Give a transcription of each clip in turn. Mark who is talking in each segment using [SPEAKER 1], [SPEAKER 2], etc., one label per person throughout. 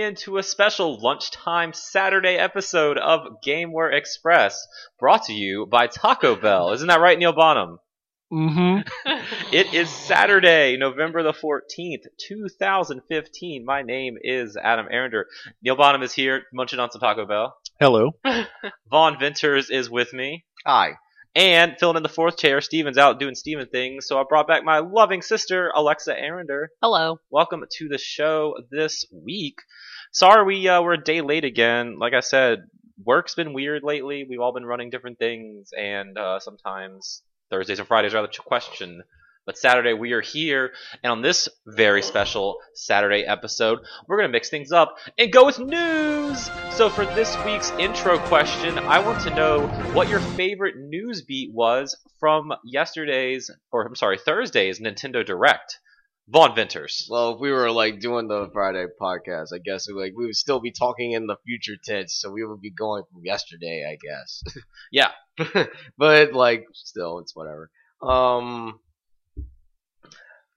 [SPEAKER 1] into a special lunchtime Saturday episode of Gameware Express, brought to you by Taco Bell. Isn't that right, Neil Bonham?
[SPEAKER 2] Mm-hmm.
[SPEAKER 1] It is Saturday, November the 14th, 2015. My name is Adam Arender. Neil Bonham is here, munching on some Taco Bell.
[SPEAKER 2] Hello.
[SPEAKER 1] Vaughn Venters is with me.
[SPEAKER 3] Aye.
[SPEAKER 1] And filling in the fourth chair, Steven's out doing Steven things, so I brought back my loving sister, Alexa Arender.
[SPEAKER 4] Hello.
[SPEAKER 1] Welcome to the show this week. Sorry we uh, were a day late again. Like I said, work's been weird lately. We've all been running different things, and uh, sometimes Thursdays and Fridays are out of the question. But Saturday we are here, and on this very special Saturday episode, we're gonna mix things up and go with news. So for this week's intro question, I want to know what your favorite news beat was from yesterday's, or I'm sorry, Thursday's Nintendo Direct. Vaughn Venters.
[SPEAKER 3] Well, if we were like doing the Friday podcast, I guess we, like we would still be talking in the future tense, so we would be going from yesterday, I guess.
[SPEAKER 1] Yeah.
[SPEAKER 3] but like, still, it's whatever. Um,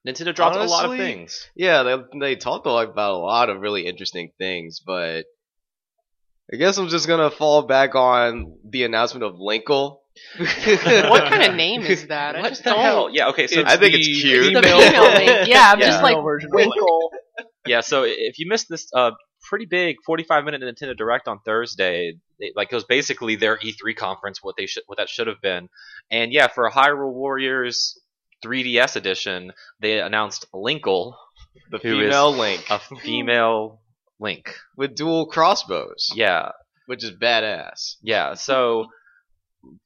[SPEAKER 1] Nintendo dropped a lot of
[SPEAKER 3] Honestly,
[SPEAKER 1] things.
[SPEAKER 3] yeah, they they talked a lot about a lot of really interesting things, but I guess I'm just gonna fall back on the announcement of Linkle.
[SPEAKER 4] What kind of name is that? I
[SPEAKER 1] What
[SPEAKER 4] just
[SPEAKER 1] the
[SPEAKER 4] don't.
[SPEAKER 1] hell? Yeah. Okay. So
[SPEAKER 3] I think it's
[SPEAKER 1] the-
[SPEAKER 4] The
[SPEAKER 3] cute.
[SPEAKER 4] female name. Yeah, I'm
[SPEAKER 1] Yeah.
[SPEAKER 4] just like Winkle.
[SPEAKER 1] yeah, so i- if you missed this uh, pretty big 45 minute Nintendo Direct on Thursday, it, like it was basically their E3 conference, what they should, what that should have been. And yeah, for Hyrule Warriors 3DS edition, they announced Linkle,
[SPEAKER 3] the
[SPEAKER 1] Who is-
[SPEAKER 3] female Link
[SPEAKER 1] a female Link.
[SPEAKER 3] with dual crossbows,
[SPEAKER 1] Yeah,
[SPEAKER 3] which is badass.
[SPEAKER 1] yeah. So,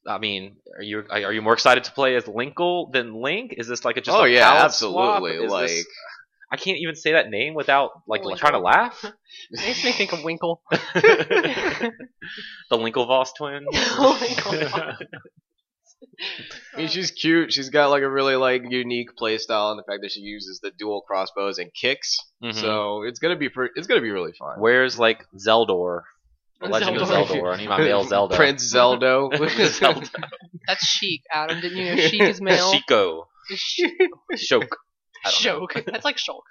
[SPEAKER 1] I mean, are you are you more excited to play as Linkle than Link? Is this like a just
[SPEAKER 3] oh
[SPEAKER 1] a
[SPEAKER 3] yeah,
[SPEAKER 1] palette swap?
[SPEAKER 3] absolutely.
[SPEAKER 1] Is
[SPEAKER 3] Like
[SPEAKER 1] this- I can't even say that name without like
[SPEAKER 4] Linkle.
[SPEAKER 1] trying to laugh.
[SPEAKER 4] It makes me think of Winkle.
[SPEAKER 1] the Linklevoss twins.
[SPEAKER 4] Winkle.
[SPEAKER 3] I mean, she's cute. She's got like a really like unique play style, and the fact that she uses the dual crossbows and kicks.
[SPEAKER 1] Mhm.
[SPEAKER 3] So it's gonna be pre- it's gonna be really fun.
[SPEAKER 1] Where's like Zeldor? The Legend of
[SPEAKER 4] Zeldor.
[SPEAKER 1] Zeldor. I need my male Zelda.
[SPEAKER 3] Prince Zelda.
[SPEAKER 1] Zelda.
[SPEAKER 4] That's chic, Adam. Didn't you know chic is male?
[SPEAKER 1] Shiko.
[SPEAKER 4] Chic.
[SPEAKER 1] Shok. I don't know.
[SPEAKER 4] Shulk. That's like Shulk.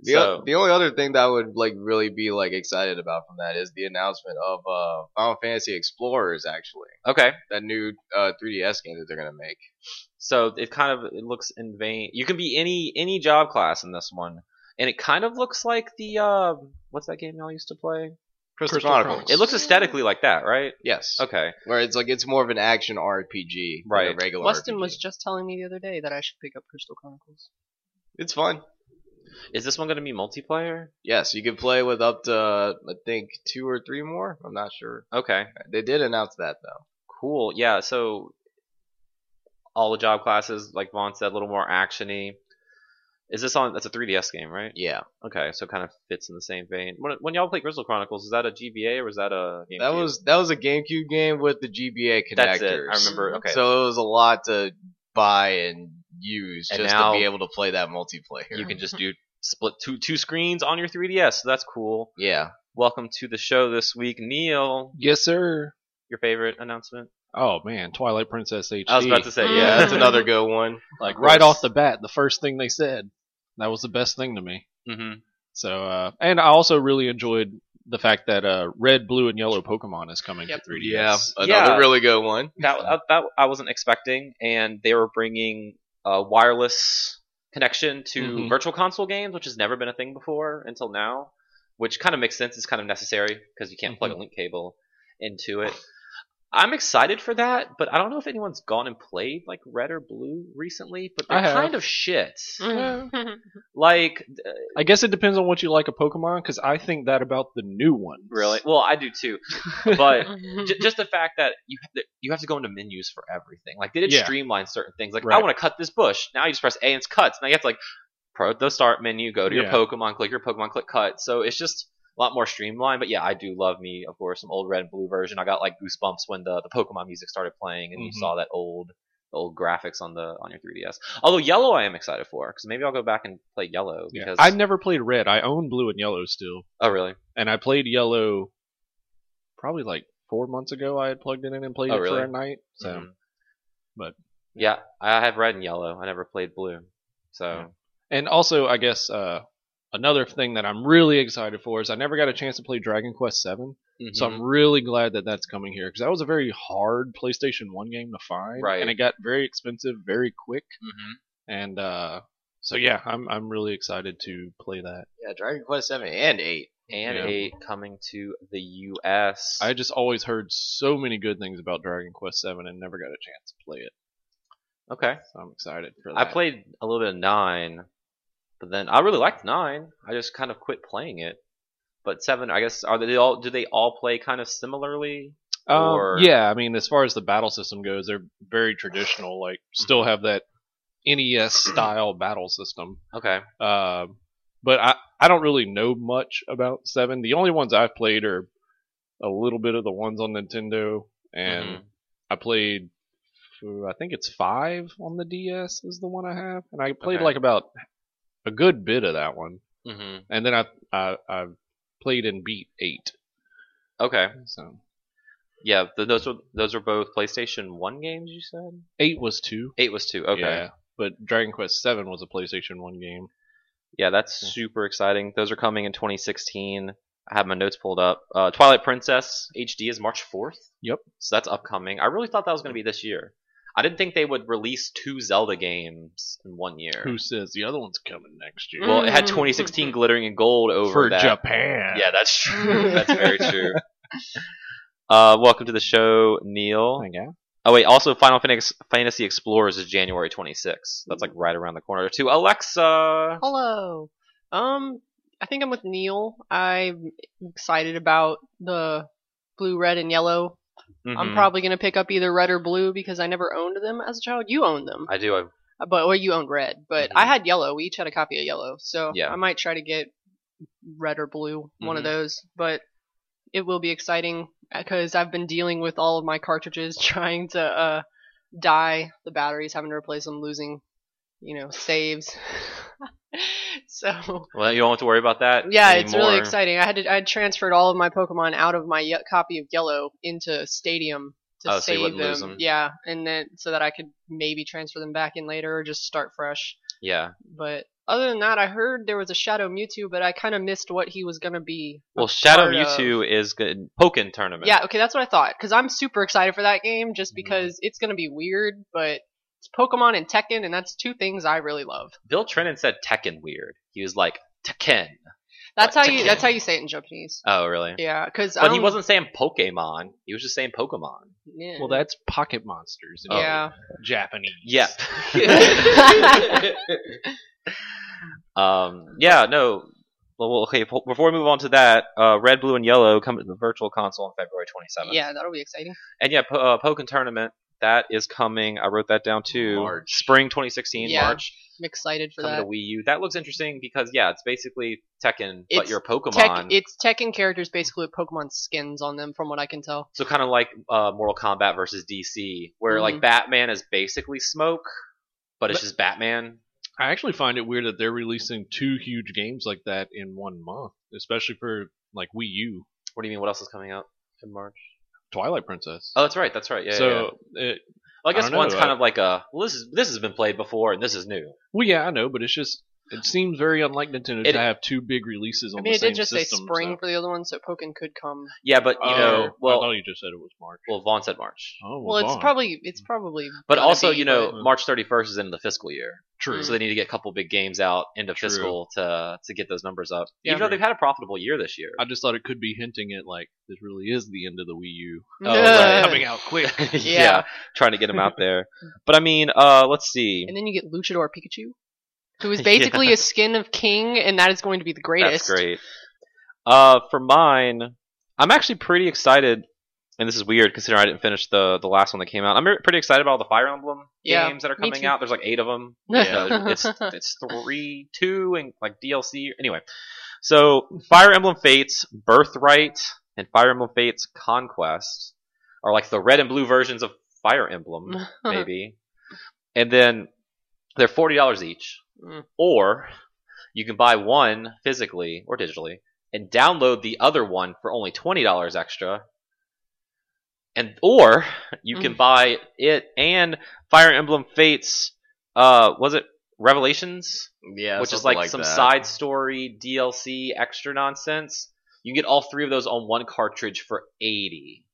[SPEAKER 3] The,
[SPEAKER 1] So-
[SPEAKER 3] the only other thing that I would like really be like excited about from that is the announcement of uh, Final Fantasy Explorers. Actually,
[SPEAKER 1] Okay.
[SPEAKER 3] that new uh, 3DS game that they're gonna make.
[SPEAKER 1] So it kind of it looks in vain. You can be any any job class in this one. And it kind of looks like the um what's that game y'all used to play?
[SPEAKER 3] Crystal,
[SPEAKER 2] Crystal
[SPEAKER 3] Chronicles.
[SPEAKER 2] Chronicles.
[SPEAKER 1] It looks aesthetically like that, right?
[SPEAKER 3] yes,
[SPEAKER 1] Okay.
[SPEAKER 3] where it's like it's more of an action RPG, than a
[SPEAKER 1] Right.
[SPEAKER 3] regular.
[SPEAKER 4] Weston
[SPEAKER 3] RPG.
[SPEAKER 4] was just telling me the other day that I should pick up Crystal Chronicles.
[SPEAKER 3] It's fun.
[SPEAKER 1] Is this one gonna be multiplayer?
[SPEAKER 3] Yes, you can play with up to I think two or three more. I'm not sure.
[SPEAKER 1] Okay.
[SPEAKER 3] They did announce that though.
[SPEAKER 1] Cool. Yeah. So all the job classes, like Vaughn said, a little more actiony. Is this on? That's a 3DS game, right?
[SPEAKER 3] Yeah,
[SPEAKER 1] Okay, so it kind of fits in the same vein. When, when y'all play Crystal Chronicles, is that a GBA or was that a? GameCube?
[SPEAKER 3] that was that was a GameCube game with the GBA connectors.
[SPEAKER 1] That's it. I remember. Okay,
[SPEAKER 3] So it was a lot to buy and use
[SPEAKER 1] And
[SPEAKER 3] just
[SPEAKER 1] now-
[SPEAKER 3] to be able to play that multiplayer.
[SPEAKER 1] you can just do split two two screens on your 3DS. So that's cool.
[SPEAKER 3] yeah.
[SPEAKER 1] Welcome to the show this week, Neil.
[SPEAKER 2] Yes, sir.
[SPEAKER 1] Your favorite announcement?
[SPEAKER 2] Oh man, Twilight Princess HD.
[SPEAKER 1] I was about to say
[SPEAKER 3] Yeah,
[SPEAKER 1] yeah.
[SPEAKER 3] that's another good one.
[SPEAKER 2] like right off the bat, the first thing they said. That was the best thing to me.
[SPEAKER 3] Mm-hmm.
[SPEAKER 1] hmm
[SPEAKER 2] So, uh, and I also really enjoyed the fact that uh, red, blue, and yellow Pokemon is coming
[SPEAKER 4] Yep.
[SPEAKER 2] to 3DS.
[SPEAKER 3] Yeah, another
[SPEAKER 1] Yeah.
[SPEAKER 3] really good one.
[SPEAKER 1] That uh, that I wasn't expecting, and they were bringing a wireless connection to
[SPEAKER 2] Mhm.
[SPEAKER 1] virtual console games, which has never been a thing before until now. Which kind of makes sense. It's kind of necessary because you can't plug a link cable into it. I'm excited for that, but I don't know if anyone's gone and played like Red or Blue recently. But
[SPEAKER 2] I
[SPEAKER 1] they're
[SPEAKER 2] have.
[SPEAKER 1] kind of shit.
[SPEAKER 4] Mhm.
[SPEAKER 1] Like uh,
[SPEAKER 2] I guess it depends on what you like a Pokemon, because I think that about the new one.
[SPEAKER 1] really? Well, I do too, but
[SPEAKER 4] Mhm.
[SPEAKER 1] J- just the fact that you that you have to go into menus for everything. Like they did
[SPEAKER 2] Yeah.
[SPEAKER 1] streamline certain things. Like I
[SPEAKER 2] Right.
[SPEAKER 1] want to cut this bush. Now you just press A and it's cuts. Now you have to like pro the start menu, go to your
[SPEAKER 2] Yeah.
[SPEAKER 1] Pokemon, click your Pokemon, click cut. So it's just a lot more streamlined. But yeah, I do love me, of course, some old red and blue version. I got like goosebumps when the, the Pokemon music started playing and you
[SPEAKER 2] Mhm.
[SPEAKER 1] saw that old the old graphics on the on your 3DS. Although yellow, I am excited for because maybe I'll go back and play yellow
[SPEAKER 2] Yeah.
[SPEAKER 1] because
[SPEAKER 2] I never played red. I own blue and yellow still,
[SPEAKER 1] oh really
[SPEAKER 2] and I played yellow probably like four months ago. I had plugged it in and played
[SPEAKER 1] Oh,
[SPEAKER 2] it
[SPEAKER 1] really?
[SPEAKER 2] for a night. So
[SPEAKER 1] Mhm.
[SPEAKER 2] but-
[SPEAKER 1] yeah, I have red and yellow. I never played blue, so.
[SPEAKER 2] Yeah. And also, I guess uh, another thing that I'm really excited for is I never got a chance to play Dragon Quest Seven, so
[SPEAKER 1] Mhm.
[SPEAKER 2] I'm really glad that that's coming here because that was a very hard PlayStation One game to find,
[SPEAKER 1] Right.
[SPEAKER 2] And it got very expensive very quick,
[SPEAKER 3] Mm-hmm.
[SPEAKER 1] Mhm.
[SPEAKER 2] and uh, so yeah, I'm I'm really excited to play that.
[SPEAKER 3] Yeah, Dragon Quest Seven and Eight.
[SPEAKER 1] and
[SPEAKER 2] Yeah.
[SPEAKER 1] eight coming to the U.S.
[SPEAKER 2] I just always heard so many good things about Dragon Quest Seven and never got a chance to play it,
[SPEAKER 1] okay.
[SPEAKER 2] so I'm excited for that.
[SPEAKER 1] I played a little bit of nine, but then I really liked nine. I just kind of quit playing it. But seven, I guess, are they all? Do they all play kind of similarly?
[SPEAKER 2] Um,
[SPEAKER 1] or-
[SPEAKER 2] yeah, I mean, as far as the battle system goes, they're very traditional. Like, still have that NES style battle system.
[SPEAKER 1] Okay.
[SPEAKER 2] Um, but I, I don't really know much about Seven. The only ones I've played are a little bit of the ones on Nintendo, and
[SPEAKER 1] Mhm.
[SPEAKER 2] I played, uh, I think it's five on the DS is the one I have, and I played
[SPEAKER 1] Okay.
[SPEAKER 2] like about a good bit of that one,
[SPEAKER 1] hmm
[SPEAKER 2] and then I I, I played and beat eight.
[SPEAKER 1] Okay.
[SPEAKER 2] So
[SPEAKER 1] Yeah. Th- those were those were both PlayStation One games. You said
[SPEAKER 2] eight was two.
[SPEAKER 1] eight was two. Okay.
[SPEAKER 2] Yeah, but Dragon Quest Seven was a PlayStation One game.
[SPEAKER 1] Yeah, that's
[SPEAKER 2] Yeah.
[SPEAKER 1] super exciting. Those are coming in 2016. I have my notes pulled up. Uh, Twilight Princess HD is March 4th.
[SPEAKER 2] Yep.
[SPEAKER 1] So that's upcoming. I really thought that was going to be this year. I didn't think they would release two Zelda games in one year.
[SPEAKER 2] Who says the other one's coming next year?
[SPEAKER 1] Well, it had 2016 glittering in gold over
[SPEAKER 2] for
[SPEAKER 1] that.
[SPEAKER 2] Japan.
[SPEAKER 1] Yeah, that's true. that's very true. Uh, welcome to the show, Neil.
[SPEAKER 2] I guess.
[SPEAKER 1] Oh wait, also Final Fantas- Fantasy Explorers is January 26th. That's like right around the corner. To Alexa.
[SPEAKER 4] Hello. Um, I think I'm with Neil. I'm excited about the blue, red, and yellow. I'm
[SPEAKER 1] Mhm.
[SPEAKER 4] probably gonna pick up either red or blue because I never owned them as a child. You owned them,
[SPEAKER 1] I do. I
[SPEAKER 4] but or you owned red. But
[SPEAKER 1] Mhm.
[SPEAKER 4] I had yellow. We each had a copy of yellow, so
[SPEAKER 1] Yeah.
[SPEAKER 4] I might try to get red or blue, one of
[SPEAKER 1] Mhm.
[SPEAKER 4] those. But it will be exciting because I've been dealing with all of my cartridges trying to uh, die the batteries, having to replace them, losing, you know, saves. so
[SPEAKER 1] Well, you don't have to worry about that.
[SPEAKER 4] yeah, it's really
[SPEAKER 1] anymore.
[SPEAKER 4] exciting. I had to, I had transferred all of my Pokemon out of my ye- copy of Yellow into Stadium to
[SPEAKER 1] Oh, so you
[SPEAKER 4] save
[SPEAKER 1] wouldn't
[SPEAKER 4] them.
[SPEAKER 1] lose them.
[SPEAKER 4] Yeah, and then so that I could maybe transfer them back in later or just start fresh.
[SPEAKER 1] Yeah.
[SPEAKER 4] But other than that, I heard there was a Shadow Mewtwo, but I kind of missed what he was gonna be.
[SPEAKER 1] Well, Shadow
[SPEAKER 4] part of-
[SPEAKER 1] Mewtwo is good. Pokken tournament.
[SPEAKER 4] Yeah, okay, that's what I thought because I'm super excited for that game just
[SPEAKER 1] Mm-hmm.
[SPEAKER 4] because it's gonna be weird, but it's Pokemon and Tekken, and that's two things I really love.
[SPEAKER 1] Bill Trennan said Tekken weird. He was like Tekken.
[SPEAKER 4] That's
[SPEAKER 1] Like
[SPEAKER 4] how you
[SPEAKER 1] Tekken.
[SPEAKER 4] that's how you say it in Japanese.
[SPEAKER 1] Oh, really?
[SPEAKER 4] Yeah, because
[SPEAKER 1] But he wasn't saying Pokemon. He was just saying Pokemon.
[SPEAKER 4] Yeah.
[SPEAKER 2] Well, that's Pocket Monsters
[SPEAKER 1] Oh,
[SPEAKER 2] in
[SPEAKER 4] yeah.
[SPEAKER 2] Japanese.
[SPEAKER 1] Yeah. um. Yeah. No. Well, well, okay. po- Before we move on to that, uh, Red, Blue, and Yellow come to the Virtual Console on February 27th.
[SPEAKER 4] Yeah, that'll be exciting.
[SPEAKER 1] And yeah, po- uh, Pokken tournament that is coming. I wrote that down too.
[SPEAKER 3] March.
[SPEAKER 1] Spring 2016.
[SPEAKER 4] Yeah.
[SPEAKER 1] March.
[SPEAKER 4] I'm excited for
[SPEAKER 1] coming
[SPEAKER 4] that.
[SPEAKER 1] to Wii U. That looks interesting because yeah, it's basically Tekken, but
[SPEAKER 4] It's
[SPEAKER 1] you're Pokemon.
[SPEAKER 4] Tech, it's Tekken characters basically with Pokemon skins on them, from what I can tell.
[SPEAKER 1] so kind of like uh, Mortal Kombat versus DC, where like
[SPEAKER 4] Mhm.
[SPEAKER 1] Batman is basically Smoke, but it's
[SPEAKER 2] But-
[SPEAKER 1] just Batman.
[SPEAKER 2] I actually find it weird that they're releasing two huge games like that in one month, especially for like Wii U,
[SPEAKER 1] What do you mean? What else is coming out in March?
[SPEAKER 2] Twilight Princess.
[SPEAKER 1] Oh, that's right. That's right. Yeah.
[SPEAKER 2] so,
[SPEAKER 1] yeah, yeah.
[SPEAKER 2] It,
[SPEAKER 1] Well, I guess
[SPEAKER 2] don't know,
[SPEAKER 1] one's kind
[SPEAKER 2] uh,
[SPEAKER 1] of like a well, this is this has been played before and this is new.
[SPEAKER 2] well, yeah, I know, but it's just it seems very unlike Nintendo
[SPEAKER 1] It-
[SPEAKER 2] to have two big releases on
[SPEAKER 4] I mean,
[SPEAKER 2] the
[SPEAKER 4] it
[SPEAKER 2] same
[SPEAKER 4] did just
[SPEAKER 2] system.
[SPEAKER 4] say spring
[SPEAKER 2] so-
[SPEAKER 4] for the other one, so Pokken could come.
[SPEAKER 1] Yeah, but you
[SPEAKER 2] Oh,
[SPEAKER 1] know,
[SPEAKER 2] I
[SPEAKER 1] well,
[SPEAKER 2] thought you just said it was March.
[SPEAKER 1] well, Vaughn said March,
[SPEAKER 2] Oh,
[SPEAKER 4] Well, it's
[SPEAKER 2] darn.
[SPEAKER 4] probably it's probably.
[SPEAKER 1] but
[SPEAKER 4] gonna
[SPEAKER 1] also
[SPEAKER 4] be,
[SPEAKER 1] you know,
[SPEAKER 2] but-
[SPEAKER 1] March Hmm. 31st is into the fiscal year.
[SPEAKER 2] true.
[SPEAKER 1] So they need to get a couple big games out into
[SPEAKER 2] True.
[SPEAKER 1] fiscal to to get those numbers up.
[SPEAKER 2] Yeah.
[SPEAKER 1] Even though they've had a profitable year this year.
[SPEAKER 2] I just thought it could be hinting at like this really is the end of the Wii U
[SPEAKER 4] but-
[SPEAKER 1] Oh, right.
[SPEAKER 2] coming out quick.
[SPEAKER 1] yeah.
[SPEAKER 4] Yeah.
[SPEAKER 1] trying to get him out there. But I mean, uh, let's see.
[SPEAKER 4] And then you get Luchador Pikachu, who is
[SPEAKER 1] Yeah.
[SPEAKER 4] basically a skin of King, and that is going to be the greatest.
[SPEAKER 1] That's great. Uh, for mine, I'm actually pretty excited, and this is weird considering I didn't finish the the last one that came out. I'm re- pretty excited about all the Fire Emblem
[SPEAKER 4] Yeah,
[SPEAKER 1] games that are
[SPEAKER 4] me
[SPEAKER 1] coming
[SPEAKER 4] too.
[SPEAKER 1] out. There's like eight of them.
[SPEAKER 4] Yeah.
[SPEAKER 1] So it's it's three, two, and like DLC. Anyway, so Fire Emblem Fates Birthright and Fire Emblem Fates Conquest are like the red and blue versions of Fire Emblem. maybe. and then they're forty dollars each,
[SPEAKER 4] Mm.
[SPEAKER 1] or you can buy one physically or digitally and download the other one for only twenty dollars extra. And or you can buy it and Fire Emblem Fates. Uh, was it Revelations,
[SPEAKER 3] Yeah,
[SPEAKER 1] which is
[SPEAKER 3] something
[SPEAKER 1] like, some
[SPEAKER 3] that.
[SPEAKER 1] side story DLC extra nonsense. You can get all three of those on one cartridge for 80.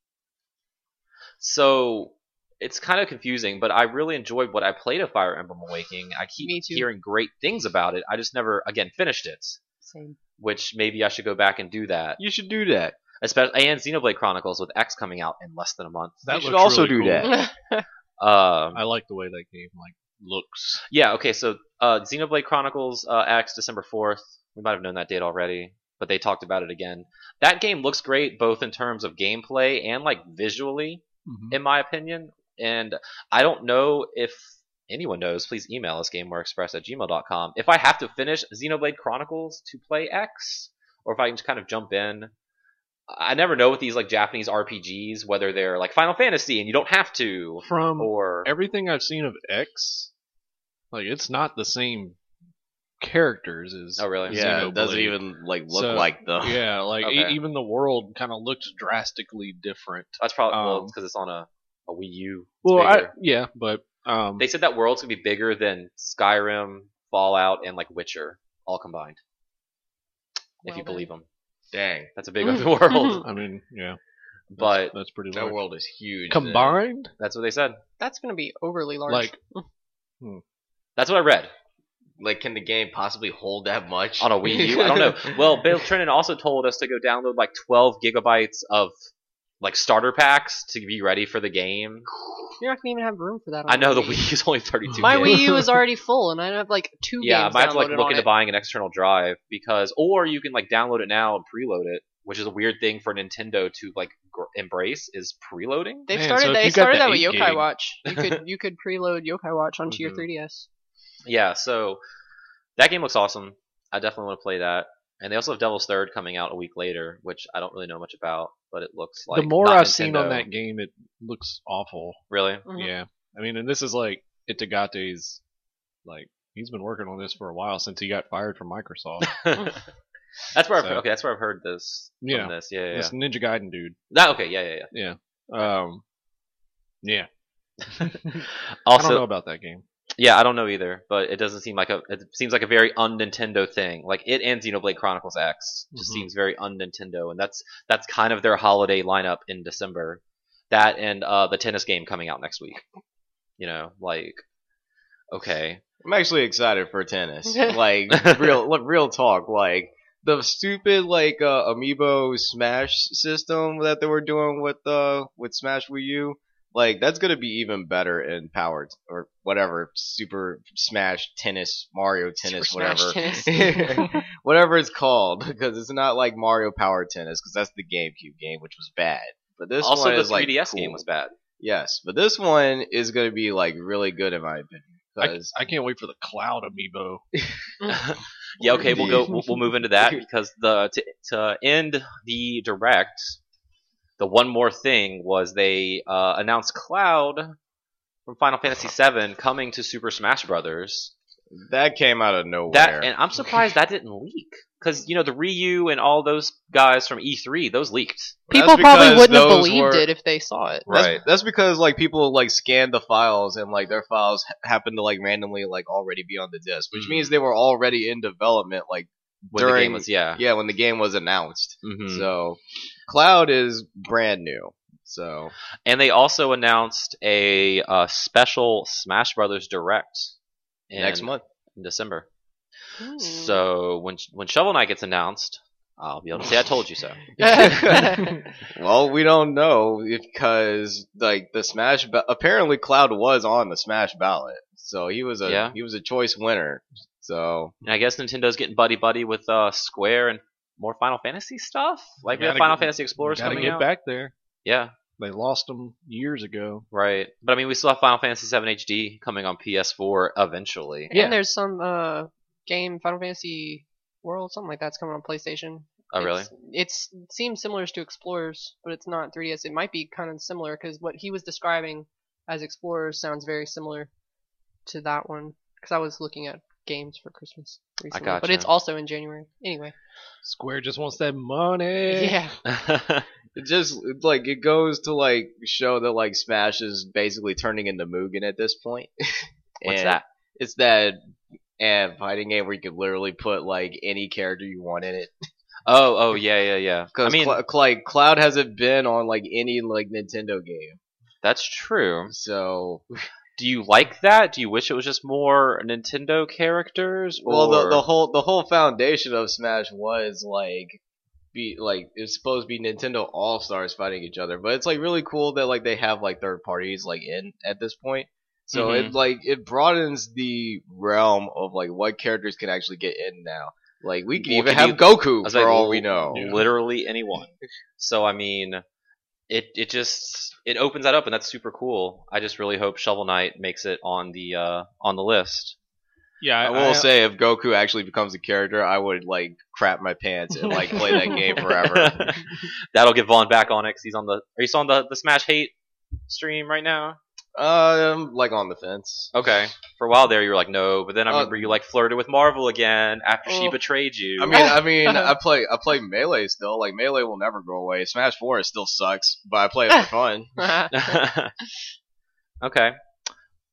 [SPEAKER 1] So it's kind of confusing, but I really enjoyed what I played of Fire Emblem Awakening. I
[SPEAKER 4] Me
[SPEAKER 1] keep
[SPEAKER 4] too.
[SPEAKER 1] hearing great things about it. I just never again finished it,
[SPEAKER 4] Same.
[SPEAKER 1] which maybe I should go back and do that.
[SPEAKER 3] You should do that.
[SPEAKER 1] Especially and Xenoblade Chronicles with X coming out in less than a month.
[SPEAKER 2] That
[SPEAKER 3] You should
[SPEAKER 2] looks
[SPEAKER 3] also
[SPEAKER 2] really
[SPEAKER 3] do
[SPEAKER 2] cool.
[SPEAKER 3] that.
[SPEAKER 1] Um,
[SPEAKER 2] I like the way that game like looks.
[SPEAKER 1] Yeah, okay, so uh, Xenoblade Chronicles uh, X, December 4th. We might have known that date already, but they talked about it again. That game looks great, both in terms of gameplay and, like, visually,
[SPEAKER 2] Mm-hmm.
[SPEAKER 1] in my opinion. And I don't know if anyone knows. Please email us, gamewareexpress at gmail.com. If I have to finish Xenoblade Chronicles to play X, or if I can just kind of jump in. I never know with these, like, Japanese RPGs, whether they're, like, Final Fantasy and you don't have to,
[SPEAKER 2] From
[SPEAKER 1] or.
[SPEAKER 2] everything I've seen of X, like it's not the same characters as
[SPEAKER 1] Oh, really?
[SPEAKER 2] as
[SPEAKER 3] Yeah, it doesn't
[SPEAKER 2] Xenoblade.
[SPEAKER 3] even like look
[SPEAKER 2] So,
[SPEAKER 3] like them.
[SPEAKER 2] yeah like e-
[SPEAKER 1] Okay.
[SPEAKER 2] even the world kind of looks drastically different.
[SPEAKER 1] That's probably well,
[SPEAKER 2] Um,
[SPEAKER 1] it's 'cause because it's on a, a Wii U. It's
[SPEAKER 2] Well, I,
[SPEAKER 1] bigger.
[SPEAKER 2] yeah, but um,
[SPEAKER 1] they said that world's gonna be bigger than Skyrim, Fallout, and like Witcher all combined. if
[SPEAKER 4] Well
[SPEAKER 1] you
[SPEAKER 4] then.
[SPEAKER 1] believe them,
[SPEAKER 3] Dang,
[SPEAKER 1] that's a big open world.
[SPEAKER 4] Mhm.
[SPEAKER 2] I mean, yeah, that's-
[SPEAKER 1] but
[SPEAKER 2] that's pretty
[SPEAKER 3] that
[SPEAKER 2] large.
[SPEAKER 3] world is huge.
[SPEAKER 2] Combined,
[SPEAKER 1] that's what they said.
[SPEAKER 4] That's gonna be overly large.
[SPEAKER 2] like
[SPEAKER 1] That's what I read
[SPEAKER 3] Like, can the game possibly hold that much
[SPEAKER 1] on a Wii U. I don't know. Well, Bill Trinan also told us to go download like 12 gigabytes of like starter packs to be ready for the game.
[SPEAKER 4] You're not gonna even have room for that. On
[SPEAKER 1] I know the
[SPEAKER 4] your
[SPEAKER 1] Wii U's only 32.
[SPEAKER 4] My
[SPEAKER 1] gigs.
[SPEAKER 4] Wii U is already full, and I have like two
[SPEAKER 1] Yeah, I
[SPEAKER 4] games
[SPEAKER 1] might have to like
[SPEAKER 4] downloaded
[SPEAKER 1] look
[SPEAKER 4] on
[SPEAKER 1] into
[SPEAKER 4] it.
[SPEAKER 1] buying an external drive because, or you can like download it now and preload it, which is a weird thing for Nintendo to like gr- embrace is preloading.
[SPEAKER 4] They've
[SPEAKER 2] Man,
[SPEAKER 4] started.
[SPEAKER 2] so if
[SPEAKER 4] they
[SPEAKER 2] you got
[SPEAKER 4] started
[SPEAKER 2] the
[SPEAKER 4] that with
[SPEAKER 2] 8
[SPEAKER 4] Yokai
[SPEAKER 2] gig-
[SPEAKER 4] Watch. You could you could preload Yokai Watch onto your
[SPEAKER 1] Mhm.
[SPEAKER 4] 3DS.
[SPEAKER 1] Yeah, so that game looks awesome. I definitely want to play that. And they also have Devil's Third coming out a week later, which I don't really know much about, but it looks like
[SPEAKER 2] the more
[SPEAKER 1] not
[SPEAKER 2] I've seen on
[SPEAKER 1] Nintendo.
[SPEAKER 2] that game, it looks awful.
[SPEAKER 1] Really,
[SPEAKER 4] Mhm.
[SPEAKER 2] Yeah, I mean, and this is like Itagate's, like he's been working on this for a while since he got fired from Microsoft.
[SPEAKER 1] that's where I've,
[SPEAKER 2] So-
[SPEAKER 1] okay, that's where I've heard this. from
[SPEAKER 2] Yeah.
[SPEAKER 1] this, yeah, yeah. yeah.
[SPEAKER 2] This Ninja Gaiden dude.
[SPEAKER 1] That- okay, yeah, yeah,
[SPEAKER 2] Um, yeah,
[SPEAKER 1] yeah.
[SPEAKER 2] I don't
[SPEAKER 1] also,
[SPEAKER 2] know about that game.
[SPEAKER 1] Yeah, I don't know either, but it doesn't seem like a. It seems like a very un-Nintendo thing. Like it and Xenoblade Chronicles X just
[SPEAKER 3] Mm-hmm.
[SPEAKER 2] Mhm.
[SPEAKER 1] seems very un-Nintendo, and that's that's kind of their holiday lineup in December. That and uh, the tennis game coming out next week. You know, like okay,
[SPEAKER 3] I'm actually excited for tennis. like real, look, real talk. Like the stupid like uh, amiibo Smash system that they were doing with uh with Smash Wii U. Like that's gonna be even better in powered or whatever Super Smash Tennis Mario Tennis
[SPEAKER 4] Super
[SPEAKER 3] whatever.
[SPEAKER 4] Smash Tennis.
[SPEAKER 3] whatever it's called, because it's not like Mario Power Tennis, because that's the GameCube game, which was bad. But this
[SPEAKER 1] also
[SPEAKER 3] one
[SPEAKER 1] the
[SPEAKER 3] is like
[SPEAKER 1] 3DS
[SPEAKER 3] cool.
[SPEAKER 1] game was bad.
[SPEAKER 3] Yes, but this one is going to be like really good in my opinion.
[SPEAKER 2] I,
[SPEAKER 3] 'cause-
[SPEAKER 2] I can't wait for the Cloud Amiibo.
[SPEAKER 1] yeah, okay, we'll go. We'll, we'll move into that because the to, to end the direct, the one more thing was they uh, announced Cloud from Final Fantasy VII coming to Super Smash Brothers.
[SPEAKER 3] that came out of nowhere.
[SPEAKER 1] That and I'm surprised that didn't leak because you know the Ryu and all those guys from E3 those leaked.
[SPEAKER 3] That's
[SPEAKER 4] People probably
[SPEAKER 3] because
[SPEAKER 4] wouldn't have
[SPEAKER 3] those
[SPEAKER 4] believed
[SPEAKER 3] were-
[SPEAKER 4] it if they saw it.
[SPEAKER 3] That's,
[SPEAKER 1] Right.
[SPEAKER 3] that's because like people like scanned the files and like their files ha- happened to like randomly like already be on the disc, which
[SPEAKER 1] Hmm.
[SPEAKER 3] means they were already in development like
[SPEAKER 1] When the
[SPEAKER 3] during
[SPEAKER 1] game was yeah.
[SPEAKER 3] yeah when the game was announced.
[SPEAKER 1] Mhm.
[SPEAKER 3] So Cloud is brand new. So
[SPEAKER 1] And they also announced a uh, special Smash Brothers Direct in
[SPEAKER 3] next month,
[SPEAKER 1] in December.
[SPEAKER 4] Hmm.
[SPEAKER 1] So when when Shovel Knight gets announced, I'll be able to say I told you so.
[SPEAKER 3] Well, we don't know because like the Smash. Ba- apparently, Cloud was on the Smash ballot, so he was a
[SPEAKER 1] Yeah.
[SPEAKER 3] he was a choice winner. So
[SPEAKER 1] And I guess Nintendo's getting buddy buddy with uh, Square and more Final Fantasy stuff. Like we have
[SPEAKER 2] Gotta
[SPEAKER 1] Final
[SPEAKER 2] get-
[SPEAKER 1] Fantasy Explorers
[SPEAKER 2] Gotta
[SPEAKER 1] coming
[SPEAKER 2] get
[SPEAKER 1] out.
[SPEAKER 2] back there.
[SPEAKER 1] Yeah.
[SPEAKER 2] They lost them years ago.
[SPEAKER 1] Right, but I mean, we still have Final Fantasy VII HD coming on PS4 eventually.
[SPEAKER 2] Yeah.
[SPEAKER 4] And there's some uh game Final Fantasy World something like that's coming on PlayStation.
[SPEAKER 1] Oh, really?
[SPEAKER 4] It's- It's, it seems similar to Explorers, but it's not 3DS. It might be kind of similar because what he was describing as Explorers sounds very similar to that one. Because I was looking at games for Christmas recently, but
[SPEAKER 1] gotcha.
[SPEAKER 4] it's also in January anyway.
[SPEAKER 2] Square just wants that money.
[SPEAKER 4] Yeah,
[SPEAKER 3] it just like it goes to like show that like Smash is basically turning into Mugen at this point.
[SPEAKER 1] What's
[SPEAKER 3] And
[SPEAKER 1] that?
[SPEAKER 3] It's that and fighting game where you could literally put like any character you want in it.
[SPEAKER 1] Oh, oh yeah, yeah, yeah. I
[SPEAKER 3] Because
[SPEAKER 1] mean,
[SPEAKER 3] like Cloud hasn't been on like any like Nintendo game,
[SPEAKER 1] that's true.
[SPEAKER 3] so
[SPEAKER 1] Do you like that? Do you wish it was just more Nintendo characters?
[SPEAKER 3] Well, the,
[SPEAKER 1] or-
[SPEAKER 3] the whole the whole foundation of Smash was like be like it's supposed to be Nintendo All Stars fighting each other, but it's like really cool that like they have like third parties like in at this point. So
[SPEAKER 1] Mm-hmm.
[SPEAKER 3] it like it broadens the realm of like what characters can actually get in now. Like we could
[SPEAKER 1] Well,
[SPEAKER 3] even
[SPEAKER 1] could
[SPEAKER 3] have
[SPEAKER 1] you- I
[SPEAKER 3] Goku
[SPEAKER 1] was
[SPEAKER 3] for
[SPEAKER 1] like,
[SPEAKER 3] all
[SPEAKER 1] l-
[SPEAKER 3] we know.
[SPEAKER 2] Yeah.
[SPEAKER 1] literally anyone. So I mean, it it just it opens that up, and that's super cool. I just really hope Shovel Knight makes it on the uh, on the list.
[SPEAKER 2] Yeah,
[SPEAKER 3] I will say if Goku actually becomes a character, I would like crap my pants and like play that game forever.
[SPEAKER 1] That'll get Vaughn back on it. 'cause he's on the are you still on the the Smash Hate stream right now?
[SPEAKER 3] um, like on the fence.
[SPEAKER 1] Okay. For a while there, you were like no, but then I
[SPEAKER 3] Uh,
[SPEAKER 1] remember you like flirted with Marvel again after she
[SPEAKER 4] Oh.
[SPEAKER 1] betrayed you.
[SPEAKER 3] I mean, I mean, I play, I play melee still. Like melee will never go away. Smash Four it still sucks, but I play it for fun.
[SPEAKER 1] okay.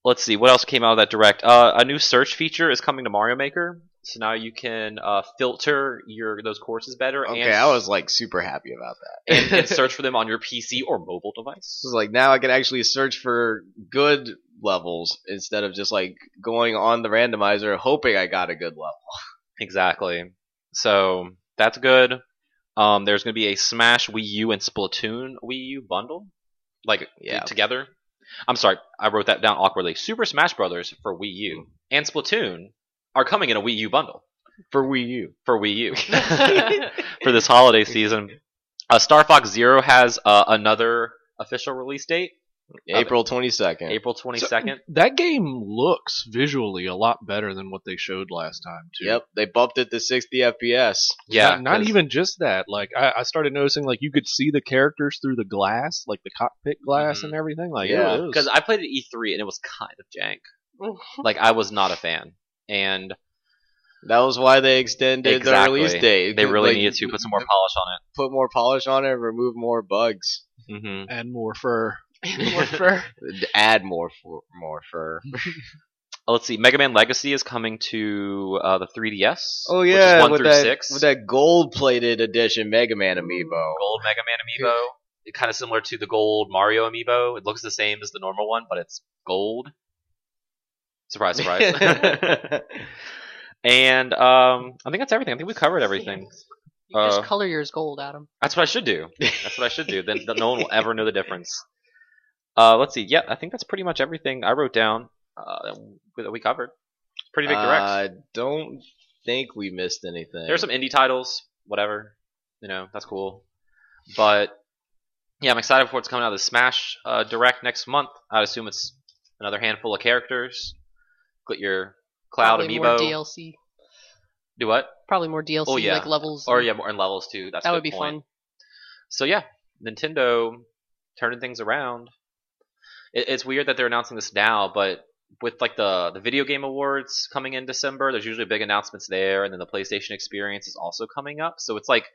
[SPEAKER 1] Let's see what else came out of that direct. Uh, a new search feature is coming to Mario Maker, so now you can uh, filter your those courses better. and,
[SPEAKER 3] Okay, I was like super happy about that.
[SPEAKER 1] and, and search for them on your PC or mobile device.
[SPEAKER 3] This is like now I can actually search for good levels instead of just like going on the randomizer hoping I got a good level.
[SPEAKER 1] Exactly. So that's good. Um, there's going to be a Smash Wii U and Splatoon Wii U bundle, like
[SPEAKER 3] Yeah.
[SPEAKER 1] together. I'm sorry, I wrote that down awkwardly. Super Smash Brothers for Wii U and Splatoon are coming in a Wii U bundle
[SPEAKER 3] For Wii U,
[SPEAKER 1] for Wii U for this holiday season. Uh, Star Fox Zero has uh, another official release date,
[SPEAKER 3] April twenty second.
[SPEAKER 1] April 22nd.
[SPEAKER 2] that game looks visually a lot better than what they showed last time too.
[SPEAKER 3] Yep, they bumped it to sixty FPS.
[SPEAKER 1] yeah,
[SPEAKER 2] Not, not
[SPEAKER 1] 'cause-
[SPEAKER 2] even just that. Like I, I started noticing, like you could see the characters through the glass, like the cockpit glass
[SPEAKER 1] Mhm.
[SPEAKER 2] and everything. Like
[SPEAKER 3] Yeah.
[SPEAKER 2] yeah, it was,
[SPEAKER 1] because I played at E3 and it was kind of jank. Like I was not a fan, and
[SPEAKER 3] That was why they extended
[SPEAKER 1] Exactly.
[SPEAKER 3] the release date.
[SPEAKER 1] They really
[SPEAKER 3] Like,
[SPEAKER 1] needed to put some more polish on
[SPEAKER 3] put more polish on it, and remove more bugs,
[SPEAKER 1] it. Mm-hmm.
[SPEAKER 2] and more fur.
[SPEAKER 4] More fur.
[SPEAKER 3] add more fu- more fur.
[SPEAKER 1] Uh, Let's see. Mega Man Legacy is coming to uh, the 3DS.
[SPEAKER 3] Oh yeah,
[SPEAKER 1] which is one
[SPEAKER 3] with
[SPEAKER 1] through
[SPEAKER 3] that
[SPEAKER 1] six.
[SPEAKER 3] with that gold plated edition Mega Man amiibo.
[SPEAKER 1] gold Mega Man amiibo. It kind of similar to the gold Mario amiibo. It looks the same as the normal one, but it's gold. Surprise, surprise. and um, I think that's everything. I think we covered everything.
[SPEAKER 4] You can
[SPEAKER 1] Uh,
[SPEAKER 4] just color yours gold, Adam.
[SPEAKER 1] That's what I should do. That's what I should do. Then no one will ever know the difference. Uh, let's see. Yeah, I think that's pretty much everything I wrote down uh, that we covered. Pretty big direct.
[SPEAKER 3] I don't think we missed anything.
[SPEAKER 1] There's some indie titles, whatever. You know, that's cool. But yeah, I'm excited for what's coming out of the Smash uh, Direct next month. I'd assume it's another handful of characters. Get your Cloud
[SPEAKER 4] Probably more
[SPEAKER 1] amiibo.
[SPEAKER 4] DLC.
[SPEAKER 1] Do what?
[SPEAKER 4] Probably more DLC
[SPEAKER 1] Oh, yeah.
[SPEAKER 4] like levels.
[SPEAKER 1] Or
[SPEAKER 4] and-
[SPEAKER 1] yeah, more in levels too. That's a
[SPEAKER 4] Mm-hmm. that would
[SPEAKER 1] good
[SPEAKER 4] be
[SPEAKER 1] point.
[SPEAKER 4] fun.
[SPEAKER 1] So yeah, Nintendo turning things around. It, it's weird that they're announcing this now, but with like the the video game awards coming in December, there's usually big announcements there, and then the PlayStation Experience is also coming up. So it's like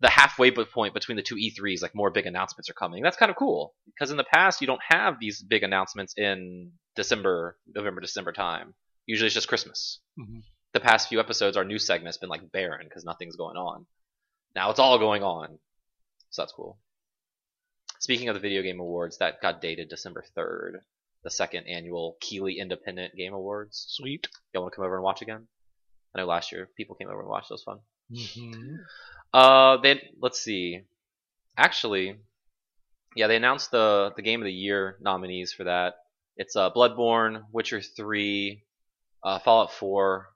[SPEAKER 1] the halfway po- point between the two E3s. Like more big announcements are coming. That's kind of cool because in the past you don't have these big announcements in December, November, December time. Usually it's just Christmas.
[SPEAKER 2] Mhm.
[SPEAKER 1] The past few episodes, our news segment's been like barren because nothing's going on. Now it's all going on. So that's cool. Speaking of the video game awards, that got dated December 3rd, the second annual Keeley Independent Game Awards.
[SPEAKER 2] Sweet.
[SPEAKER 1] Y'all want to come over and watch again? I know last year people came over and watched. That was fun.
[SPEAKER 2] Mm-hmm.
[SPEAKER 1] Uh, then let's see. Actually, yeah, they announced the the game of the year nominees for that. It's uh, Bloodborne, Witcher 3, uh, Fallout 4.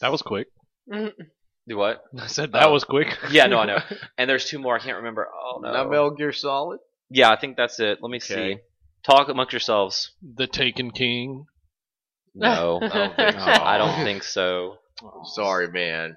[SPEAKER 2] That was quick.
[SPEAKER 1] Do what?
[SPEAKER 2] I said that
[SPEAKER 1] Oh.
[SPEAKER 2] was quick.
[SPEAKER 1] Yeah, no, I know. And there's two more I can't remember. Oh no.
[SPEAKER 3] not Metal Gear Solid.
[SPEAKER 1] Yeah, I think that's it. Let me see.
[SPEAKER 2] Okay.
[SPEAKER 1] Talk amongst yourselves.
[SPEAKER 2] the Taken King.
[SPEAKER 1] No, I don't think so. I don't think so.
[SPEAKER 3] Sorry, man.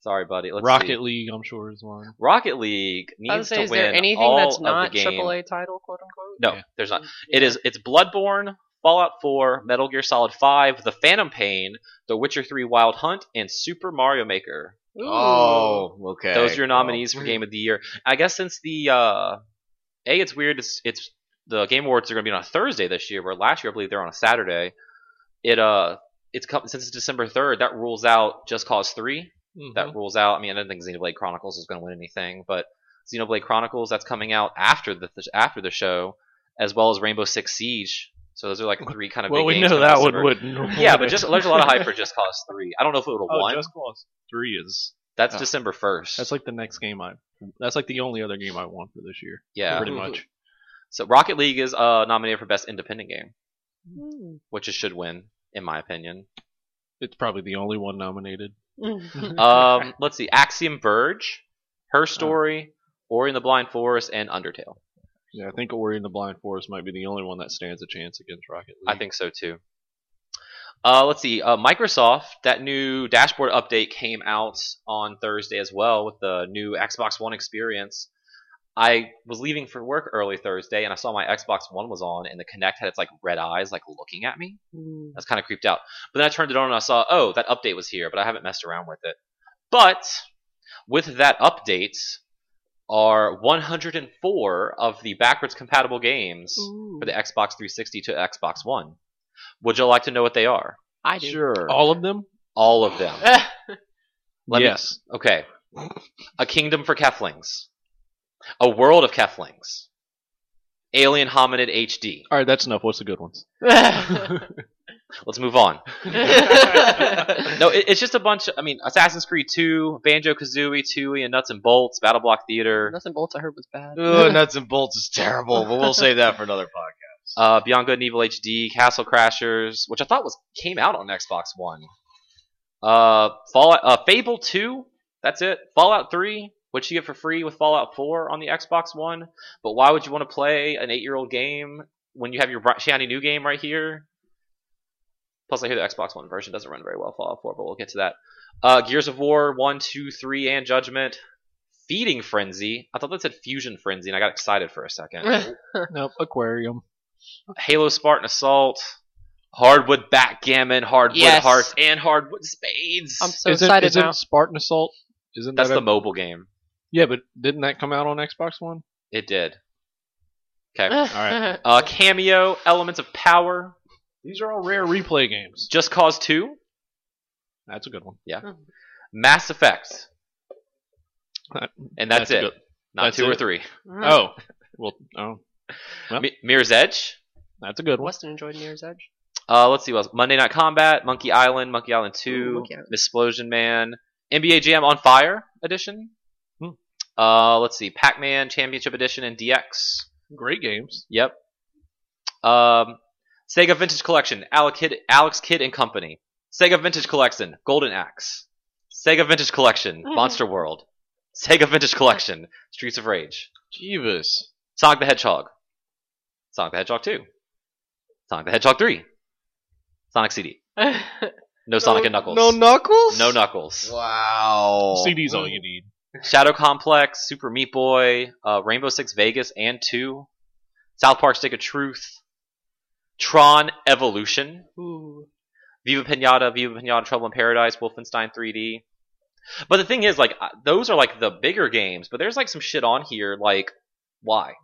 [SPEAKER 1] Sorry, buddy. Oh, Let's
[SPEAKER 2] Rocket
[SPEAKER 1] see.
[SPEAKER 2] League, I'm sure is one.
[SPEAKER 1] Rocket League
[SPEAKER 4] I would
[SPEAKER 1] needs
[SPEAKER 4] say,
[SPEAKER 1] to
[SPEAKER 4] is
[SPEAKER 1] win
[SPEAKER 4] there anything
[SPEAKER 1] all
[SPEAKER 4] that's
[SPEAKER 1] of
[SPEAKER 4] not
[SPEAKER 1] the game.
[SPEAKER 4] AAA title, quote unquote?
[SPEAKER 1] No,
[SPEAKER 2] Yeah.
[SPEAKER 1] there's not. It is. It's Bloodborne, Fallout 4, Metal Gear Solid 5, The Phantom Pain, The Witcher 3: Wild Hunt, and Super Mario Maker.
[SPEAKER 4] Ooh.
[SPEAKER 3] Oh, okay.
[SPEAKER 1] Those are your nominees for Game of the Year. I guess since the uh, a, it's weird. It's, it's the Game Awards are going to be on a Thursday this year, where last year I believe they're on a Saturday. It uh, it's come, since it's December third, that rules out Just Cause three.
[SPEAKER 2] Mhm.
[SPEAKER 1] That rules out. I mean, I don't think Xenoblade Chronicles is going to win anything, but Xenoblade Chronicles that's coming out after the after the show, as well as Rainbow Six Siege. So those are like the three kind of
[SPEAKER 2] well,
[SPEAKER 1] big
[SPEAKER 2] we
[SPEAKER 1] games
[SPEAKER 2] know
[SPEAKER 1] coming out
[SPEAKER 2] that
[SPEAKER 1] in
[SPEAKER 2] one
[SPEAKER 1] December.
[SPEAKER 2] wouldn't.
[SPEAKER 1] Yeah, but just there's a lot of hype for Just Cause three. I don't know if it would have
[SPEAKER 2] Oh,
[SPEAKER 1] won.
[SPEAKER 2] Just Cause Three is
[SPEAKER 1] That's
[SPEAKER 2] Oh.
[SPEAKER 1] December first.
[SPEAKER 2] that's like the next game I. That's like the only other game I won for this year.
[SPEAKER 1] yeah.
[SPEAKER 2] pretty
[SPEAKER 3] Mhm.
[SPEAKER 2] much.
[SPEAKER 1] So Rocket League is uh, nominated for best independent game,
[SPEAKER 4] Mm.
[SPEAKER 1] which it should win in my opinion.
[SPEAKER 2] It's probably the only one nominated. Mm-hmm.
[SPEAKER 1] Um, let's see, Axiom Verge,
[SPEAKER 2] Uh-huh.
[SPEAKER 1] Her Story, Ori and the Blind Forest, and Undertale.
[SPEAKER 2] Yeah, I think Ori and the Blind Forest might be the only one that stands a chance against Rocket League.
[SPEAKER 1] I think so too. Uh, let's see. Uh, Microsoft, that new dashboard update came out on Thursday as well with the new Xbox One experience. I was leaving for work early Thursday and I saw my Xbox One was on and the Kinect had its like red eyes like looking at me. I was kind of creeped out. But then I turned it on and I saw, oh, that update was here, but I haven't messed around with it. But with that update are 104 of the backwards compatible games
[SPEAKER 4] Ooh.
[SPEAKER 1] for the Xbox 360 to Xbox One. Would you like to know what they are?
[SPEAKER 4] I do.
[SPEAKER 3] Sure.
[SPEAKER 2] all of them.
[SPEAKER 1] All of them. Let me-
[SPEAKER 2] yes,
[SPEAKER 1] okay. A Kingdom for Keflings. A World of Keflings. Alien Hominid HD.
[SPEAKER 2] All right, that's enough. What's the good ones?
[SPEAKER 1] Let's move on. No, it, it's just a bunch. I mean, Assassin's Creed 2, Banjo Kazooie, Tui, and Nuts and Bolts, Battle Block Theater,
[SPEAKER 4] Nothing bolts I heard was bad.
[SPEAKER 3] Ugh, nuts and bolts is terrible, but we'll save that for another podcast.
[SPEAKER 1] uh, Beyond Good and Evil HD, Castle Crashers, which I thought was came out on Xbox One. Uh, Fallout, uh, Fable 2. That's it. Fallout 3, which you get for free with Fallout 4 on the Xbox One. But why would you want to play an eight-year-old game when you have your bri- shiny new game right here? Plus, I hear the Xbox One version doesn't run very well, Fallout 4, but we'll get to that. Uh, Gears of War 1, 2, 3, and Judgment. Feeding Frenzy. I thought that said Fusion Frenzy, and I got excited for a second.
[SPEAKER 2] nope. Aquarium.
[SPEAKER 1] Halo Spartan Assault, Hardwood Backgammon, Hardwood
[SPEAKER 4] Yes.
[SPEAKER 1] Hearts, and Hardwood Spades.
[SPEAKER 4] I'm so
[SPEAKER 2] isn't,
[SPEAKER 4] excited
[SPEAKER 2] isn't
[SPEAKER 4] now.
[SPEAKER 2] Spartan Assault? Isn't
[SPEAKER 1] That's
[SPEAKER 2] that
[SPEAKER 1] the
[SPEAKER 2] a-
[SPEAKER 1] mobile game.
[SPEAKER 2] yeah? But didn't that come out on Xbox One?
[SPEAKER 1] It did. Uh, Cameo, Elements of Power,
[SPEAKER 2] These are all rare replay games.
[SPEAKER 1] Just Cause 2,
[SPEAKER 2] That's a good one.
[SPEAKER 1] Mass Effect. And that's,
[SPEAKER 2] That's
[SPEAKER 1] it.
[SPEAKER 2] a good-
[SPEAKER 1] Not
[SPEAKER 2] that's
[SPEAKER 1] two or
[SPEAKER 2] it.
[SPEAKER 1] three.
[SPEAKER 4] Hmm.
[SPEAKER 2] Oh, well, oh,
[SPEAKER 1] Mi- Mirror's Edge.
[SPEAKER 2] that's a good one.
[SPEAKER 4] Weston enjoyed Mirror's Edge.
[SPEAKER 1] Uh, let's see what else. Monday Night Combat, Monkey Island, Monkey Island 2,
[SPEAKER 4] Ooh, Monkey Island.
[SPEAKER 1] Misplosion Man, NBA Jam on Fire Edition.
[SPEAKER 2] Hmm.
[SPEAKER 1] Uh, let's see. Pac Man Championship Edition and DX.
[SPEAKER 2] Great games.
[SPEAKER 1] Yep. Um, Sega Vintage Collection, Alex Kidd, Alex Kidd and Company. Sega Vintage Collection, Golden Axe. Sega Vintage Collection, Monster World. Sega Vintage Collection, Streets of Rage.
[SPEAKER 3] Jeebus.
[SPEAKER 1] Sonic the Hedgehog. Sonic the Hedgehog 2. Sonic the Hedgehog 3. Sonic CD. No, Sonic and Knuckles.
[SPEAKER 3] No Knuckles?
[SPEAKER 1] No Knuckles.
[SPEAKER 3] Wow.
[SPEAKER 2] CDs all you need.
[SPEAKER 1] Shadow Complex, Super Meat Boy, uh, Rainbow Six Vegas and 2. South Park Stick of Truth. Tron Evolution.
[SPEAKER 4] Ooh.
[SPEAKER 1] Viva Pinata, Viva Pinata Trouble in Paradise, Wolfenstein 3D. But the thing is, like, I- those are like the bigger games, but there's like some shit on here, like, why?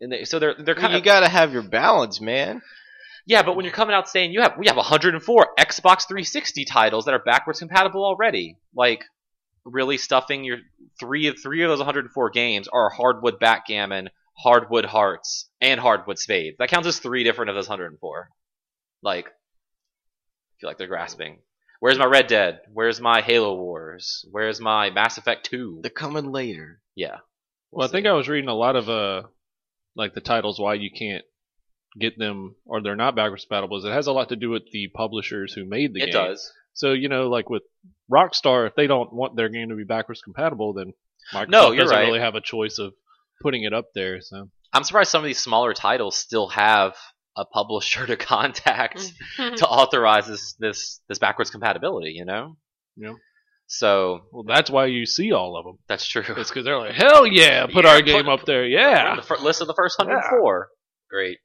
[SPEAKER 1] And they, so they're they're
[SPEAKER 3] Well,
[SPEAKER 1] kind
[SPEAKER 3] you
[SPEAKER 1] of
[SPEAKER 3] gotta have your balance, man.
[SPEAKER 1] yeah, but when you're coming out saying you have we have 104 Xbox 360 titles that are backwards compatible already, like really stuffing your three of three of those 104 games are hardwood backgammon, hardwood hearts, and hardwood spades. That counts as three different of those 104. Like, I feel like they're grasping. Where's my Red Dead? Where's my Halo Wars? Where's my Mass Effect 2?
[SPEAKER 3] They're coming later.
[SPEAKER 1] Yeah.
[SPEAKER 2] Well, I think I was reading a lot of uh, like the titles why you can't get them or they're not backwards compatible. Is it has a lot to do with the publishers who made the
[SPEAKER 1] it
[SPEAKER 2] game.
[SPEAKER 1] does.
[SPEAKER 2] So you know, like with Rockstar, if they don't want their game to be backwards compatible, then Microsoft
[SPEAKER 1] No, you're
[SPEAKER 2] doesn't
[SPEAKER 1] right.
[SPEAKER 2] really have a choice of putting it up there. So
[SPEAKER 1] I'm surprised some of these smaller titles still have a publisher to contact. to authorize this this this backwards compatibility, you know?
[SPEAKER 2] Yeah.
[SPEAKER 1] So
[SPEAKER 2] well, that's why you see all of them.
[SPEAKER 1] that's true.
[SPEAKER 2] It's because they're like, hell yeah, put
[SPEAKER 1] Yeah,
[SPEAKER 2] our
[SPEAKER 1] put-
[SPEAKER 2] game up there,
[SPEAKER 1] The
[SPEAKER 2] yeah.
[SPEAKER 1] fir- list of the first hundred four. Great.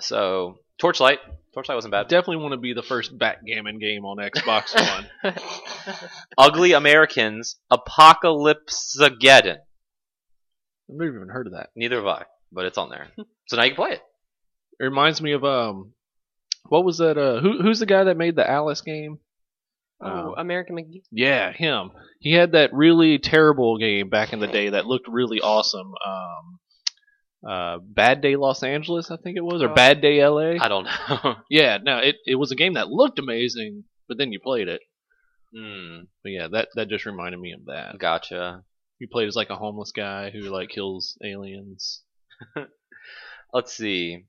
[SPEAKER 1] So Torchlight. Torchlight wasn't
[SPEAKER 2] I
[SPEAKER 1] bad.
[SPEAKER 2] definitely want to be the first backgammon game on Xbox One.
[SPEAKER 1] Ugly Americans, Apocalypseageddon.
[SPEAKER 2] I've never even heard of that.
[SPEAKER 1] Neither have I, but it's on there. So now you can play it.
[SPEAKER 2] It reminds me of um, What was that? Uh, who who's the guy that made the Alice game?
[SPEAKER 4] Oh,
[SPEAKER 2] Uh,
[SPEAKER 4] American McGee.
[SPEAKER 2] yeah, him. He had that really terrible game back in the day that looked really awesome. Um, uh, Bad Day Los Angeles, I think it was, or
[SPEAKER 4] Oh.
[SPEAKER 2] Bad Day LA.
[SPEAKER 1] Uh, I don't know.
[SPEAKER 2] yeah, no, it it was a game that looked amazing, but then you played it.
[SPEAKER 1] Hmm.
[SPEAKER 2] But yeah, that that just reminded me of that.
[SPEAKER 1] gotcha.
[SPEAKER 2] You played as like a homeless guy who like kills aliens.
[SPEAKER 1] Let's see.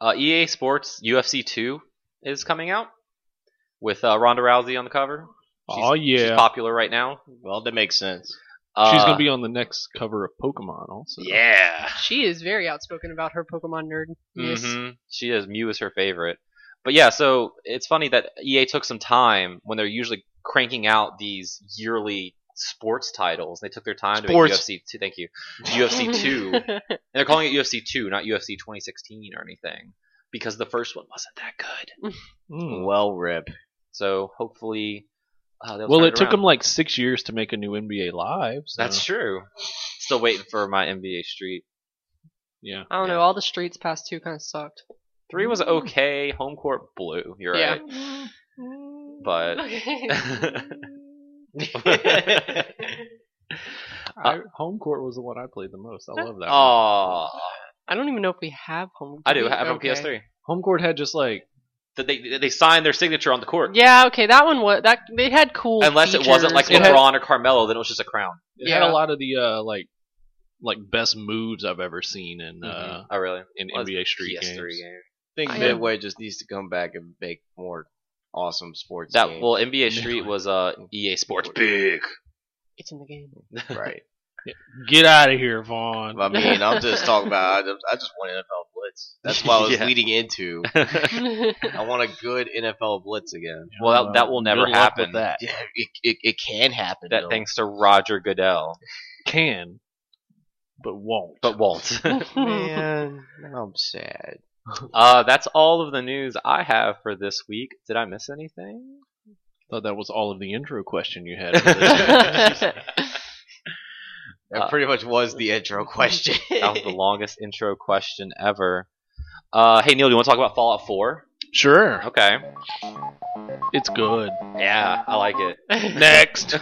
[SPEAKER 1] Uh, EA Sports UFC 2 is coming out with uh, Ronda Rousey on the cover. She's-
[SPEAKER 2] Oh yeah,
[SPEAKER 1] She's popular right now.
[SPEAKER 3] Well, that makes sense.
[SPEAKER 2] She's
[SPEAKER 1] Uh,
[SPEAKER 2] gonna be on the next cover of Pokemon also.
[SPEAKER 1] Yeah.
[SPEAKER 4] She is very outspoken about her Pokemon nerd.
[SPEAKER 1] hmm She is. Mew is her favorite. But yeah, so it's funny that EA took some time when they're usually cranking out these yearly sports titles. They took their time
[SPEAKER 3] Sports.
[SPEAKER 1] to make UFC. Two, thank you, UFC two, and they're calling it UFC two, not UFC 2016 or anything, because the first one wasn't that good. Hmm.
[SPEAKER 2] Mm.
[SPEAKER 3] Well, rip.
[SPEAKER 1] So hopefully, uh, they'll
[SPEAKER 2] Well,
[SPEAKER 1] turn
[SPEAKER 2] it took
[SPEAKER 1] around.
[SPEAKER 2] them like six years to make a new NBA Live. So.
[SPEAKER 1] That's true. Still waiting for my NBA Street.
[SPEAKER 2] yeah.
[SPEAKER 4] I don't know. All the streets past two kind of sucked.
[SPEAKER 1] Three was
[SPEAKER 2] Mm-hmm.
[SPEAKER 1] okay. Home court blue. You're
[SPEAKER 4] Yeah.
[SPEAKER 1] right.
[SPEAKER 4] Mm-hmm.
[SPEAKER 1] But
[SPEAKER 2] I, home court was the one I played the most. I love that. one.
[SPEAKER 1] oh,
[SPEAKER 4] I don't even know if we have home.
[SPEAKER 1] I do
[SPEAKER 4] we?
[SPEAKER 1] have it on
[SPEAKER 4] Okay.
[SPEAKER 1] PS3.
[SPEAKER 2] Home court had just like
[SPEAKER 1] That they they signed their signature on the court.
[SPEAKER 4] Yeah, okay, that one was that they had cool.
[SPEAKER 1] Unless it wasn't like
[SPEAKER 4] features.
[SPEAKER 2] It had-
[SPEAKER 1] LeBron or Carmelo, then it was just a crown.
[SPEAKER 2] it had
[SPEAKER 4] Yeah.
[SPEAKER 2] a lot of the uh, like like best moves I've ever seen in uh,
[SPEAKER 1] oh really?
[SPEAKER 2] in
[SPEAKER 1] Well, it's
[SPEAKER 2] NBA Street
[SPEAKER 1] PS3
[SPEAKER 2] games.
[SPEAKER 1] game.
[SPEAKER 3] I think
[SPEAKER 4] I am-
[SPEAKER 3] Midway just needs to come back and make more awesome sports
[SPEAKER 1] That
[SPEAKER 3] games.
[SPEAKER 1] well, NBA Street was uh EA Sports big.
[SPEAKER 4] It's in the game.
[SPEAKER 3] right.
[SPEAKER 2] Get out of here, Vaughn.
[SPEAKER 3] I mean, I'm just talking about. I just, I just want NFL Blitz. That's what I was
[SPEAKER 1] Yeah.
[SPEAKER 3] leading into.
[SPEAKER 1] well,
[SPEAKER 3] I want a good NFL Blitz again.
[SPEAKER 1] that, that will never
[SPEAKER 2] Uh, Good luck with
[SPEAKER 1] happen.
[SPEAKER 2] That
[SPEAKER 3] Yeah, it, it, it can happen.
[SPEAKER 1] That
[SPEAKER 3] though.
[SPEAKER 1] thanks to Roger Goodell,
[SPEAKER 2] can, but won't.
[SPEAKER 1] but won't.
[SPEAKER 3] man, I'm sad.
[SPEAKER 1] uh, that's all of the news I have for this week. Did I miss anything?
[SPEAKER 2] thought that was all of the intro question you had. For this.
[SPEAKER 3] That
[SPEAKER 1] Uh,
[SPEAKER 3] pretty much was the intro question.
[SPEAKER 1] That was the longest intro question ever. Uh, hey Neil, do you want to talk about Fallout 4?
[SPEAKER 2] sure,
[SPEAKER 1] Okay.
[SPEAKER 2] it's good.
[SPEAKER 1] Yeah, I like it.
[SPEAKER 2] Next,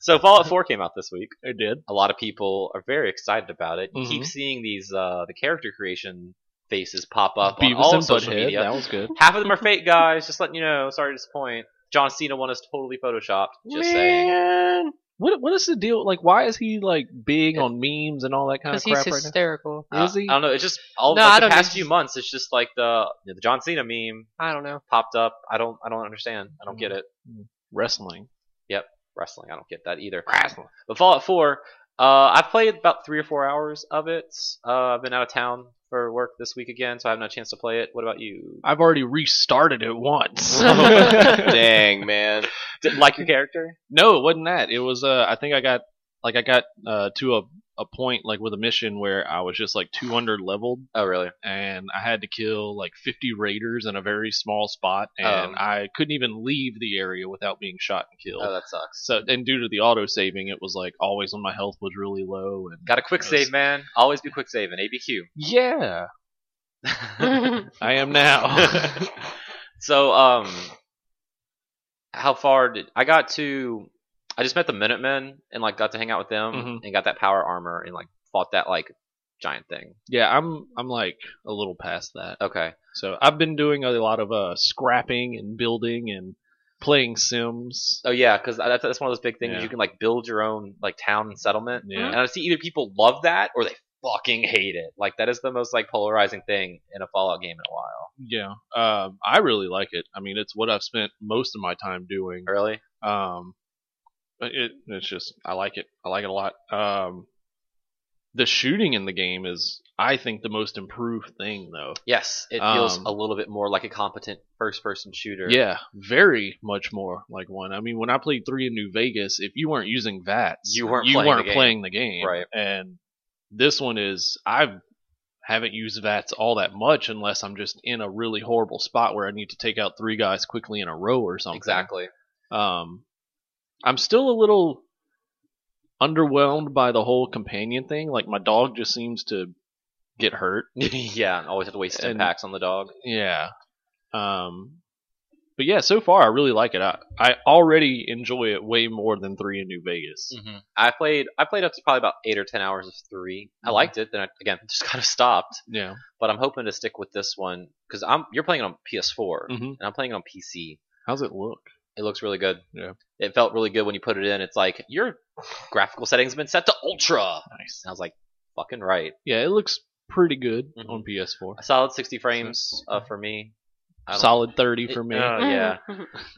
[SPEAKER 1] So Fallout 4 came out this week.
[SPEAKER 2] it did.
[SPEAKER 1] A lot of people are very excited about it. You keep
[SPEAKER 2] Mhm.
[SPEAKER 1] seeing these uh, the character creation faces pop up on
[SPEAKER 2] Beavis
[SPEAKER 1] all
[SPEAKER 2] and
[SPEAKER 1] social
[SPEAKER 2] Butthead.
[SPEAKER 1] media.
[SPEAKER 2] That was good.
[SPEAKER 1] Half of them are fake guys. Just letting you know. Sorry to disappoint. John Cena one is totally photoshopped. Just saying.
[SPEAKER 2] What what is the deal? Like, why is he like big on memes and all that kind of
[SPEAKER 4] Because he's
[SPEAKER 2] crap right now?
[SPEAKER 4] hysterical.
[SPEAKER 1] Uh,
[SPEAKER 2] Is he?
[SPEAKER 1] I don't know. It's just all
[SPEAKER 4] No,
[SPEAKER 1] like,
[SPEAKER 4] I
[SPEAKER 1] the
[SPEAKER 4] don't
[SPEAKER 1] past
[SPEAKER 4] know.
[SPEAKER 1] few months. It's just like the the John Cena meme
[SPEAKER 4] I don't know.
[SPEAKER 1] popped up. I don't I don't understand. I don't get it.
[SPEAKER 2] Wrestling.
[SPEAKER 1] Wrestling. I don't get that either.
[SPEAKER 2] Wrestling.
[SPEAKER 1] But Fallout 4, uh, I've played about three or four hours of it. Uh, I've been out of town for work this week again, so I haven't had a chance to play it. What about you?
[SPEAKER 2] I've already restarted it once.
[SPEAKER 3] Dang, man.
[SPEAKER 1] Didn't like your character?
[SPEAKER 2] no, it wasn't that. It was. Uh, I think I got like I got uh to a a point like with a mission where I was just like 200 leveled
[SPEAKER 1] Oh, really?
[SPEAKER 2] and I had to kill like 50 raiders in a very small spot and
[SPEAKER 1] Um.
[SPEAKER 2] I couldn't even leave the area without being shot and killed.
[SPEAKER 1] Oh, that sucks.
[SPEAKER 2] so and due to the auto saving, it was like always when my health was really low and
[SPEAKER 1] Got a quick save, man. Always be quick saving.
[SPEAKER 2] yeah,
[SPEAKER 1] ABQ.
[SPEAKER 2] I am now.
[SPEAKER 1] so, um, how far did I got to? I just met the Minutemen and like got to hang out with them
[SPEAKER 2] Mhm.
[SPEAKER 1] and got that power armor and like fought that like giant thing.
[SPEAKER 2] yeah, I'm I'm like a little past that.
[SPEAKER 1] Okay.
[SPEAKER 2] So I've been doing a lot of uh, scrapping and building and playing Sims.
[SPEAKER 1] Oh yeah, because that's, that's one of those big things.
[SPEAKER 2] Yeah.
[SPEAKER 1] You can like build your own like town and settlement.
[SPEAKER 2] Yeah.
[SPEAKER 1] And I see either people love that or they fucking hate it. Like that is the most like polarizing thing in a Fallout game in a while.
[SPEAKER 2] Yeah, um, I really like it. I mean, it's what I've spent most of my time doing.
[SPEAKER 1] Really?
[SPEAKER 2] Um, but it, it's just I like it. I like it a lot. Um, the shooting in the game is, I think, the most improved thing, though.
[SPEAKER 1] Yes, it feels
[SPEAKER 2] Um,
[SPEAKER 1] a little bit more like a competent first-person shooter.
[SPEAKER 2] Yeah, very much more like one. I mean, when I played three in New Vegas, if you weren't using VATS,
[SPEAKER 1] You weren't playing the game.
[SPEAKER 2] playing the game.
[SPEAKER 1] Right.
[SPEAKER 2] And this one is I haven't used VATS all that much unless I'm just in a really horrible spot where I need to take out three guys quickly in a row or something.
[SPEAKER 1] exactly.
[SPEAKER 2] Um, I'm still a little underwhelmed by the whole companion thing. Like my dog just seems to get hurt.
[SPEAKER 1] yeah, and always have to waste
[SPEAKER 2] And-
[SPEAKER 1] impacts on the dog.
[SPEAKER 2] Yeah. Um, but yeah, so far I really like it. I, I already enjoy it way more than three in New
[SPEAKER 1] Mm.
[SPEAKER 2] Vegas.
[SPEAKER 1] I played I played up to probably about eight or ten hours of 3 I
[SPEAKER 2] Mhm.
[SPEAKER 1] liked it. Then I, again, just kind of stopped.
[SPEAKER 2] Yeah.
[SPEAKER 1] But I'm hoping to stick with this one because I'm you're playing it on PS4
[SPEAKER 2] hmm
[SPEAKER 1] and I'm playing it on PC.
[SPEAKER 2] How's it look?
[SPEAKER 1] It looks really good.
[SPEAKER 2] Yeah.
[SPEAKER 1] It felt really good when you put it in. It's like your graphical settings have been set to ultra.
[SPEAKER 2] Nice.
[SPEAKER 1] And I was like, fucking right.
[SPEAKER 2] Yeah, it looks pretty good
[SPEAKER 1] Mhm.
[SPEAKER 2] on PS4.
[SPEAKER 1] A solid 60 frames uh, for me. I don't-
[SPEAKER 2] Solid thirty for me.
[SPEAKER 1] Uh, yeah.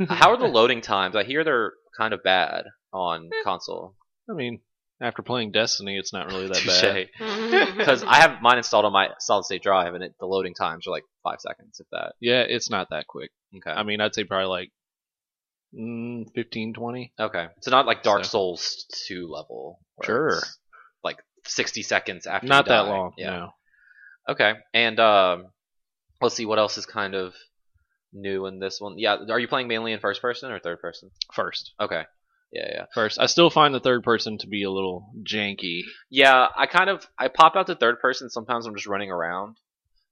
[SPEAKER 1] How are the loading times? I hear they're kind of bad on
[SPEAKER 2] Eh.
[SPEAKER 1] console.
[SPEAKER 2] I mean, after playing Destiny, it's not really that bad.
[SPEAKER 1] Because I have mine installed on my solid state drive, and it, the loading times are like five seconds, if that.
[SPEAKER 2] Yeah, it's not that quick.
[SPEAKER 1] Okay.
[SPEAKER 2] I mean, I'd say probably like mm, 15, 20.
[SPEAKER 1] okay. So not like Dark
[SPEAKER 2] So-
[SPEAKER 1] Souls 2 level. where
[SPEAKER 2] Sure.
[SPEAKER 1] it's, Like 60 seconds after. you
[SPEAKER 2] Not that
[SPEAKER 1] die.
[SPEAKER 2] long.
[SPEAKER 1] Yeah.
[SPEAKER 2] No.
[SPEAKER 1] Okay. And um, let's see what else is kind of new in this one. Yeah. Are you playing mainly in first person or third person?
[SPEAKER 2] First.
[SPEAKER 1] Okay. Yeah, yeah.
[SPEAKER 2] First. I still find the third person to be a little janky.
[SPEAKER 1] Yeah, I kind of I pop out to third person. Sometimes I'm just running around,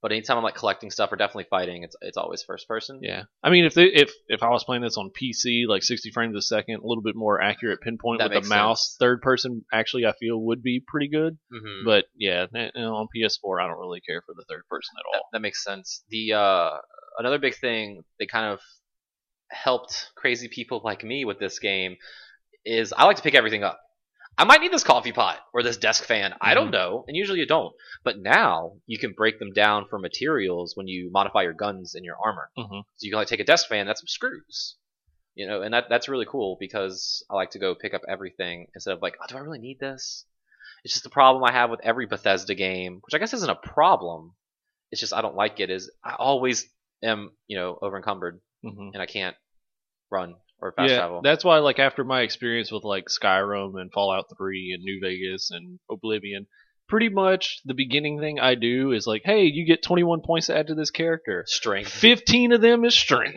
[SPEAKER 1] but anytime I'm like collecting stuff or definitely fighting, it's it's always first person.
[SPEAKER 2] Yeah. I mean, if they, if if I was playing this on PC, like 60 frames a second, a little bit more accurate pinpoint
[SPEAKER 1] That
[SPEAKER 2] with
[SPEAKER 1] makes
[SPEAKER 2] the mouse, third person actually I feel would be pretty good.
[SPEAKER 1] Mhm.
[SPEAKER 2] But yeah, n- n- on PS4, I don't really care for the third person at
[SPEAKER 1] that,
[SPEAKER 2] all.
[SPEAKER 1] that makes sense. The uh, another big thing they kind of helped crazy people like me with this game is I like to pick everything up. I might need this coffee pot or this desk fan. I don't
[SPEAKER 2] Mhm.
[SPEAKER 1] know, and usually you don't. But now you can break them down for materials when you modify your guns and your armor.
[SPEAKER 2] Mhm.
[SPEAKER 1] So you can like take a desk fan, that's some screws. You know, and that that's really cool because I like to go pick up everything instead of like, oh, do I really need this? It's just the problem I have with every Bethesda game, which I guess isn't a problem. It's just I don't like it. Is I always am you know over encumbered
[SPEAKER 2] hmm
[SPEAKER 1] and I can't run or fast
[SPEAKER 2] Yeah,
[SPEAKER 1] travel.
[SPEAKER 2] that's why. Like after my experience with like Skyrim and Fallout 3 and New Vegas and Oblivion, pretty much the beginning thing I do is like, hey, you get 21 points to add to this character.
[SPEAKER 1] strength.
[SPEAKER 2] 15 of them is strength.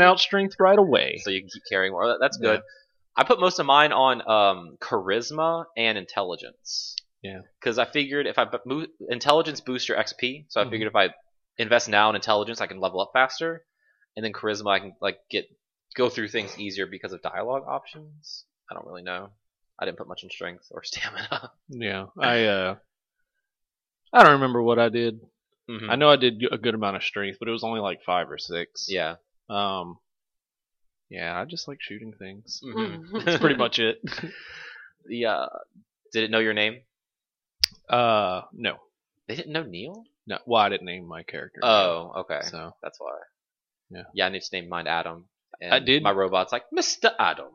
[SPEAKER 2] out strength right away.
[SPEAKER 1] so you can keep carrying more. That- That's good. I put most of mine on um, charisma and intelligence.
[SPEAKER 2] Yeah.
[SPEAKER 1] Because I figured if I bu- mo- intelligence boosts your XP, so I
[SPEAKER 2] Mhm.
[SPEAKER 1] figured if I invest now in intelligence, I can level up faster, and then charisma, I can like get go through things easier because of dialogue options. I don't really know. I didn't put much in strength or stamina.
[SPEAKER 2] Yeah, I uh, I don't remember what I did.
[SPEAKER 1] Mhm.
[SPEAKER 2] I know I did a good amount of strength, but it was only like five or six.
[SPEAKER 1] Yeah.
[SPEAKER 2] Um. Yeah, I just like shooting things.
[SPEAKER 4] Hmm.
[SPEAKER 1] Mhm.
[SPEAKER 2] That's pretty much it.
[SPEAKER 1] Yeah. Did it know your name?
[SPEAKER 2] Uh, no,
[SPEAKER 1] They didn't know Neil.
[SPEAKER 2] no. Well, I didn't name my character.
[SPEAKER 1] Oh, okay.
[SPEAKER 2] so
[SPEAKER 1] That's why.
[SPEAKER 2] Yeah.
[SPEAKER 1] Yeah, I need to name mine Adam. And
[SPEAKER 2] I did-
[SPEAKER 1] My robot's like Mr. Adam.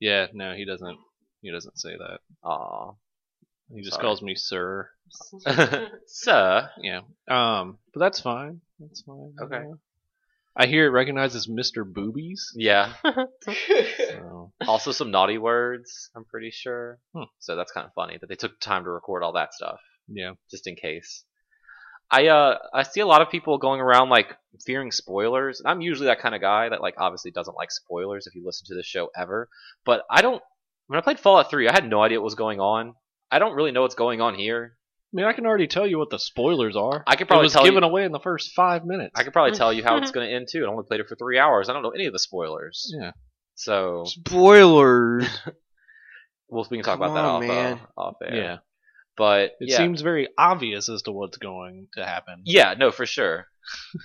[SPEAKER 2] yeah, no, he doesn't. He doesn't say that.
[SPEAKER 1] Aw.
[SPEAKER 2] He just
[SPEAKER 1] Sorry.
[SPEAKER 2] calls me sir.
[SPEAKER 1] Sir.
[SPEAKER 2] Yeah. Um, but that's fine. That's fine.
[SPEAKER 1] Okay.
[SPEAKER 2] yeah. I hear it recognized as Mr. Boobies.
[SPEAKER 1] Yeah.
[SPEAKER 2] So
[SPEAKER 1] Also some naughty words, I'm pretty sure.
[SPEAKER 2] Hmm.
[SPEAKER 1] So that's kind of funny that they took time to record all that stuff
[SPEAKER 2] yeah.
[SPEAKER 1] just in case. I uh I see a lot of people going around like fearing spoilers. And I'm usually that kind of guy that like obviously doesn't like spoilers if you listen to this show ever. But I don't when I played Fallout 3, I had no idea what was going on. I don't really know what's going on here.
[SPEAKER 2] I mean, I can already tell you what the spoilers are.
[SPEAKER 1] I could
[SPEAKER 2] It
[SPEAKER 1] probably
[SPEAKER 2] was
[SPEAKER 1] tell you
[SPEAKER 2] given away in the first five minutes.
[SPEAKER 1] I could probably tell you how it's going to end too. I only played it for three hours. I don't know any of the spoilers.
[SPEAKER 2] Yeah.
[SPEAKER 1] So
[SPEAKER 3] Spoilers.
[SPEAKER 1] well, we can talk
[SPEAKER 3] Come
[SPEAKER 1] about that
[SPEAKER 3] on,
[SPEAKER 1] off,
[SPEAKER 3] man.
[SPEAKER 1] Uh, off air.
[SPEAKER 2] Yeah.
[SPEAKER 1] But
[SPEAKER 2] It
[SPEAKER 1] yeah,
[SPEAKER 2] seems very obvious as to what's going to happen.
[SPEAKER 1] yeah, no, for sure.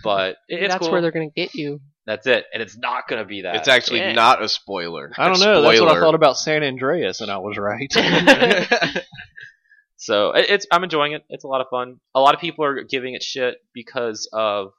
[SPEAKER 1] But it- it's
[SPEAKER 4] That's
[SPEAKER 1] cool.
[SPEAKER 4] where they're gonna get you.
[SPEAKER 1] That's it, and it's not going to be that.
[SPEAKER 3] it's actually
[SPEAKER 4] Yeah.
[SPEAKER 3] not a spoiler.
[SPEAKER 2] I don't know. That's what I
[SPEAKER 3] Spoiler.
[SPEAKER 2] thought about San Andreas, and I was right.
[SPEAKER 1] so it, it's I'm enjoying it. It's a lot of fun. A lot of people are giving it shit because of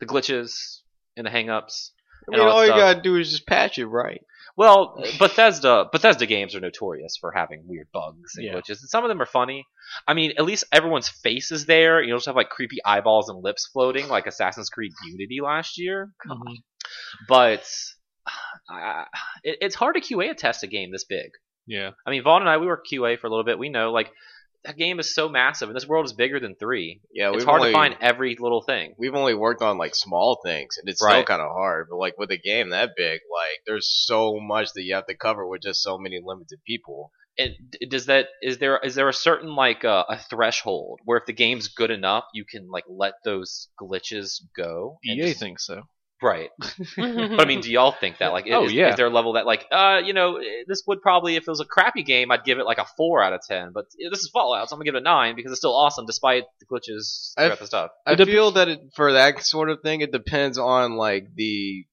[SPEAKER 1] the glitches and the hangups.
[SPEAKER 3] I
[SPEAKER 1] and
[SPEAKER 3] mean,
[SPEAKER 1] all that
[SPEAKER 3] all you
[SPEAKER 1] stuff.
[SPEAKER 3] gotta do is just patch it right.
[SPEAKER 1] Well, Bethesda Bethesda games are notorious for having weird bugs and
[SPEAKER 2] Yeah.
[SPEAKER 1] glitches, and some of them are funny. I mean, at least everyone's face is there. You also have like creepy eyeballs and lips floating, like Assassin's Creed Unity last year.
[SPEAKER 2] Mhm.
[SPEAKER 1] But uh, it, it's hard to QA test a game this big.
[SPEAKER 2] yeah.
[SPEAKER 1] I mean, Vaughn and I we were QA for a little bit. We know like that game is so massive, and this world is bigger than three.
[SPEAKER 3] Yeah,
[SPEAKER 1] it's
[SPEAKER 3] we've
[SPEAKER 1] hard
[SPEAKER 3] only,
[SPEAKER 1] to find every little thing.
[SPEAKER 3] We've only worked on like small things, and it's
[SPEAKER 1] Right.
[SPEAKER 3] still kind of hard. But like with a game that big, like there's so much that you have to cover with just so many limited people.
[SPEAKER 1] it, d- does that is there is there a certain like uh, a threshold where if the game's good enough you can like let those glitches go and
[SPEAKER 2] EA
[SPEAKER 1] just-
[SPEAKER 2] E thinks so.
[SPEAKER 1] right but I mean do y'all think that like
[SPEAKER 2] Oh,
[SPEAKER 1] is,
[SPEAKER 2] yeah.
[SPEAKER 1] is there a level that like uh you know this would probably if it was a crappy game I'd give it like a 4 out of 10 but eh, this is Fallout so I'm going to give it a 9 because it's still awesome despite the glitches
[SPEAKER 3] I
[SPEAKER 1] throughout
[SPEAKER 3] f-
[SPEAKER 1] the stuff
[SPEAKER 3] I
[SPEAKER 2] It dep-
[SPEAKER 3] feel that it, for that sort of thing, it depends on like the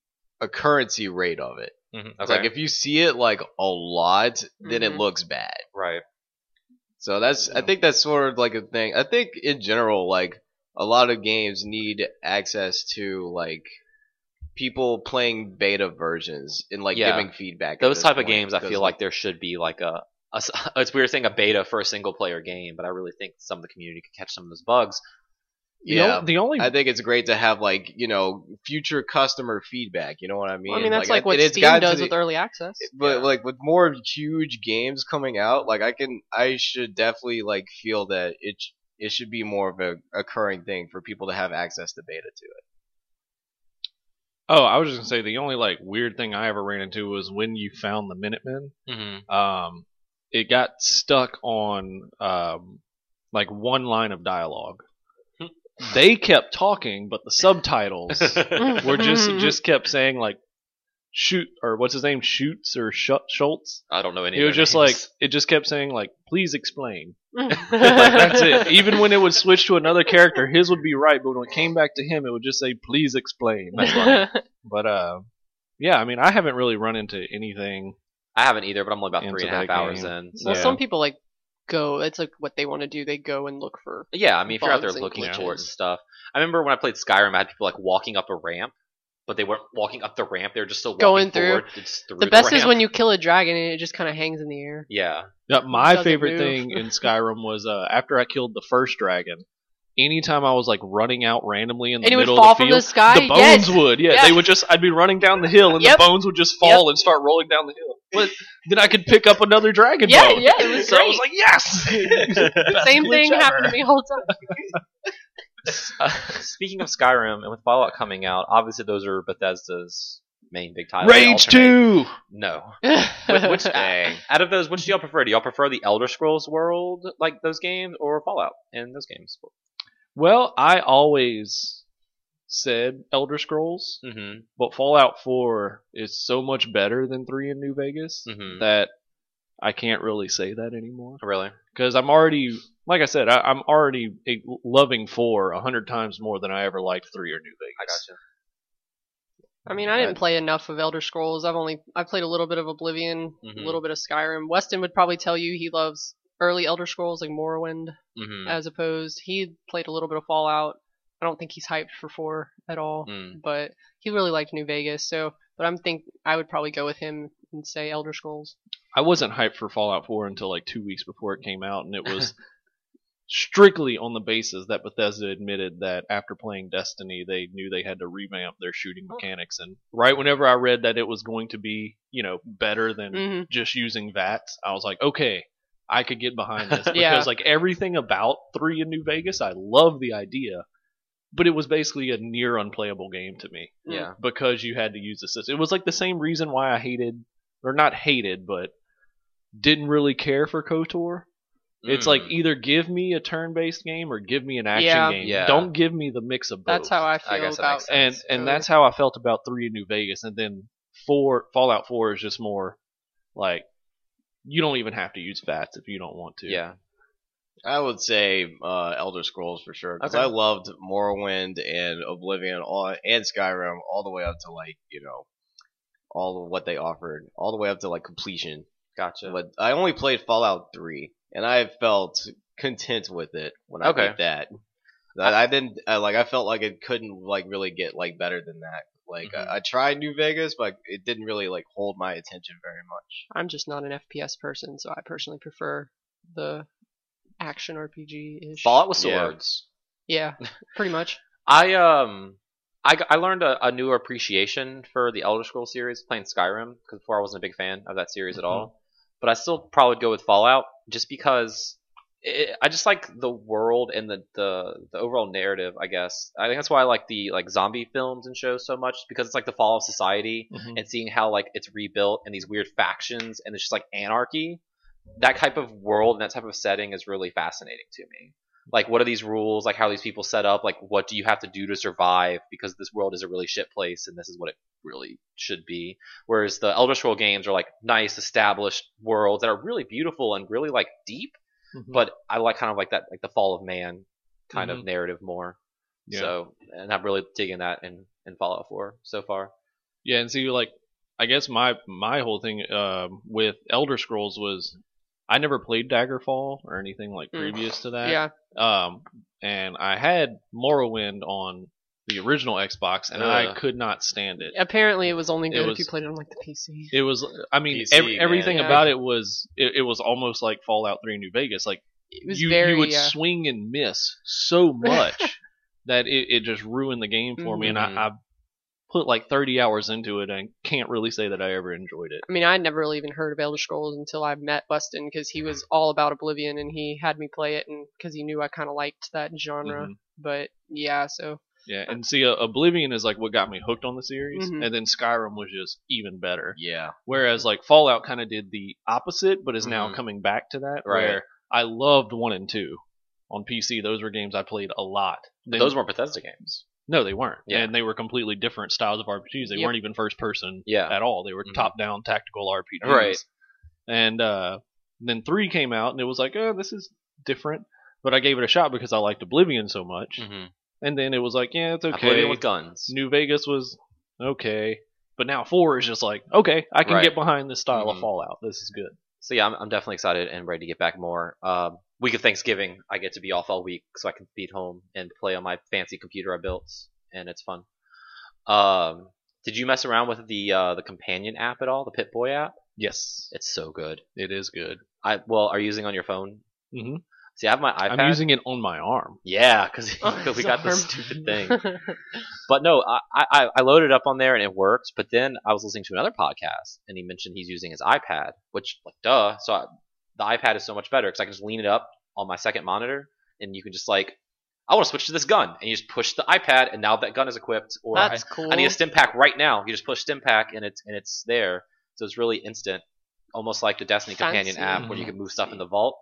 [SPEAKER 3] currency rate of it.
[SPEAKER 1] mm-hmm.
[SPEAKER 3] It's Like if you see it like a lot, then it
[SPEAKER 4] Mhm.
[SPEAKER 3] looks bad.
[SPEAKER 1] right
[SPEAKER 3] So that's I
[SPEAKER 2] Yeah.
[SPEAKER 3] think that's sort of like a thing. I think in general, like a lot of games need access to like people playing beta versions and like
[SPEAKER 1] Yeah.
[SPEAKER 3] giving feedback. at
[SPEAKER 1] those
[SPEAKER 3] this
[SPEAKER 1] type of
[SPEAKER 3] point,
[SPEAKER 1] games I
[SPEAKER 3] because,
[SPEAKER 1] feel like there should be like a, a s- it's weird saying a beta for a single player game but I really think some of the community could catch some of those bugs
[SPEAKER 2] The
[SPEAKER 3] yeah.
[SPEAKER 2] ol- the only
[SPEAKER 3] I think it's great to have like you know future customer feedback. You know what I mean?
[SPEAKER 4] Well, I mean, that's
[SPEAKER 3] I-
[SPEAKER 4] like, what
[SPEAKER 3] and it's
[SPEAKER 4] Steam
[SPEAKER 3] gotten to
[SPEAKER 4] does
[SPEAKER 3] the-
[SPEAKER 4] with early access.
[SPEAKER 3] but like with more huge games coming out, like I can, I should definitely like feel that it sh- it should be more of a occurring thing for people to have access to beta to it.
[SPEAKER 2] oh, I was just gonna say the only like weird thing I ever ran into was when you found the Minutemen.
[SPEAKER 1] mm-hmm.
[SPEAKER 2] um, it got stuck on um, like one line of dialogue. they kept talking, but the subtitles were just
[SPEAKER 4] Hmm.
[SPEAKER 2] just kept saying like shoot or what's his name Schutz or Sh- Schultz.
[SPEAKER 1] I don't know any.
[SPEAKER 2] It
[SPEAKER 1] of
[SPEAKER 2] was
[SPEAKER 1] their
[SPEAKER 2] just like
[SPEAKER 1] names.
[SPEAKER 2] it just kept saying like please explain. Like, that's it. Even when it would switch to another character, his would be right, but when it came back to him, it would just say please explain. That's funny. but uh, yeah, I mean, I haven't really run into anything.
[SPEAKER 1] I haven't either, but I'm only about three
[SPEAKER 2] Into
[SPEAKER 1] and a half
[SPEAKER 2] that
[SPEAKER 1] hours
[SPEAKER 2] game.
[SPEAKER 1] in. So.
[SPEAKER 4] well,
[SPEAKER 2] Yeah.
[SPEAKER 4] some people like go. It's like what they want to do. They go and look for.
[SPEAKER 1] Yeah, I mean, if you're out there
[SPEAKER 4] Bugs and
[SPEAKER 1] looking for it and
[SPEAKER 4] glitches.
[SPEAKER 1] stuff. I remember when I played Skyrim, I had people like walking up a ramp, but they weren't walking up the ramp; they were just still walking
[SPEAKER 4] Going through.
[SPEAKER 1] forward, just through
[SPEAKER 4] The best is
[SPEAKER 1] ramp.
[SPEAKER 4] when you kill a dragon and it just kind of hangs in the air.
[SPEAKER 1] Yeah,
[SPEAKER 2] Yeah, my
[SPEAKER 4] Doesn't
[SPEAKER 2] favorite
[SPEAKER 4] move.
[SPEAKER 2] thing in Skyrim was uh, after I killed the first dragon. Anytime I was like running out randomly in the
[SPEAKER 4] And it would
[SPEAKER 2] middle
[SPEAKER 4] fall
[SPEAKER 2] of the
[SPEAKER 4] from
[SPEAKER 2] field,
[SPEAKER 4] the sky. yes.
[SPEAKER 2] bones would. Yeah,
[SPEAKER 4] Yeah.
[SPEAKER 2] they would just. I'd be running down the hill, and
[SPEAKER 4] Yep.
[SPEAKER 2] the bones would just fall and start rolling down the hill. But then I could pick up another dragon
[SPEAKER 4] Yeah,
[SPEAKER 2] bone.
[SPEAKER 4] yeah, it was
[SPEAKER 2] so I was
[SPEAKER 4] great.
[SPEAKER 2] like, yes.
[SPEAKER 4] Same thing
[SPEAKER 2] Glitch
[SPEAKER 4] happened to
[SPEAKER 2] ever.
[SPEAKER 4] me all the time.
[SPEAKER 1] Uh, speaking of Skyrim and with Fallout coming out, obviously those are Bethesda's main big titles. They
[SPEAKER 2] Rage
[SPEAKER 1] alternate-
[SPEAKER 2] Two.
[SPEAKER 1] No. Wh- Which uh, out of those, which do y'all prefer? Do y'all prefer the Elder Scrolls world, like those games, or Fallout and those games?
[SPEAKER 2] Well, I always said Elder Scrolls,
[SPEAKER 1] Mm-hmm.
[SPEAKER 2] but Fallout Four is so much better than Three in New Vegas
[SPEAKER 1] Mm-hmm.
[SPEAKER 2] that I can't really say that anymore.
[SPEAKER 1] Really?
[SPEAKER 2] because I'm already, like I said, I, I'm already eh, loving four a hundred times more than I ever liked three or New Vegas.
[SPEAKER 1] I got you.
[SPEAKER 4] I mean, I didn't play enough of Elder Scrolls. I've only I played a little bit of Oblivion, a
[SPEAKER 1] Mhm.
[SPEAKER 4] little bit of Skyrim. Weston would probably tell you he loves early Elder Scrolls like Morrowind,
[SPEAKER 1] Mm-hmm.
[SPEAKER 4] as opposed he played a little bit of Fallout. I don't think he's hyped for four at all,
[SPEAKER 1] Mm.
[SPEAKER 4] but he really liked New Vegas. So, but I'm think I would probably go with him and say Elder Scrolls.
[SPEAKER 2] I wasn't hyped for Fallout Four until like two weeks before it came out, and it was strictly on the basis that Bethesda admitted that after playing Destiny, they knew they had to revamp their shooting mechanics. And right whenever I read that it was going to be, you know, better
[SPEAKER 1] Mm.
[SPEAKER 2] than
[SPEAKER 4] hmm
[SPEAKER 2] just using VATS, I was like, okay, I could get behind this because
[SPEAKER 4] Yeah.
[SPEAKER 2] like everything about three in New Vegas, I love the idea, but it was basically a near unplayable game to me
[SPEAKER 1] Yeah.
[SPEAKER 2] because you had to use the system. It was like the same reason why I hated, or not hated, but didn't really care for KOTOR. It's like
[SPEAKER 1] Mm.
[SPEAKER 2] either give me a turn-based game or give me an action
[SPEAKER 4] Yeah.
[SPEAKER 2] game.
[SPEAKER 1] Yeah.
[SPEAKER 2] Don't give me the mix of both.
[SPEAKER 4] That's how I feel
[SPEAKER 1] I guess that
[SPEAKER 4] about
[SPEAKER 1] makes sense.
[SPEAKER 2] and and that's how I felt about three in New Vegas, and then four Fallout Four is just more like you don't even have to use VATS if you don't want to.
[SPEAKER 1] yeah.
[SPEAKER 3] I would say uh, Elder Scrolls for sure because
[SPEAKER 1] Okay.
[SPEAKER 3] I loved Morrowind and Oblivion all, and Skyrim all the way up to like you know all of what they offered all the way up to like completion.
[SPEAKER 1] Gotcha.
[SPEAKER 3] But I only played Fallout Three and I felt content with it when I
[SPEAKER 1] Okay.
[SPEAKER 3] did that. I, I didn't I, like I felt like it couldn't like really get like better than that. Like
[SPEAKER 1] Mhm.
[SPEAKER 3] I, I tried New Vegas, but it didn't really like hold my attention very much.
[SPEAKER 4] I'm just not an FPS person, so I personally prefer the action RPG ish.
[SPEAKER 1] Fallout with
[SPEAKER 3] Yeah.
[SPEAKER 1] swords.
[SPEAKER 4] Yeah, pretty much.
[SPEAKER 1] I um. I, g- I learned a, a newer appreciation for the Elder Scrolls series playing Skyrim because before I wasn't a big fan of that series at all, but I still probably would go with Fallout just because it, I just like the world and the, the the overall narrative. I guess I think that's why I like the like zombie films and shows so much because it's like the fall of society
[SPEAKER 2] Mhm.
[SPEAKER 1] and seeing how like it's rebuilt and these weird factions and it's just like anarchy. that type of world and that type of setting is really fascinating to me. Like, what are these rules? Like, how are these people set up? Like, what do you have to do to survive? Because this world is a really shit place, and this is what it really should be. Whereas the Elder Scroll games are like nice, established worlds that are really beautiful and really like deep.
[SPEAKER 2] Mhm.
[SPEAKER 1] But I like kind of like that, like the Fall of Man kind of narrative more.
[SPEAKER 2] Yeah.
[SPEAKER 1] So, and I'm really digging that in in Fallout 4 so far.
[SPEAKER 2] Yeah, and see, like, I guess my my whole thing um, with Elder Scrolls was I never played Daggerfall or anything like
[SPEAKER 4] Mm.
[SPEAKER 2] previous to
[SPEAKER 1] Uh,
[SPEAKER 2] that.
[SPEAKER 4] yeah.
[SPEAKER 2] Um, and I had Morrowind on the original Xbox, and I
[SPEAKER 1] Ugh.
[SPEAKER 2] could not stand it.
[SPEAKER 4] Apparently, it was only
[SPEAKER 2] It
[SPEAKER 4] good if
[SPEAKER 2] was-
[SPEAKER 4] you played it on like the PC.
[SPEAKER 2] It was, I mean,
[SPEAKER 3] PC,
[SPEAKER 2] ev- everything
[SPEAKER 4] man.
[SPEAKER 2] about it was it, it was almost like Fallout Three New Vegas. Like
[SPEAKER 4] It was
[SPEAKER 2] you
[SPEAKER 4] very.
[SPEAKER 2] you would
[SPEAKER 4] uh,
[SPEAKER 2] swing and miss so much that it, it just ruined the game for me, and
[SPEAKER 4] Mm-hmm.
[SPEAKER 2] I, I put like 30 hours into it and can't really say that I ever enjoyed it.
[SPEAKER 4] I mean, I'd never really even heard of Elder Scrolls until I met Weston because he was all about Oblivion and he had me play it, and because he knew I kind of liked that genre.
[SPEAKER 2] Mhm.
[SPEAKER 4] But yeah, so
[SPEAKER 2] Yeah, and see, uh, Oblivion is like what got me hooked on the series,
[SPEAKER 4] Mhm.
[SPEAKER 2] and then Skyrim was just even better.
[SPEAKER 3] Yeah.
[SPEAKER 2] Whereas like Fallout kind of did the opposite, but is now
[SPEAKER 4] Mm-hmm.
[SPEAKER 1] Mhm.
[SPEAKER 2] coming back to that.
[SPEAKER 1] Right.
[SPEAKER 2] Where I loved one and two on PC; those were games I played a lot. Then-
[SPEAKER 1] Those weren't Bethesda games.
[SPEAKER 2] no, they weren't,
[SPEAKER 1] Yeah.
[SPEAKER 2] and they were completely different styles of RPGs. They
[SPEAKER 4] Yep.
[SPEAKER 2] weren't even first person
[SPEAKER 1] Yeah.
[SPEAKER 2] at all. They were
[SPEAKER 1] Mhm.
[SPEAKER 2] top-down tactical RPGs.
[SPEAKER 1] Right.
[SPEAKER 2] And uh, then three came out, and it was like, oh, this is different. But I gave it a shot because I liked Oblivion so much.
[SPEAKER 1] Mm-hmm.
[SPEAKER 2] And then it was like, yeah, it's
[SPEAKER 1] I played
[SPEAKER 2] okay.
[SPEAKER 1] it with guns.
[SPEAKER 2] New Vegas was okay, but now four is just like, okay, I can
[SPEAKER 1] Right.
[SPEAKER 2] get behind this style of
[SPEAKER 1] Mhm.
[SPEAKER 2] Fallout. This is good.
[SPEAKER 1] So yeah, I'm, I'm definitely excited and ready to get back more. Um, week of Thanksgiving, I get to be off all week, so I can be at home and play on my fancy computer I built, and it's fun. Um, did you mess around with the uh, the companion app at all? The Pit Boy app?
[SPEAKER 2] Yes,
[SPEAKER 1] It's so good.
[SPEAKER 2] it is good.
[SPEAKER 1] I well, are you using it on your phone?
[SPEAKER 2] hmm
[SPEAKER 1] See, I have my iPad.
[SPEAKER 2] I'm using it on my arm.
[SPEAKER 1] Yeah, because
[SPEAKER 4] Oh,
[SPEAKER 1] we got this
[SPEAKER 4] sorry.
[SPEAKER 1] stupid thing. But no, I, I I loaded it up on there and it worked. But then I was listening to another podcast and he mentioned he's using his iPad, which like duh. So I, the iPad is so much better because I can just lean it up on my second monitor and you can just like I want to switch to this gun and you just push the iPad and now that gun is equipped. Or I,
[SPEAKER 4] that's cool.
[SPEAKER 1] I need a stim pack right now. You just push stim pack and it's and it's there. So it's really instant, almost like the Destiny Companion
[SPEAKER 4] Fancy.
[SPEAKER 1] app where you can move stuff in the vault.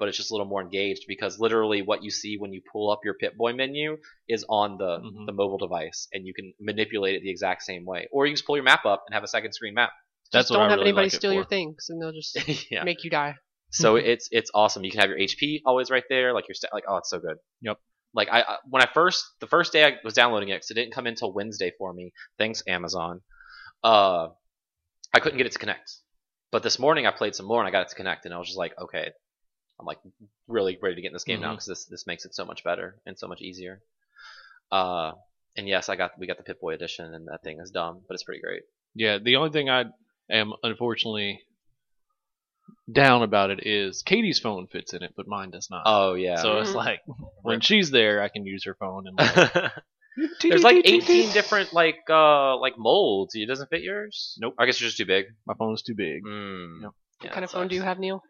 [SPEAKER 1] But it's just a little more engaged because literally what you see when you pull up your Pit Boy menu is on the
[SPEAKER 2] Mhm.
[SPEAKER 1] the mobile device, and you can manipulate it the exact same way. Or you just pull your map up and have a second screen map.
[SPEAKER 4] just
[SPEAKER 2] That's what
[SPEAKER 4] don't
[SPEAKER 2] I
[SPEAKER 4] have
[SPEAKER 2] really
[SPEAKER 4] anybody
[SPEAKER 2] like it
[SPEAKER 4] steal your
[SPEAKER 2] for.
[SPEAKER 4] things, and they'll just
[SPEAKER 1] yeah.
[SPEAKER 4] make you die.
[SPEAKER 1] So it's it's awesome. You can have your HP always right there, like your stat. Like oh, it's so good.
[SPEAKER 2] Yep.
[SPEAKER 1] Like I I- when I first the first day I was downloading it because it didn't come in until Wednesday for me. Thanks Amazon. Uh, I couldn't get it to connect. But this morning I played some more and I got it to connect and I was just like, okay, I'm like really ready to get in this game now because this this makes it so much better and so much easier. Uh, and yes, I got we got the Pip Boy edition and that thing is dumb, but it's pretty great.
[SPEAKER 2] Yeah, the only thing I am unfortunately down about it is Katie's phone fits in it, but mine does not.
[SPEAKER 1] Oh yeah.
[SPEAKER 2] So it's
[SPEAKER 4] Mhm.
[SPEAKER 2] like when she's there, I can use her phone and like,
[SPEAKER 1] There's like 18 different like uh like molds. It doesn't fit yours.
[SPEAKER 2] Nope.
[SPEAKER 1] I guess you're just too big.
[SPEAKER 2] my phone's too big.
[SPEAKER 1] Mm.
[SPEAKER 2] Yep.
[SPEAKER 1] Yeah,
[SPEAKER 4] what kind
[SPEAKER 1] that
[SPEAKER 4] of phone do you
[SPEAKER 1] sucks.
[SPEAKER 4] have, Neil?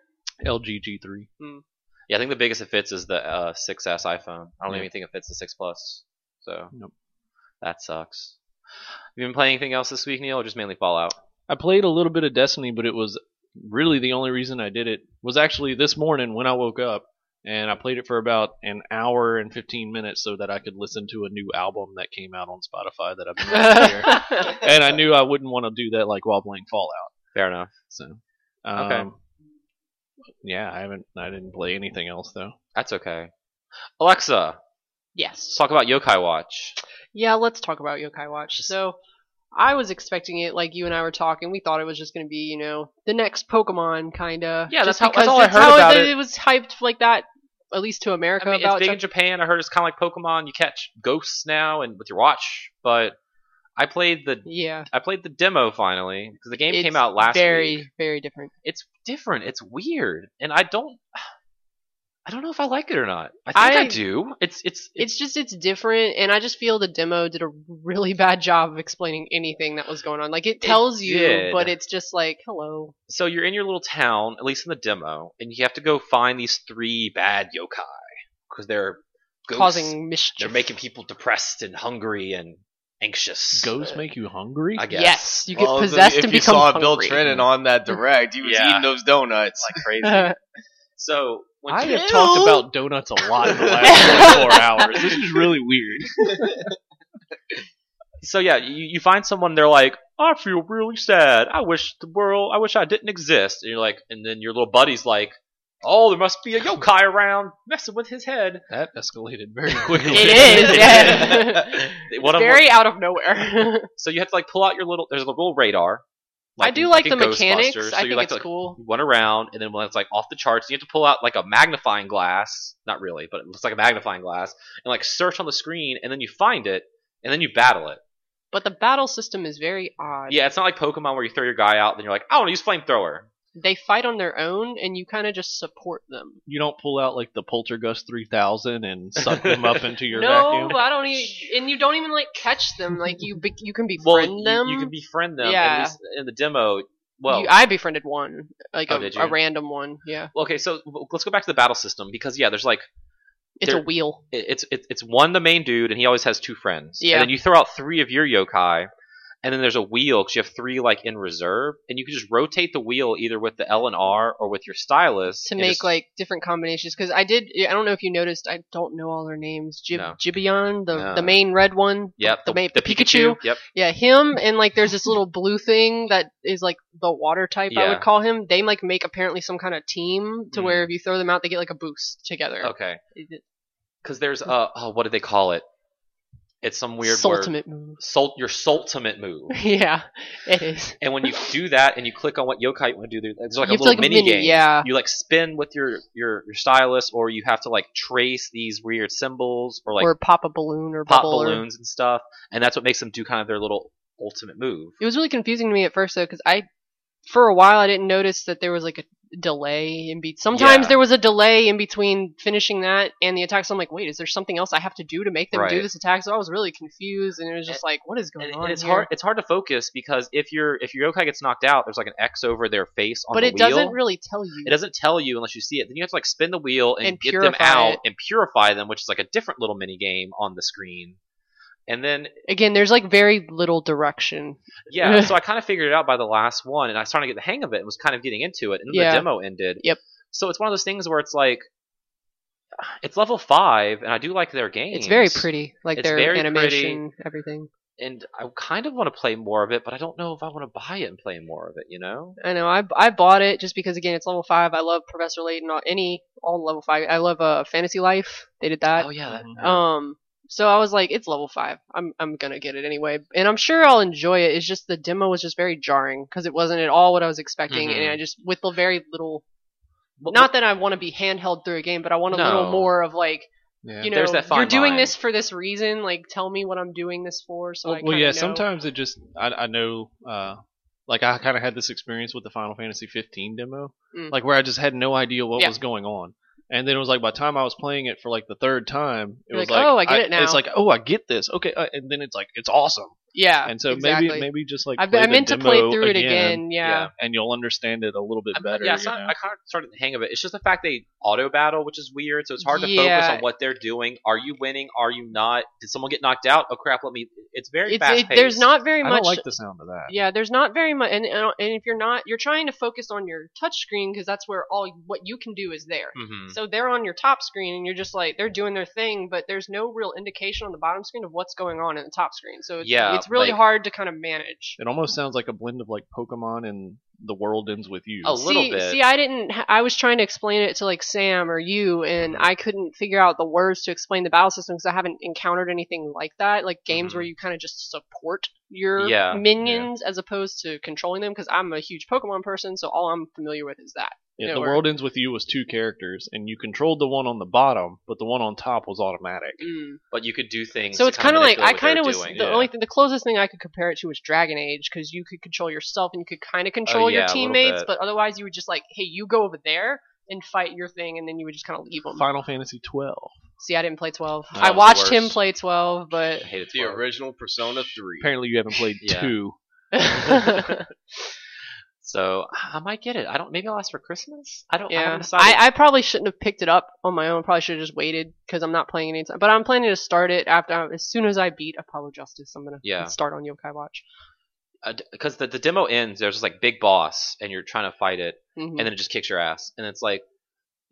[SPEAKER 2] LG G3.
[SPEAKER 1] Yeah, I think the biggest it fits is the uh, 6S iPhone. I don't
[SPEAKER 2] Yeah.
[SPEAKER 1] even think it fits the 6 Plus. So
[SPEAKER 2] Nope.
[SPEAKER 1] that sucks. You been playing anything else this week, Neil, or just mainly Fallout?
[SPEAKER 2] I played a little bit of Destiny, but it was really the only reason I did it was actually this morning when I woke up and I played it for about an hour and 15 minutes so that I could listen to a new album that came out on Spotify that I've been listening to. here. And I knew I wouldn't want to do that like while playing Fallout.
[SPEAKER 1] Fair enough.
[SPEAKER 2] So,
[SPEAKER 1] Okay.
[SPEAKER 2] um, Yeah, I haven't. I didn't play anything else though.
[SPEAKER 1] That's okay. Alexa, let's
[SPEAKER 4] yes.
[SPEAKER 1] talk about Yokai Watch.
[SPEAKER 4] Yeah, let's talk about Yokai Watch. So, I was expecting it, like you and I were talking. We thought it was just going to be, you know, the next Pokemon, kind of.
[SPEAKER 1] Yeah, that's
[SPEAKER 4] just
[SPEAKER 1] how- that's
[SPEAKER 4] because
[SPEAKER 1] all I heard
[SPEAKER 4] how
[SPEAKER 1] about
[SPEAKER 4] it,
[SPEAKER 1] it.
[SPEAKER 4] was hyped like that, at least to
[SPEAKER 1] I
[SPEAKER 4] America.
[SPEAKER 1] mean, it's
[SPEAKER 4] about
[SPEAKER 1] big in Japan. I heard it's kind of like Pokemon. You catch ghosts now and with your watch. But I played the
[SPEAKER 4] yeah,
[SPEAKER 1] I played the demo finally because the game
[SPEAKER 4] It's
[SPEAKER 1] came out last
[SPEAKER 4] very,
[SPEAKER 1] week.
[SPEAKER 4] very different.
[SPEAKER 1] It's different. It's weird, and I don't. I don't know if I like it or not. I think I,
[SPEAKER 4] I-
[SPEAKER 1] do. It's it's it's
[SPEAKER 4] It's just it's different, and I just feel the demo did a really bad job of explaining anything that was going on. Like it tells you,
[SPEAKER 1] did.
[SPEAKER 4] but it's just like, hello.
[SPEAKER 1] so you're in your little town, at least in the demo, and you have to go find these three bad yokai because they're ghosts.
[SPEAKER 4] causing
[SPEAKER 1] They're
[SPEAKER 4] mischief.
[SPEAKER 1] making people depressed and hungry and anxious. Uh,
[SPEAKER 2] Ghosts make you hungry.
[SPEAKER 1] I guess.
[SPEAKER 4] Yes, you get
[SPEAKER 3] Well,
[SPEAKER 4] possessed
[SPEAKER 3] if
[SPEAKER 4] and
[SPEAKER 3] you
[SPEAKER 4] become
[SPEAKER 3] saw
[SPEAKER 4] hungry.
[SPEAKER 3] Bill Trennan on that direct, he was
[SPEAKER 1] Yeah.
[SPEAKER 3] eating those donuts.
[SPEAKER 1] like crazy.
[SPEAKER 4] Uh,
[SPEAKER 1] so when
[SPEAKER 2] I have
[SPEAKER 1] Ew.
[SPEAKER 2] talked about donuts a lot in the last 24 hours. This is really weird.
[SPEAKER 1] so yeah, you, you find someone, they're like, I feel really sad. I wish the world, I wish I didn't exist. And you're like, and then your little buddy's like, Oh, there must be a yokai around messing with his head.
[SPEAKER 2] That escalated very quickly.
[SPEAKER 4] It is, yeah.
[SPEAKER 1] One of them-
[SPEAKER 4] very out of nowhere.
[SPEAKER 1] so you have to like pull out your little. There's a little radar.
[SPEAKER 4] I do like the
[SPEAKER 1] in
[SPEAKER 4] mechanics.
[SPEAKER 1] Ghostbusters. So
[SPEAKER 4] I
[SPEAKER 1] you
[SPEAKER 4] think
[SPEAKER 1] like
[SPEAKER 4] it's
[SPEAKER 1] to, like,
[SPEAKER 4] cool.
[SPEAKER 1] You run around, and then when it's like off the charts, you have to pull out like a magnifying glass. Not really, but it looks like a magnifying glass, and like search on the screen, and then you find it, and then you battle it.
[SPEAKER 4] But the battle system is very odd.
[SPEAKER 1] Yeah, it's not like Pokemon where you throw your guy out, then you're like, I want to use flamethrower.
[SPEAKER 4] They fight on their own, and you kind of just support them.
[SPEAKER 2] You don't pull out like the Poltergust 3000 and suck them up into your
[SPEAKER 4] no,
[SPEAKER 2] vacuum.
[SPEAKER 4] I don't even. And you don't even like catch them. Like you, be, you can
[SPEAKER 1] Well,
[SPEAKER 4] befriend
[SPEAKER 1] you,
[SPEAKER 4] them.
[SPEAKER 1] you can befriend them. At
[SPEAKER 4] Yeah.
[SPEAKER 1] least in the demo. Well,
[SPEAKER 4] You- I befriended one, like
[SPEAKER 1] Oh,
[SPEAKER 4] a,
[SPEAKER 1] did you?
[SPEAKER 4] a random one. Yeah,
[SPEAKER 1] okay. So w- let's go back to the battle system because yeah, there's like
[SPEAKER 4] it's
[SPEAKER 1] They're-
[SPEAKER 4] a wheel.
[SPEAKER 1] it- it's it's it's one the main dude, and he always has two friends.
[SPEAKER 4] Yeah.
[SPEAKER 1] And then you throw out three of your yokai, and then there's a wheel because you have three like in reserve, and you can just rotate the wheel either with the L and R or with your stylus
[SPEAKER 4] to
[SPEAKER 1] and
[SPEAKER 4] make
[SPEAKER 1] just-
[SPEAKER 4] like different combinations because I did. I don't know if you noticed. I don't know all their names. Jib,
[SPEAKER 1] No.
[SPEAKER 4] Jibion, the
[SPEAKER 1] No.
[SPEAKER 4] the main red one.
[SPEAKER 1] yep,
[SPEAKER 4] the, main- the,
[SPEAKER 1] Pikachu.
[SPEAKER 4] Pikachu.
[SPEAKER 1] Yep.
[SPEAKER 4] Yeah, him and like there's this little blue thing that is like the water type. I
[SPEAKER 1] Yeah.
[SPEAKER 4] would call him. They like make apparently some kind of team to
[SPEAKER 1] Mm.
[SPEAKER 4] where if you throw them out, they get like a boost together.
[SPEAKER 1] Okay.
[SPEAKER 4] It-
[SPEAKER 1] Because there's uh oh, what do they call it? It's some weird word.
[SPEAKER 4] Sultimate move.
[SPEAKER 1] Sult your sultimate move.
[SPEAKER 4] yeah, it is.
[SPEAKER 1] and when you do that and you click on what yokai you want to do, there's like a
[SPEAKER 4] You have to,
[SPEAKER 1] little
[SPEAKER 4] like,
[SPEAKER 1] mini,
[SPEAKER 4] mini-
[SPEAKER 1] game.
[SPEAKER 4] yeah.
[SPEAKER 1] You like spin with your, your your stylus, or you have to like trace these weird symbols, or like
[SPEAKER 4] or pop a balloon or
[SPEAKER 1] pop
[SPEAKER 4] bubble or-
[SPEAKER 1] balloons and stuff, and that's what makes them do kind of their little ultimate move.
[SPEAKER 4] It was really confusing to me at first though, because I, for a while, I didn't notice that there was like a delay in between. Sometimes
[SPEAKER 1] Yeah.
[SPEAKER 4] there was a delay in between finishing that and the attack. So I'm like, wait, is there something else I have to do to make them
[SPEAKER 1] Right.
[SPEAKER 4] do this attack? So I was really confused, and it was just like, what is going
[SPEAKER 1] And,
[SPEAKER 4] on?
[SPEAKER 1] and it's
[SPEAKER 4] here?
[SPEAKER 1] hard. It's hard to focus because if your if your yokai gets knocked out, there's like an X over their face on
[SPEAKER 4] but
[SPEAKER 1] the
[SPEAKER 4] it
[SPEAKER 1] wheel.
[SPEAKER 4] doesn't really tell you.
[SPEAKER 1] It doesn't tell you unless you see it. Then you have to like spin the wheel and,
[SPEAKER 4] And
[SPEAKER 1] get them
[SPEAKER 4] purify
[SPEAKER 1] out
[SPEAKER 4] it.
[SPEAKER 1] and purify them, which is like a different little mini game on the screen. And then
[SPEAKER 4] Again, there's like very little direction.
[SPEAKER 1] Yeah, so I kind of figured it out by the last one, and I started to get the hang of it and was kind of getting into it, and then
[SPEAKER 4] Yeah.
[SPEAKER 1] the demo ended.
[SPEAKER 4] Yep.
[SPEAKER 1] So it's one of those things where it's like, it's level five, and I do like their games.
[SPEAKER 4] It's very pretty, like
[SPEAKER 1] It's
[SPEAKER 4] their
[SPEAKER 1] very
[SPEAKER 4] animation, everything.
[SPEAKER 1] And I kind of want to play more of it, but I don't know if I want to buy it and play more of it, you know?
[SPEAKER 4] I know. I, I bought it just because again, it's level five. I love Professor Layton. all- Any all level five. I love uh, Fantasy Life. They did that.
[SPEAKER 1] oh, yeah. That,
[SPEAKER 4] Um, so I was like, it's level five. I'm I'm gonna get it anyway, and I'm sure I'll enjoy it. It's just the demo was just very jarring because it wasn't at all what I was expecting, and
[SPEAKER 2] Mm-hmm.
[SPEAKER 1] Mhm.
[SPEAKER 4] I just with the very little.
[SPEAKER 1] Well,
[SPEAKER 4] Not that I want to be handheld through a game, but I want a
[SPEAKER 1] No.
[SPEAKER 4] little more of like
[SPEAKER 2] Yeah.
[SPEAKER 4] you know
[SPEAKER 1] There's that fine
[SPEAKER 4] you're doing
[SPEAKER 1] line.
[SPEAKER 4] this for this reason. Like tell me what I'm doing this for. So I
[SPEAKER 2] well,
[SPEAKER 4] kinda
[SPEAKER 2] yeah.
[SPEAKER 4] know.
[SPEAKER 2] Sometimes it just I, I know uh, like I kind of had this experience with the Final Fantasy 15 demo,
[SPEAKER 4] Mm.
[SPEAKER 2] like where I just had no idea what
[SPEAKER 4] Yeah.
[SPEAKER 2] was going on, and then it was like by the time I was playing it for like the third time, it
[SPEAKER 4] You're
[SPEAKER 2] was
[SPEAKER 4] like,
[SPEAKER 2] like
[SPEAKER 4] "Oh, I get it now."
[SPEAKER 2] It's like oh I get this okay, uh, and then it's like it's awesome,
[SPEAKER 4] yeah,
[SPEAKER 2] and so
[SPEAKER 4] exactly.
[SPEAKER 2] maybe maybe just like
[SPEAKER 4] I,
[SPEAKER 2] play
[SPEAKER 4] I
[SPEAKER 2] the
[SPEAKER 4] meant to play
[SPEAKER 2] demo
[SPEAKER 4] through it again. Yeah.
[SPEAKER 1] Yeah.
[SPEAKER 2] and you'll understand it a little bit
[SPEAKER 1] I-
[SPEAKER 2] better.
[SPEAKER 1] yeah, it's
[SPEAKER 2] you
[SPEAKER 1] not-
[SPEAKER 2] know?
[SPEAKER 1] I kind of started the hang of it. It's just the fact they auto battle, which is weird. So it's hard to
[SPEAKER 4] Yeah.
[SPEAKER 1] focus on what they're doing. Are you winning? Are you not? Did someone get knocked out? Oh crap! Let me. It's very
[SPEAKER 4] It's,
[SPEAKER 1] fast
[SPEAKER 4] it, there's not very
[SPEAKER 2] I
[SPEAKER 4] much
[SPEAKER 2] don't like the sound of that.
[SPEAKER 4] Yeah, there's not very much, and, and and if you're not, you're trying to focus on your touch screen because that's where all what you can do is there.
[SPEAKER 2] Mm-hmm.
[SPEAKER 1] hmm
[SPEAKER 4] So they're on your top screen, and you're just like they're doing their thing, but there's no real indication on the bottom screen of what's going on in the top screen. So it's,
[SPEAKER 1] Yeah,
[SPEAKER 4] it's really
[SPEAKER 1] like-
[SPEAKER 4] hard to kind of manage.
[SPEAKER 2] It almost sounds like a blend of like Pokemon and The World Ends with You.
[SPEAKER 1] A little
[SPEAKER 4] see,
[SPEAKER 1] bit.
[SPEAKER 4] See, I didn't. ha- I was trying to explain it to like Sam or you, and
[SPEAKER 1] Mm-hmm.
[SPEAKER 4] I couldn't figure out the words to explain the battle system because I haven't encountered anything like that. Like games
[SPEAKER 1] Mhm.
[SPEAKER 4] where you kind of just support your
[SPEAKER 1] Yeah,
[SPEAKER 4] minions as opposed to controlling them. Because I'm a huge Pokemon person, so all I'm familiar with is that.
[SPEAKER 2] Yeah,
[SPEAKER 4] It
[SPEAKER 2] the
[SPEAKER 4] worked.
[SPEAKER 2] world ends with you was two characters, and you controlled the one on the bottom, but the one on top was automatic.
[SPEAKER 1] But you could do Mm. things.
[SPEAKER 4] So
[SPEAKER 1] to
[SPEAKER 4] it's kind of like I
[SPEAKER 1] manipulate what
[SPEAKER 4] kind
[SPEAKER 1] they're
[SPEAKER 4] of was
[SPEAKER 1] doing.
[SPEAKER 4] the
[SPEAKER 2] yeah.
[SPEAKER 4] only thing, the closest thing I could compare it to was Dragon Age because you could control yourself and you could kind of control
[SPEAKER 1] Oh, yeah,
[SPEAKER 4] your
[SPEAKER 1] a little
[SPEAKER 4] teammates,
[SPEAKER 1] bit.
[SPEAKER 4] but otherwise you were just like, hey, you go over there and fight your thing, and then you would just kind of leave
[SPEAKER 1] Mm.
[SPEAKER 4] them.
[SPEAKER 2] Final Fantasy twelve.
[SPEAKER 4] See, I didn't play 12.
[SPEAKER 1] No,
[SPEAKER 4] I
[SPEAKER 1] it's the
[SPEAKER 4] watched him
[SPEAKER 1] worst.
[SPEAKER 4] play 12, but
[SPEAKER 1] I hated
[SPEAKER 3] The
[SPEAKER 1] Twilight.
[SPEAKER 3] original Persona 3.
[SPEAKER 2] Apparently, you haven't played
[SPEAKER 1] Yeah.
[SPEAKER 2] two.
[SPEAKER 4] I
[SPEAKER 1] So I might get it. I don't. Maybe I'll ask for Christmas. I don't. I haven't
[SPEAKER 4] Yeah,
[SPEAKER 1] decided.
[SPEAKER 4] I, I probably shouldn't have picked it up on my own. Probably should have just waited because I'm not playing anytime. But I'm planning to start it after uh, as soon as I beat Apollo Justice. I'm gonna
[SPEAKER 1] Yeah.
[SPEAKER 4] start on Yokai Watch.
[SPEAKER 1] because Uh, the, the demo ends there's just like big boss and you're trying to fight it
[SPEAKER 4] Mhm.
[SPEAKER 1] and then it just kicks your ass and it's like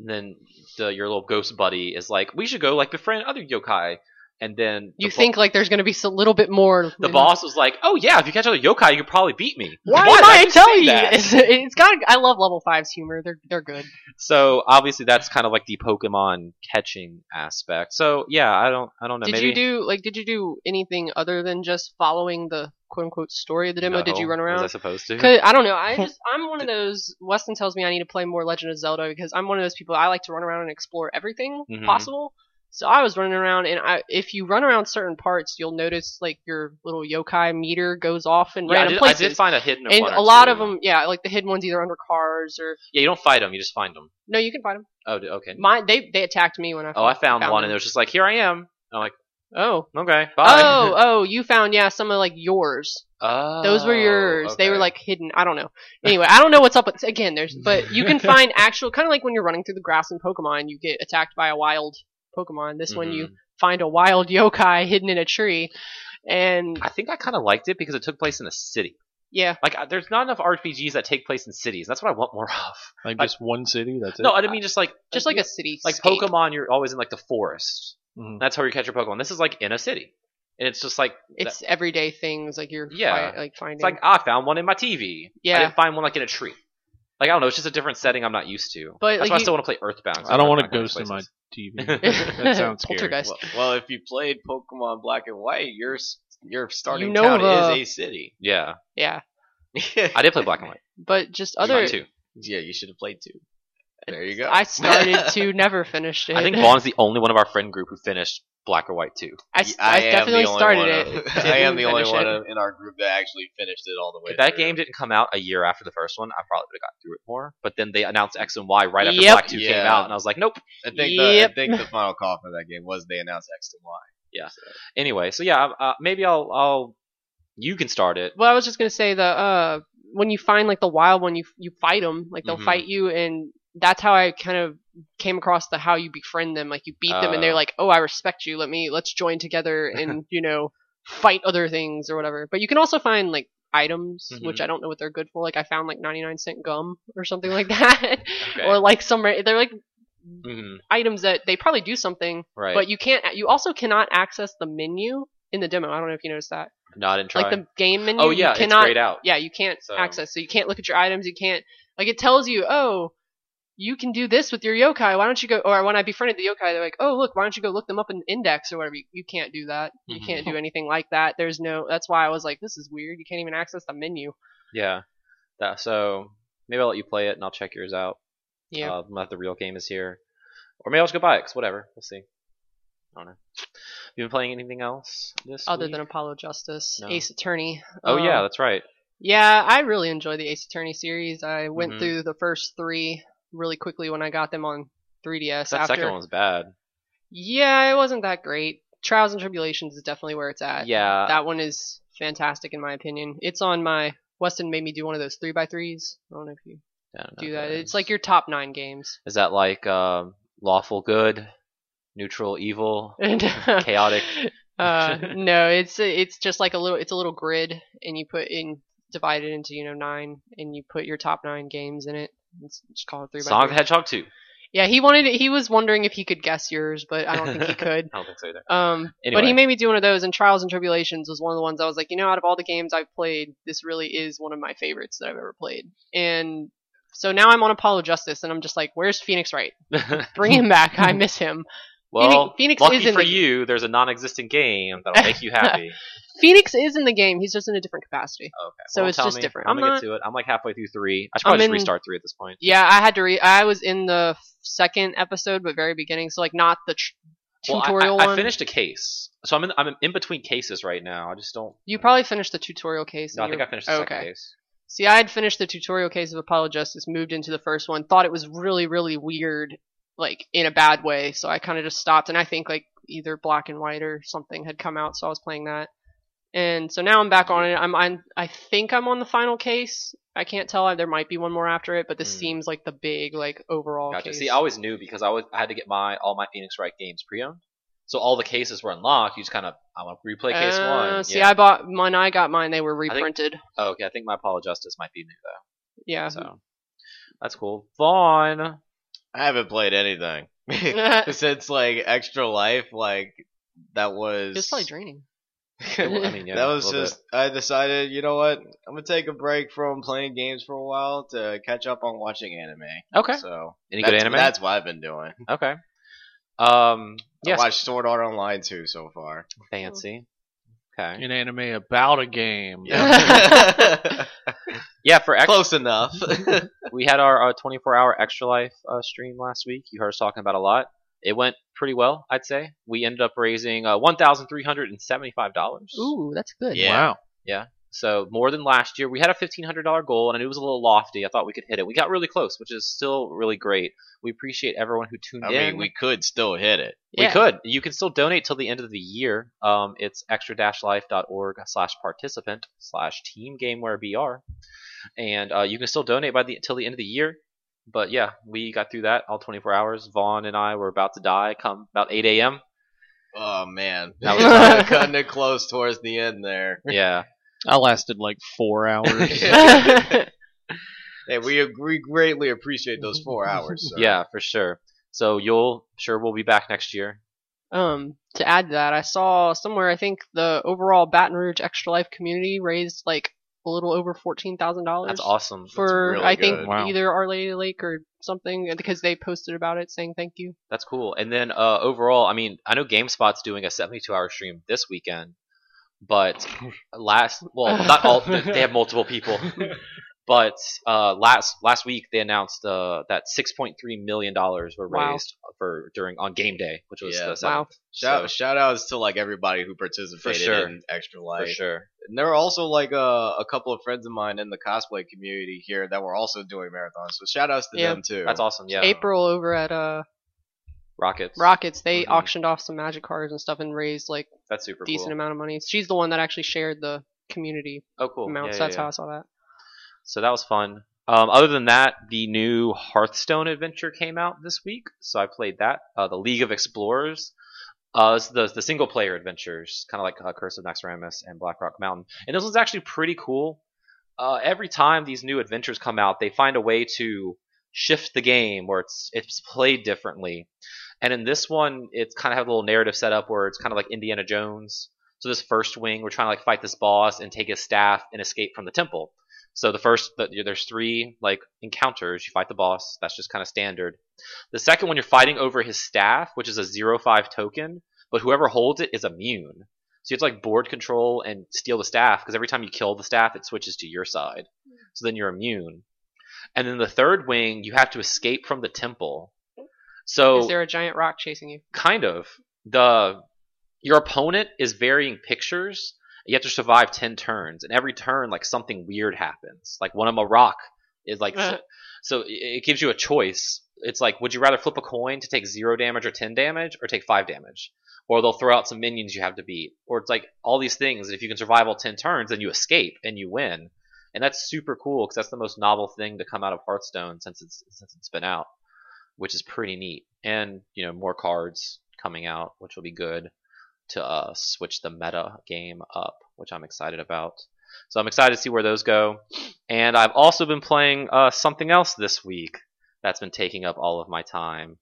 [SPEAKER 1] and then the your little ghost buddy is like we should go like befriend other yokai and then the
[SPEAKER 4] you
[SPEAKER 1] bo-
[SPEAKER 4] think like there's gonna be a little bit more.
[SPEAKER 1] the
[SPEAKER 4] in-
[SPEAKER 1] boss was like oh yeah if you catch other yokai you could probably beat me
[SPEAKER 4] Why,
[SPEAKER 1] did
[SPEAKER 4] am I
[SPEAKER 1] just
[SPEAKER 4] telling
[SPEAKER 1] say
[SPEAKER 4] you?
[SPEAKER 1] that?
[SPEAKER 4] It's, it's got. I love level five's humor. They're they're good.
[SPEAKER 1] so obviously that's kind of like the pokemon catching aspect so yeah i don't i don't know
[SPEAKER 4] did
[SPEAKER 1] maybe
[SPEAKER 4] you do like? Did you do anything other than just following the quote unquote story of the demo? Did
[SPEAKER 1] No.
[SPEAKER 4] you run
[SPEAKER 1] was i
[SPEAKER 4] around?
[SPEAKER 1] supposed to
[SPEAKER 4] 'Cause- I don't know. I just I'm one of those. Weston tells me I need to play more Legend of Zelda because I'm one of those people. I like to run around and explore everything
[SPEAKER 1] Mhm.
[SPEAKER 4] possible. So I was running around, and I if you run around certain parts, you'll notice like your little yokai meter goes off in
[SPEAKER 1] yeah, I
[SPEAKER 4] random
[SPEAKER 1] did, I
[SPEAKER 4] places.
[SPEAKER 1] did find a hidden
[SPEAKER 4] and
[SPEAKER 1] one or
[SPEAKER 4] a lot
[SPEAKER 1] two.
[SPEAKER 4] of them, yeah, like the hidden ones either under cars or
[SPEAKER 1] yeah you don't fight them you just find them
[SPEAKER 4] no, you can find them.
[SPEAKER 1] oh d- okay
[SPEAKER 4] My they they attacked me when I
[SPEAKER 1] oh i found, one and it
[SPEAKER 4] them.
[SPEAKER 1] was just like here i am i'm like
[SPEAKER 4] oh
[SPEAKER 1] okay bye
[SPEAKER 4] Oh, oh, you found yeah some of like yours.
[SPEAKER 1] Oh,
[SPEAKER 4] Those were yours. They were
[SPEAKER 1] okay.
[SPEAKER 4] like hidden. I don't know. Anyway, I don't know what's up with again. There's but you can find actual kind of like when you're running through the grass in Pokemon, you get attacked by a wild Pokemon. This one you
[SPEAKER 1] Mhm.
[SPEAKER 4] find a wild yokai hidden in a tree, and
[SPEAKER 1] I think I kind of liked it because it took place in a city.
[SPEAKER 4] yeah,
[SPEAKER 1] Like, I- there's not enough RPGs that take place in cities. That's what I want more of.
[SPEAKER 2] Like
[SPEAKER 1] I-
[SPEAKER 2] just one city. That's it.
[SPEAKER 1] No, I didn't mean just like
[SPEAKER 4] just like a city.
[SPEAKER 1] like
[SPEAKER 4] scape.
[SPEAKER 1] Pokemon. You're always in like the forest.
[SPEAKER 2] Mhm.
[SPEAKER 1] That's how you catch your Pokemon. This is like in a city, and it's just like
[SPEAKER 4] It's everyday things like you're
[SPEAKER 1] Yeah.
[SPEAKER 4] yeah like finding.
[SPEAKER 1] it's like "Ah, I found one in my TV. I
[SPEAKER 4] Yeah.
[SPEAKER 1] didn't find one like in a tree. Like I don't know. It's just a different setting I'm not used to.
[SPEAKER 4] But,
[SPEAKER 1] That's
[SPEAKER 4] like,
[SPEAKER 1] why I
[SPEAKER 4] you-
[SPEAKER 1] still want to play Earthbound. 'cause
[SPEAKER 2] I don't
[SPEAKER 1] Earthbound
[SPEAKER 2] want a
[SPEAKER 1] kinda
[SPEAKER 2] ghost in my
[SPEAKER 1] places.
[SPEAKER 2] TV. that sounds scary.
[SPEAKER 4] Poltergeist.
[SPEAKER 3] Well, well, if you played Pokemon Black and White, your s- your starting
[SPEAKER 4] You know
[SPEAKER 3] town
[SPEAKER 4] of a-
[SPEAKER 3] is a city.
[SPEAKER 1] Yeah,
[SPEAKER 4] Yeah,
[SPEAKER 1] I did play Black and White.
[SPEAKER 4] but just
[SPEAKER 1] Other
[SPEAKER 4] other.
[SPEAKER 1] too.
[SPEAKER 3] yeah, you should have played two. There you go.
[SPEAKER 4] I started to never finished it.
[SPEAKER 1] I think Vaughn's the only one of our friend group who finished Black or White too.
[SPEAKER 4] I, s- I
[SPEAKER 3] am
[SPEAKER 4] definitely
[SPEAKER 3] the only
[SPEAKER 4] started
[SPEAKER 3] one
[SPEAKER 4] it.
[SPEAKER 3] Of, I am
[SPEAKER 4] Didn't
[SPEAKER 3] the only
[SPEAKER 4] finish
[SPEAKER 3] one
[SPEAKER 4] it.
[SPEAKER 3] of, in our group that actually finished it all the way.
[SPEAKER 1] If that
[SPEAKER 3] through.
[SPEAKER 1] game didn't come out a year after the first one, I probably would have got through it more. But then they announced X and Y right after
[SPEAKER 4] Yep.
[SPEAKER 1] Black Two came
[SPEAKER 3] Yeah.
[SPEAKER 1] out, and I was like, nope.
[SPEAKER 3] I think
[SPEAKER 4] Yep.
[SPEAKER 3] the I think the final call for that game was they announced X and Y.
[SPEAKER 1] Yeah. Anyway, so yeah, uh, maybe I'll, I'll. You can start it.
[SPEAKER 4] Well, I was just gonna say the uh when you find like the wild one, you you fight them, like they'll
[SPEAKER 1] Mhm.
[SPEAKER 4] fight you, and that's how I kind of came across the how you befriend them, like you beat them, and
[SPEAKER 1] Uh.
[SPEAKER 4] they're like, oh, I respect you. Let me let's join together and you know fight other things or whatever. But you can also find like items,
[SPEAKER 1] Mm-hmm.
[SPEAKER 4] which I don't know what they're good for. Like I found like ninety nine cent gum or something like that, or like some ra- they're like
[SPEAKER 1] Mhm,
[SPEAKER 4] items that they probably do something,
[SPEAKER 1] right.
[SPEAKER 4] but you can't. You also cannot access the menu in the demo. I don't know if you noticed that,
[SPEAKER 1] not in try.
[SPEAKER 4] like the game menu.
[SPEAKER 1] oh
[SPEAKER 4] you
[SPEAKER 1] yeah, it's
[SPEAKER 4] cannot
[SPEAKER 1] grayed out.
[SPEAKER 4] yeah, you can't
[SPEAKER 1] So-
[SPEAKER 4] access. So you can't look at your items. You can't like it tells you, oh, you can do this with your yokai. Why don't you go? Or when I befriended the yokai, they're like, oh, look, why don't you go look them up in Index or whatever? You, you can't do that. You
[SPEAKER 1] Mhm.
[SPEAKER 4] can't do anything like that. There's no. That's why I was like, this is weird. You can't even access the menu.
[SPEAKER 1] Yeah. That, so maybe I'll let you play it, and I'll check yours out.
[SPEAKER 4] Yeah.
[SPEAKER 1] Uh, when the real game is here, or maybe I'll just go buy it. 'cause whatever. We'll see. I don't know. You been playing anything else this
[SPEAKER 4] other
[SPEAKER 1] week?
[SPEAKER 4] than Apollo Justice,
[SPEAKER 1] No.
[SPEAKER 4] Ace Attorney.
[SPEAKER 1] Oh
[SPEAKER 4] Um,
[SPEAKER 1] yeah, that's right.
[SPEAKER 4] Yeah, I really enjoy the Ace Attorney series. I went
[SPEAKER 1] Mhm.
[SPEAKER 4] through the first three really quickly when I got them on 3DS.
[SPEAKER 1] That
[SPEAKER 4] after,
[SPEAKER 1] second one was bad.
[SPEAKER 4] Yeah, it wasn't that great. Trials and Tribulations is definitely where it's at.
[SPEAKER 1] yeah.
[SPEAKER 4] that one is fantastic in my opinion. It's on my Weston made me do one of those three by threes. I don't know if you
[SPEAKER 1] I don't know
[SPEAKER 4] do
[SPEAKER 1] if
[SPEAKER 4] that.
[SPEAKER 1] is.
[SPEAKER 4] It's like your top nine games.
[SPEAKER 1] Is that like um, lawful good, neutral evil,
[SPEAKER 4] And
[SPEAKER 1] chaotic?
[SPEAKER 4] uh, no, it's it's just like a little it's a little grid, and you put in divide it into you know nine, and you put your top nine games in it. It's just call it three
[SPEAKER 1] Song
[SPEAKER 4] by
[SPEAKER 1] of the
[SPEAKER 4] three.
[SPEAKER 1] Hedgehog 2.
[SPEAKER 4] Yeah, he wanted it, he was wondering if he could guess yours, but I don't think he could.
[SPEAKER 1] I don't think so either.
[SPEAKER 4] Um,
[SPEAKER 1] Anyway.
[SPEAKER 4] But he made me do one of those, and Trials and Tribulations was one of the ones I was like, you know, out of all the games I've played, this really is one of my favorites that I've ever played. And so now I'm on Apollo Justice, and I'm just like, where's Phoenix Wright? Bring him back. I miss him.
[SPEAKER 1] well,
[SPEAKER 4] Phoenix
[SPEAKER 1] lucky
[SPEAKER 4] is in
[SPEAKER 1] for
[SPEAKER 4] the-
[SPEAKER 1] you, there's a non-existent game that'll make you happy.
[SPEAKER 4] Phoenix is in the game, he's just in a different capacity.
[SPEAKER 1] Okay.
[SPEAKER 4] So
[SPEAKER 1] well,
[SPEAKER 4] it's
[SPEAKER 1] tell
[SPEAKER 4] just
[SPEAKER 1] me.
[SPEAKER 4] different.
[SPEAKER 1] I'm,
[SPEAKER 4] I'm
[SPEAKER 1] gonna
[SPEAKER 4] not-
[SPEAKER 1] get to it. I'm like halfway through three. I should probably
[SPEAKER 4] I'm
[SPEAKER 1] just
[SPEAKER 4] in-
[SPEAKER 1] restart three at this point.
[SPEAKER 4] Yeah, I had to re. I was in the f- second episode, but very beginning, so like not the tr-
[SPEAKER 1] Well, I-
[SPEAKER 4] tutorial
[SPEAKER 1] I, I,
[SPEAKER 4] one.
[SPEAKER 1] finished a case, so I'm in. I'm in between cases right now. I just don't.
[SPEAKER 4] you probably finished the tutorial case.
[SPEAKER 1] No, I
[SPEAKER 4] and
[SPEAKER 1] think
[SPEAKER 4] you're-
[SPEAKER 1] I finished the second
[SPEAKER 4] okay.
[SPEAKER 1] case.
[SPEAKER 4] See, I had finished the tutorial case of Apollo Justice, moved into the first one, thought it was really, really weird, like in a bad way. So I kind of just stopped, and I think like either Black and White or something had come out, so I was playing that, And so now I'm back on it. I'm, I'm I think I'm on the final case. I can't tell. There might be one more after it, but this
[SPEAKER 1] Mm.
[SPEAKER 4] seems like the big like overall
[SPEAKER 1] Gotcha.
[SPEAKER 4] case.
[SPEAKER 1] See, I always knew because I, always, I had to get my all my Phoenix Wright games pre-owned, so all the cases were unlocked. You just kind of I want to replay case
[SPEAKER 4] Uh,
[SPEAKER 1] one.
[SPEAKER 4] See,
[SPEAKER 1] yeah.
[SPEAKER 4] I bought when I got mine, they were
[SPEAKER 1] think-
[SPEAKER 4] reprinted.
[SPEAKER 1] oh, okay, I think my Apollo Justice might be new though,
[SPEAKER 4] yeah.
[SPEAKER 1] so that's cool. Vaughn,
[SPEAKER 3] I haven't played anything since like Extra Life. Like that was
[SPEAKER 4] it's probably draining.
[SPEAKER 1] Well, I mean, yeah,
[SPEAKER 3] that
[SPEAKER 1] a
[SPEAKER 3] was
[SPEAKER 1] little
[SPEAKER 3] just I decided. You know what? I'm gonna take a break from playing games for a while to catch up on watching anime.
[SPEAKER 1] bit. okay.
[SPEAKER 3] So
[SPEAKER 1] Any
[SPEAKER 3] that's,
[SPEAKER 1] good anime?
[SPEAKER 3] That's what I've been doing.
[SPEAKER 1] okay. Um,
[SPEAKER 3] I
[SPEAKER 1] yes,
[SPEAKER 3] watched Sword Art Online too so far.
[SPEAKER 1] fancy. Okay.
[SPEAKER 2] An anime about a game.
[SPEAKER 1] Yeah, for extra,
[SPEAKER 3] Close enough.
[SPEAKER 1] we had our uh, 24-hour extra life uh, stream last week. You heard us talking about a lot. It went pretty well, I'd say. We ended up raising uh, one thousand three hundred and seventy-five dollars.
[SPEAKER 4] Ooh, that's good.
[SPEAKER 3] Yeah.
[SPEAKER 2] Wow.
[SPEAKER 1] So more than last year. We had a fifteen hundred dollar goal, and I knew it was a little lofty. I thought we could hit it. We got really close, which is still really great. We appreciate everyone who tuned
[SPEAKER 3] I
[SPEAKER 1] in.
[SPEAKER 3] mean, we could still hit it.
[SPEAKER 1] We
[SPEAKER 4] Yeah.
[SPEAKER 1] could. You can still donate till the end of the year. Um, it's extra-life.org slash participant slash team gameware BR. And uh, you can still donate by the till the end of the year. But yeah, we got through that all 24 hours. Vaughn and I were about to die come about 8 a.m.
[SPEAKER 3] Oh man,
[SPEAKER 1] That
[SPEAKER 3] that
[SPEAKER 1] was-
[SPEAKER 3] was kinda cutting it close towards the end there.
[SPEAKER 1] Yeah.
[SPEAKER 2] I lasted like four hours.
[SPEAKER 3] Hey, we we greatly appreciate those four hours. Sir.
[SPEAKER 1] yeah, for sure. So you'll, sure, we'll be back next year.
[SPEAKER 4] Um, to add to that, I saw somewhere I think the overall Baton Rouge Extra Life community raised like a little over fourteen thousand dollars.
[SPEAKER 1] That's awesome.
[SPEAKER 4] For
[SPEAKER 3] really
[SPEAKER 4] I think
[SPEAKER 3] good.
[SPEAKER 2] Wow.
[SPEAKER 4] either Our Lady Lake or something because they posted about it saying thank you.
[SPEAKER 1] That's cool. And then uh, overall, I mean, I know GameSpot's doing a 72 hour stream this weekend, but last, well, not all, they they have multiple people. But uh, last last week they announced uh, that 6.3 million dollars were
[SPEAKER 4] Wow.
[SPEAKER 1] raised for during on game day, which was
[SPEAKER 3] Yeah.
[SPEAKER 1] the
[SPEAKER 4] Wow.
[SPEAKER 1] seventh.
[SPEAKER 3] Shout
[SPEAKER 1] So-
[SPEAKER 3] shout outs to like everybody who participated
[SPEAKER 1] sure.
[SPEAKER 3] in Extra
[SPEAKER 1] for
[SPEAKER 3] Life.
[SPEAKER 1] sure.
[SPEAKER 3] And there were also like a, a couple of friends of mine in the cosplay community here that were also doing marathons. So shout outs to
[SPEAKER 4] Yeah.
[SPEAKER 3] them too.
[SPEAKER 1] That's awesome. Yeah,
[SPEAKER 4] April over at uh
[SPEAKER 1] Rockets.
[SPEAKER 4] Rockets, they
[SPEAKER 1] Mhm.
[SPEAKER 4] auctioned off some magic cards and stuff and raised like
[SPEAKER 1] That's super
[SPEAKER 4] decent
[SPEAKER 1] cool.
[SPEAKER 4] amount of money. She's the one that actually shared the community
[SPEAKER 1] Oh, cool. Yeah,
[SPEAKER 4] amounts.
[SPEAKER 1] yeah,
[SPEAKER 4] That's
[SPEAKER 1] yeah.
[SPEAKER 4] how I saw that.
[SPEAKER 1] So that was fun. Um, other than that, the new Hearthstone adventure came out this week, so I played that. Uh, the League of Explorers, uh, it's the the single player adventures, kind of like uh, Curse of Naxxramas and Blackrock Mountain. And this one's actually pretty cool. Uh, every time these new adventures come out, they find a way to shift the game where it's it's played differently. And in this one, it's kind of have a little narrative set up where it's kind of like Indiana Jones. So this first wing, we're trying to like fight this boss and take his staff and escape from the temple. So the first, the, there's three like encounters. You fight the boss. That's just kind of standard. The second one, you're fighting over his staff, which is a zero five token, but whoever holds it is immune. So you have to like board control and steal the staff because every time you kill the staff, it switches to your side. So then you're immune. And then the third wing, you have to escape from the temple. So
[SPEAKER 4] Is there a giant rock chasing you?
[SPEAKER 1] kind of the your opponent is varying pictures you have to survive 10 turns and every turn like something weird happens like one of them a rock is like so it- it gives you a choice it's like would you rather flip a coin to take zero damage or 10 damage or take 5 damage or they'll throw out some minions you have to beat or it's like all these things and if you can survive all 10 turns then you escape and you win and that's super cool because that's the most novel thing to come out of hearthstone since it's since it's been out which is pretty neat. And you know, more cards coming out, which will be good to uh, switch the meta game up, which I'm excited about. So I'm excited to see where those go. And I've also been playing uh, something else this week that's been taking up all of my time.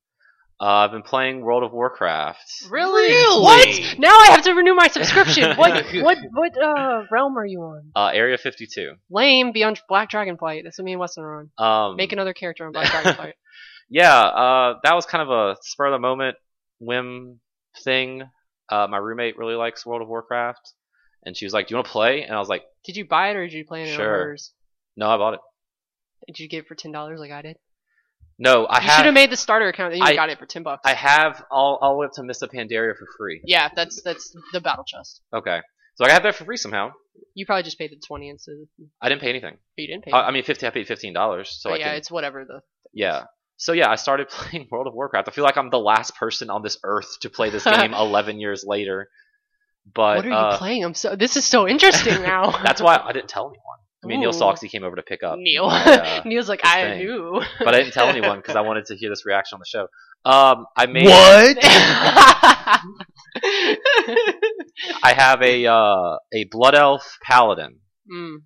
[SPEAKER 1] Uh, I've been playing World of Warcraft.
[SPEAKER 4] Really?
[SPEAKER 3] Really?
[SPEAKER 4] What? Now I have to renew my subscription. what? What? What? Uh, realm are you on?
[SPEAKER 1] Uh, Area 52.
[SPEAKER 4] Lame. Beyond Black Dragonflight. That's what me and Weston are on.
[SPEAKER 1] Um,
[SPEAKER 4] Make another character on Black Dragonflight.
[SPEAKER 1] yeah, uh, that was kind of a spur of the moment whim thing. Uh, my roommate really likes World of Warcraft, and she was like, "Do you want to play?" And I was like,
[SPEAKER 4] Did you buy it or did you play it
[SPEAKER 1] Sure.
[SPEAKER 4] on orders?
[SPEAKER 1] "No, I bought it."
[SPEAKER 4] Did you get it for ten dollars like I did?
[SPEAKER 1] No, I
[SPEAKER 4] you should
[SPEAKER 1] have.
[SPEAKER 4] have made the starter account and you
[SPEAKER 1] I-
[SPEAKER 4] got it for ten bucks.
[SPEAKER 1] I have all all the way up to Mr. Pandaria for free.
[SPEAKER 4] yeah, that's that's the battle chest.
[SPEAKER 1] Okay, so I have that for free somehow.
[SPEAKER 4] You probably just paid the twenty instead. of- but
[SPEAKER 1] I didn't pay anything.
[SPEAKER 4] You didn't pay.
[SPEAKER 1] I, I mean, fifty. I paid fifteen dollars. So
[SPEAKER 4] But
[SPEAKER 1] I
[SPEAKER 4] Oh, yeah,
[SPEAKER 1] can,
[SPEAKER 4] it's whatever the.
[SPEAKER 1] yeah. So yeah, I started playing World of Warcraft. I feel like I'm the last person on this earth to play this game eleven years later. But
[SPEAKER 4] what are you
[SPEAKER 1] uh,
[SPEAKER 4] playing? I'm so. This is so interesting now.
[SPEAKER 1] that's why I didn't tell anyone. I mean, Neil
[SPEAKER 4] Ooh.
[SPEAKER 1] Soxy came over to pick up
[SPEAKER 4] Neil.
[SPEAKER 1] my, uh,
[SPEAKER 4] Neil's like,
[SPEAKER 1] his
[SPEAKER 4] I
[SPEAKER 1] thing.
[SPEAKER 4] knew.
[SPEAKER 1] but I didn't tell anyone because I wanted to hear this reaction on the show. Um, I made I have a uh, a blood elf paladin.
[SPEAKER 4] mm.